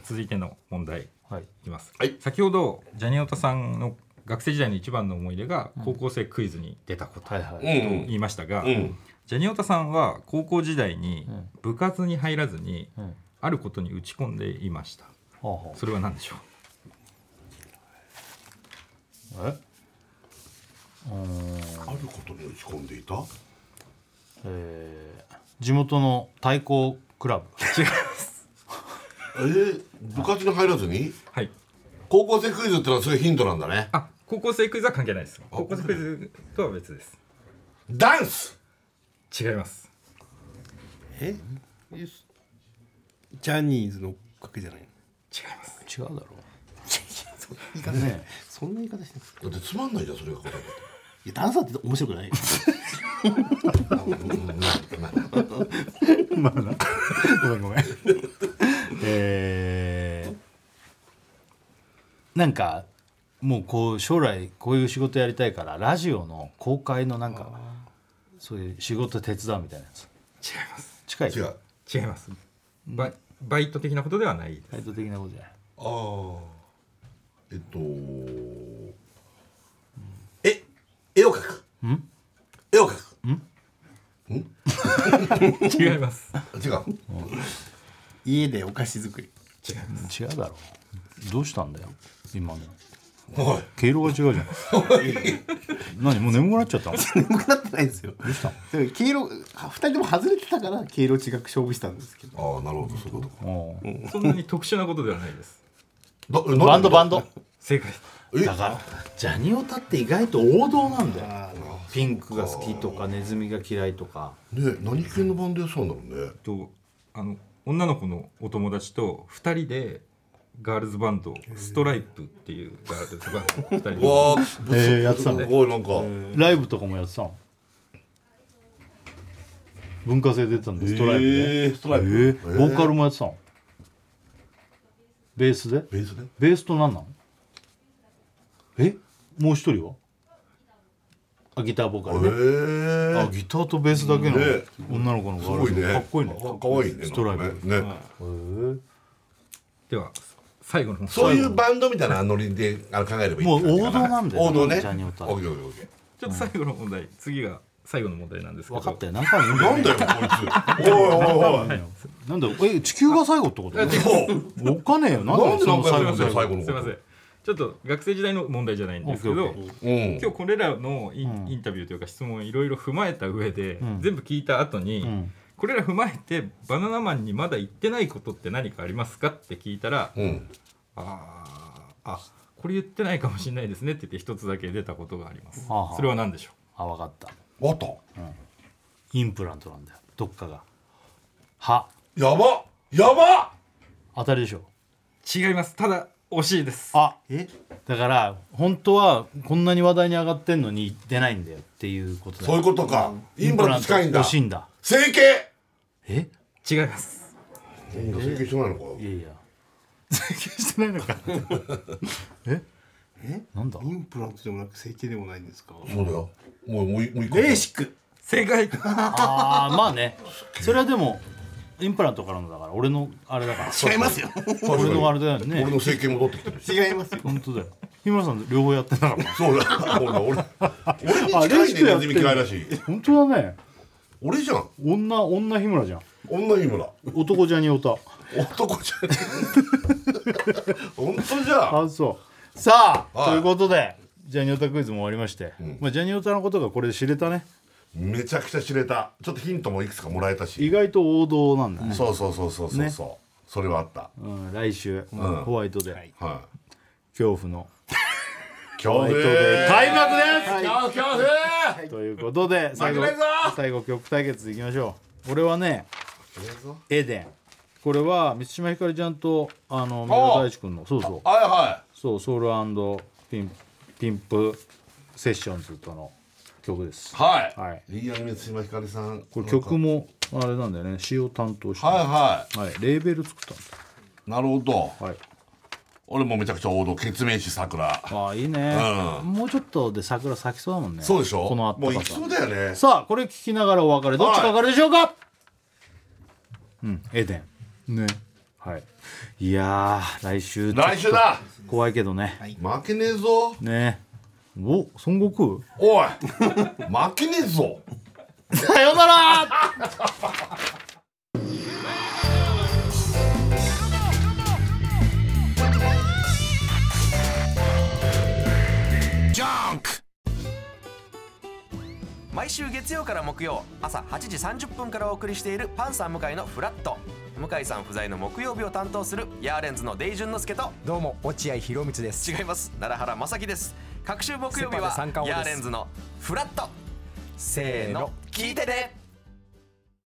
S5: 続いての問題
S2: はい
S5: いきます、
S3: はい
S5: 先ほどジャニオタさんの学生時代の一番の思い出が高校生クイズに出たことと
S2: はいはい、
S3: えうん
S5: 言いましたが、
S3: ん
S5: ジャニオタさんは高校時代に部活に入らずに、
S2: ん
S5: あることに打ち込んでいました
S2: は
S5: それは何でしょ
S2: あはあ、え
S3: あることに打ち込んでいた
S2: えー地元の対抗クラブ
S3: えー、部活に入らずに
S5: うはい
S3: 高校生クイズってのはすごいヒントなんだね
S5: あ高校生クイズは関係ないです高校生クイズとは別です
S3: ダンス
S5: 違います
S6: ジャニーズのおかけじゃないの
S5: 違います
S2: 違うだろ
S4: 言い方
S2: ね
S4: そんな言い方してるんですか
S3: だってつまんないじゃんそれが答え
S4: いやダンサーって面白くな いよ
S2: まあなごめんごめん えーなんかもうこう将来こういう仕事やりたいからラジオの公開のなんかそういう仕事手伝うみたいなやつ
S5: 違います
S2: 近い
S3: 違うあ
S5: 違いますバイバイト的なことではないです
S2: バイト的なことじゃない
S3: あえっとえ絵を描く絵を描く
S5: 違います
S3: 違う
S4: 家でお菓子作り
S5: 違います
S2: 違うだろうどうしたんだよ今の
S3: おい
S2: 毛色が違うじゃん 何もう眠くなっちゃったの
S4: 眠くなってないんですよどうしたでも毛色あ二人とも外れてたから毛色違く勝負したんですけど
S3: ああなるほどそういうことか
S5: そんなに特殊なことではないです
S3: だえなんで
S2: バンドバンド
S5: 正解です
S3: え
S2: だからジャニオタって意外と王道なんだよピンクが好きとかネズミが嫌いとか
S3: ね何系のバンドやそうなんだろうね
S5: とあの女の子のお友達と2人でガールズバンドストライプっていうガールズバンド2人
S3: う
S5: で
S3: わあ
S2: えーやってた
S3: す
S2: の
S3: ごいなんか
S2: ライブとかもやってたの文化祭出てたんでストライプで
S3: えーストライ
S2: え
S3: プ
S2: ーボーカルもやってたのベースで
S3: ベースね
S2: ベースと何なのえもう一人はあギターボーカルね
S3: え
S2: あギターとベースだけの
S3: ね
S2: 女の子の
S3: す
S2: ガー
S3: ご
S2: ル
S3: い
S2: ズ
S3: ね
S2: かっこいいね
S3: かかわいいね
S2: ストライプ
S3: なんかねね
S5: では最後の方
S3: そういうバンドみたいなノリであの考えればいい
S2: もう
S3: って感じか
S2: 王道なんだよ
S3: 王道ね
S2: ジャニオタ
S3: オッケーオッケーオッケー
S5: ちょっと最後の問題次が最後の問題なんですけど
S2: 分かったよ何回も言
S3: なん
S2: う
S3: だよこい つおいおいおい
S2: なんだよえ地球が最後ってこと
S3: そう
S2: おっかねえよなんだ
S3: な
S2: よ
S3: んで
S2: そ
S3: 何
S2: の最
S3: 回も
S2: 後の
S3: 言うんだよ
S2: 最後
S3: 最後の
S5: すいませんちょっと学生時代の問題じゃないんですけ
S2: オ
S5: ど
S2: ッケーオッ
S3: うん
S5: 今日これらのインインタビューというか質問をいろいろ踏まえた上で、全部聞いた後に、これら踏まえてバナナマンにまだ言ってないことって何かありますかって聞いたら、あーあこれ言ってないかもしれないですねって言って一つだけ出たことがあります、
S2: はあはあ
S5: それは何でしょ
S2: あ分かった
S3: わかった
S2: インプラントなんだよどっかが歯
S3: やばやば
S2: 当たりでしょ
S5: う違いますただ惜しいです
S2: あ
S6: え
S2: だから本当はこんなに話題に上がってんのに出ないんだよっていうことだよ
S3: そういうことか、インプラント近いんだ
S2: 欲しいんだ
S3: 整形
S2: え
S5: 違います
S3: 整形してないのか
S2: いやいや整形してないのか え
S6: え
S2: なんだ
S6: インプラントでもなく整形でもないんですか
S3: そうだよもうもう一もう一個
S6: ベーシック
S5: 正解
S2: ああまあねそれはでもインプラントからのだから俺のあれだから
S6: 違いますよ
S3: 確
S2: 俺
S3: かに
S2: のあれだよね
S3: 俺の整形戻ってきてるし
S6: 違いますよ
S2: 本当だよ日村さん両方やってなかった
S3: そうだほら俺俺に
S2: あレ
S3: 近
S2: シ
S3: い
S2: ピ
S3: ね
S2: やっ
S3: ネズ
S2: て
S3: ミ
S2: る
S3: 嫌いだし
S2: 本当だね
S3: 俺じゃん
S2: 女女日村じゃん
S3: 女に村
S2: 男じゃにおた
S3: 男じゃねえ本当じゃん
S2: あそうさあ、
S3: はい
S2: ということでジャニオタクイズも終わりまして、まあ、ジャニオタのことがこれで知れたね
S3: めちゃくちゃ知れたちょっとヒントもいくつかもらえた
S2: 意
S3: し
S2: 外と王道なんだね、
S3: そうそうそうそうそうそう、それはあった
S2: うん、来週、ホワイトで、
S3: は
S2: 恐怖の
S3: い恐怖
S2: ホワイトで開幕です、
S3: 恐怖
S2: ということで最後
S3: 負けないぞ
S2: 最後曲対決いきましょう俺はね「エデン」これは満島ひかりちゃんとあの三浦大知君のそうそう
S3: はいは
S2: そうソウルピンピンプセッションズとの曲です
S3: いはい
S2: はい
S3: いいや三島ひかりさん
S2: これ曲もあれなんだよね詞を担当して、
S3: はいは
S2: はい、レーベル作ったんです
S3: いなるほど
S2: はい
S3: 俺もめちゃくちゃ王道ケツメイシさくら
S2: ああいいね、
S3: う
S2: もうちょっとで桜咲きそうだもんね
S3: そうでしょ
S2: このあった
S3: もう
S2: か
S3: いき
S2: さ
S3: そうだよね
S2: さあこれ聞きながらお別れどっちかかるでしょうか、うんエデンねはいいやー来週
S3: 来週だ
S2: ちょっと怖いけどね、
S3: 負けねえぞ
S2: ねお孫悟空
S3: おい負けねえぞ
S2: さよなら
S7: 毎週月曜から木曜朝8時30分からお送りしているパンサー向井のフラット向井さん不在の木曜日を担当するヤーレンズのデイジュンの之介と
S8: どうも落合博満です
S7: 違います奈良原正樹です各週木曜日は
S8: セパで三冠王
S7: ヤー
S8: です
S7: レンズのフラットせーの聞いてね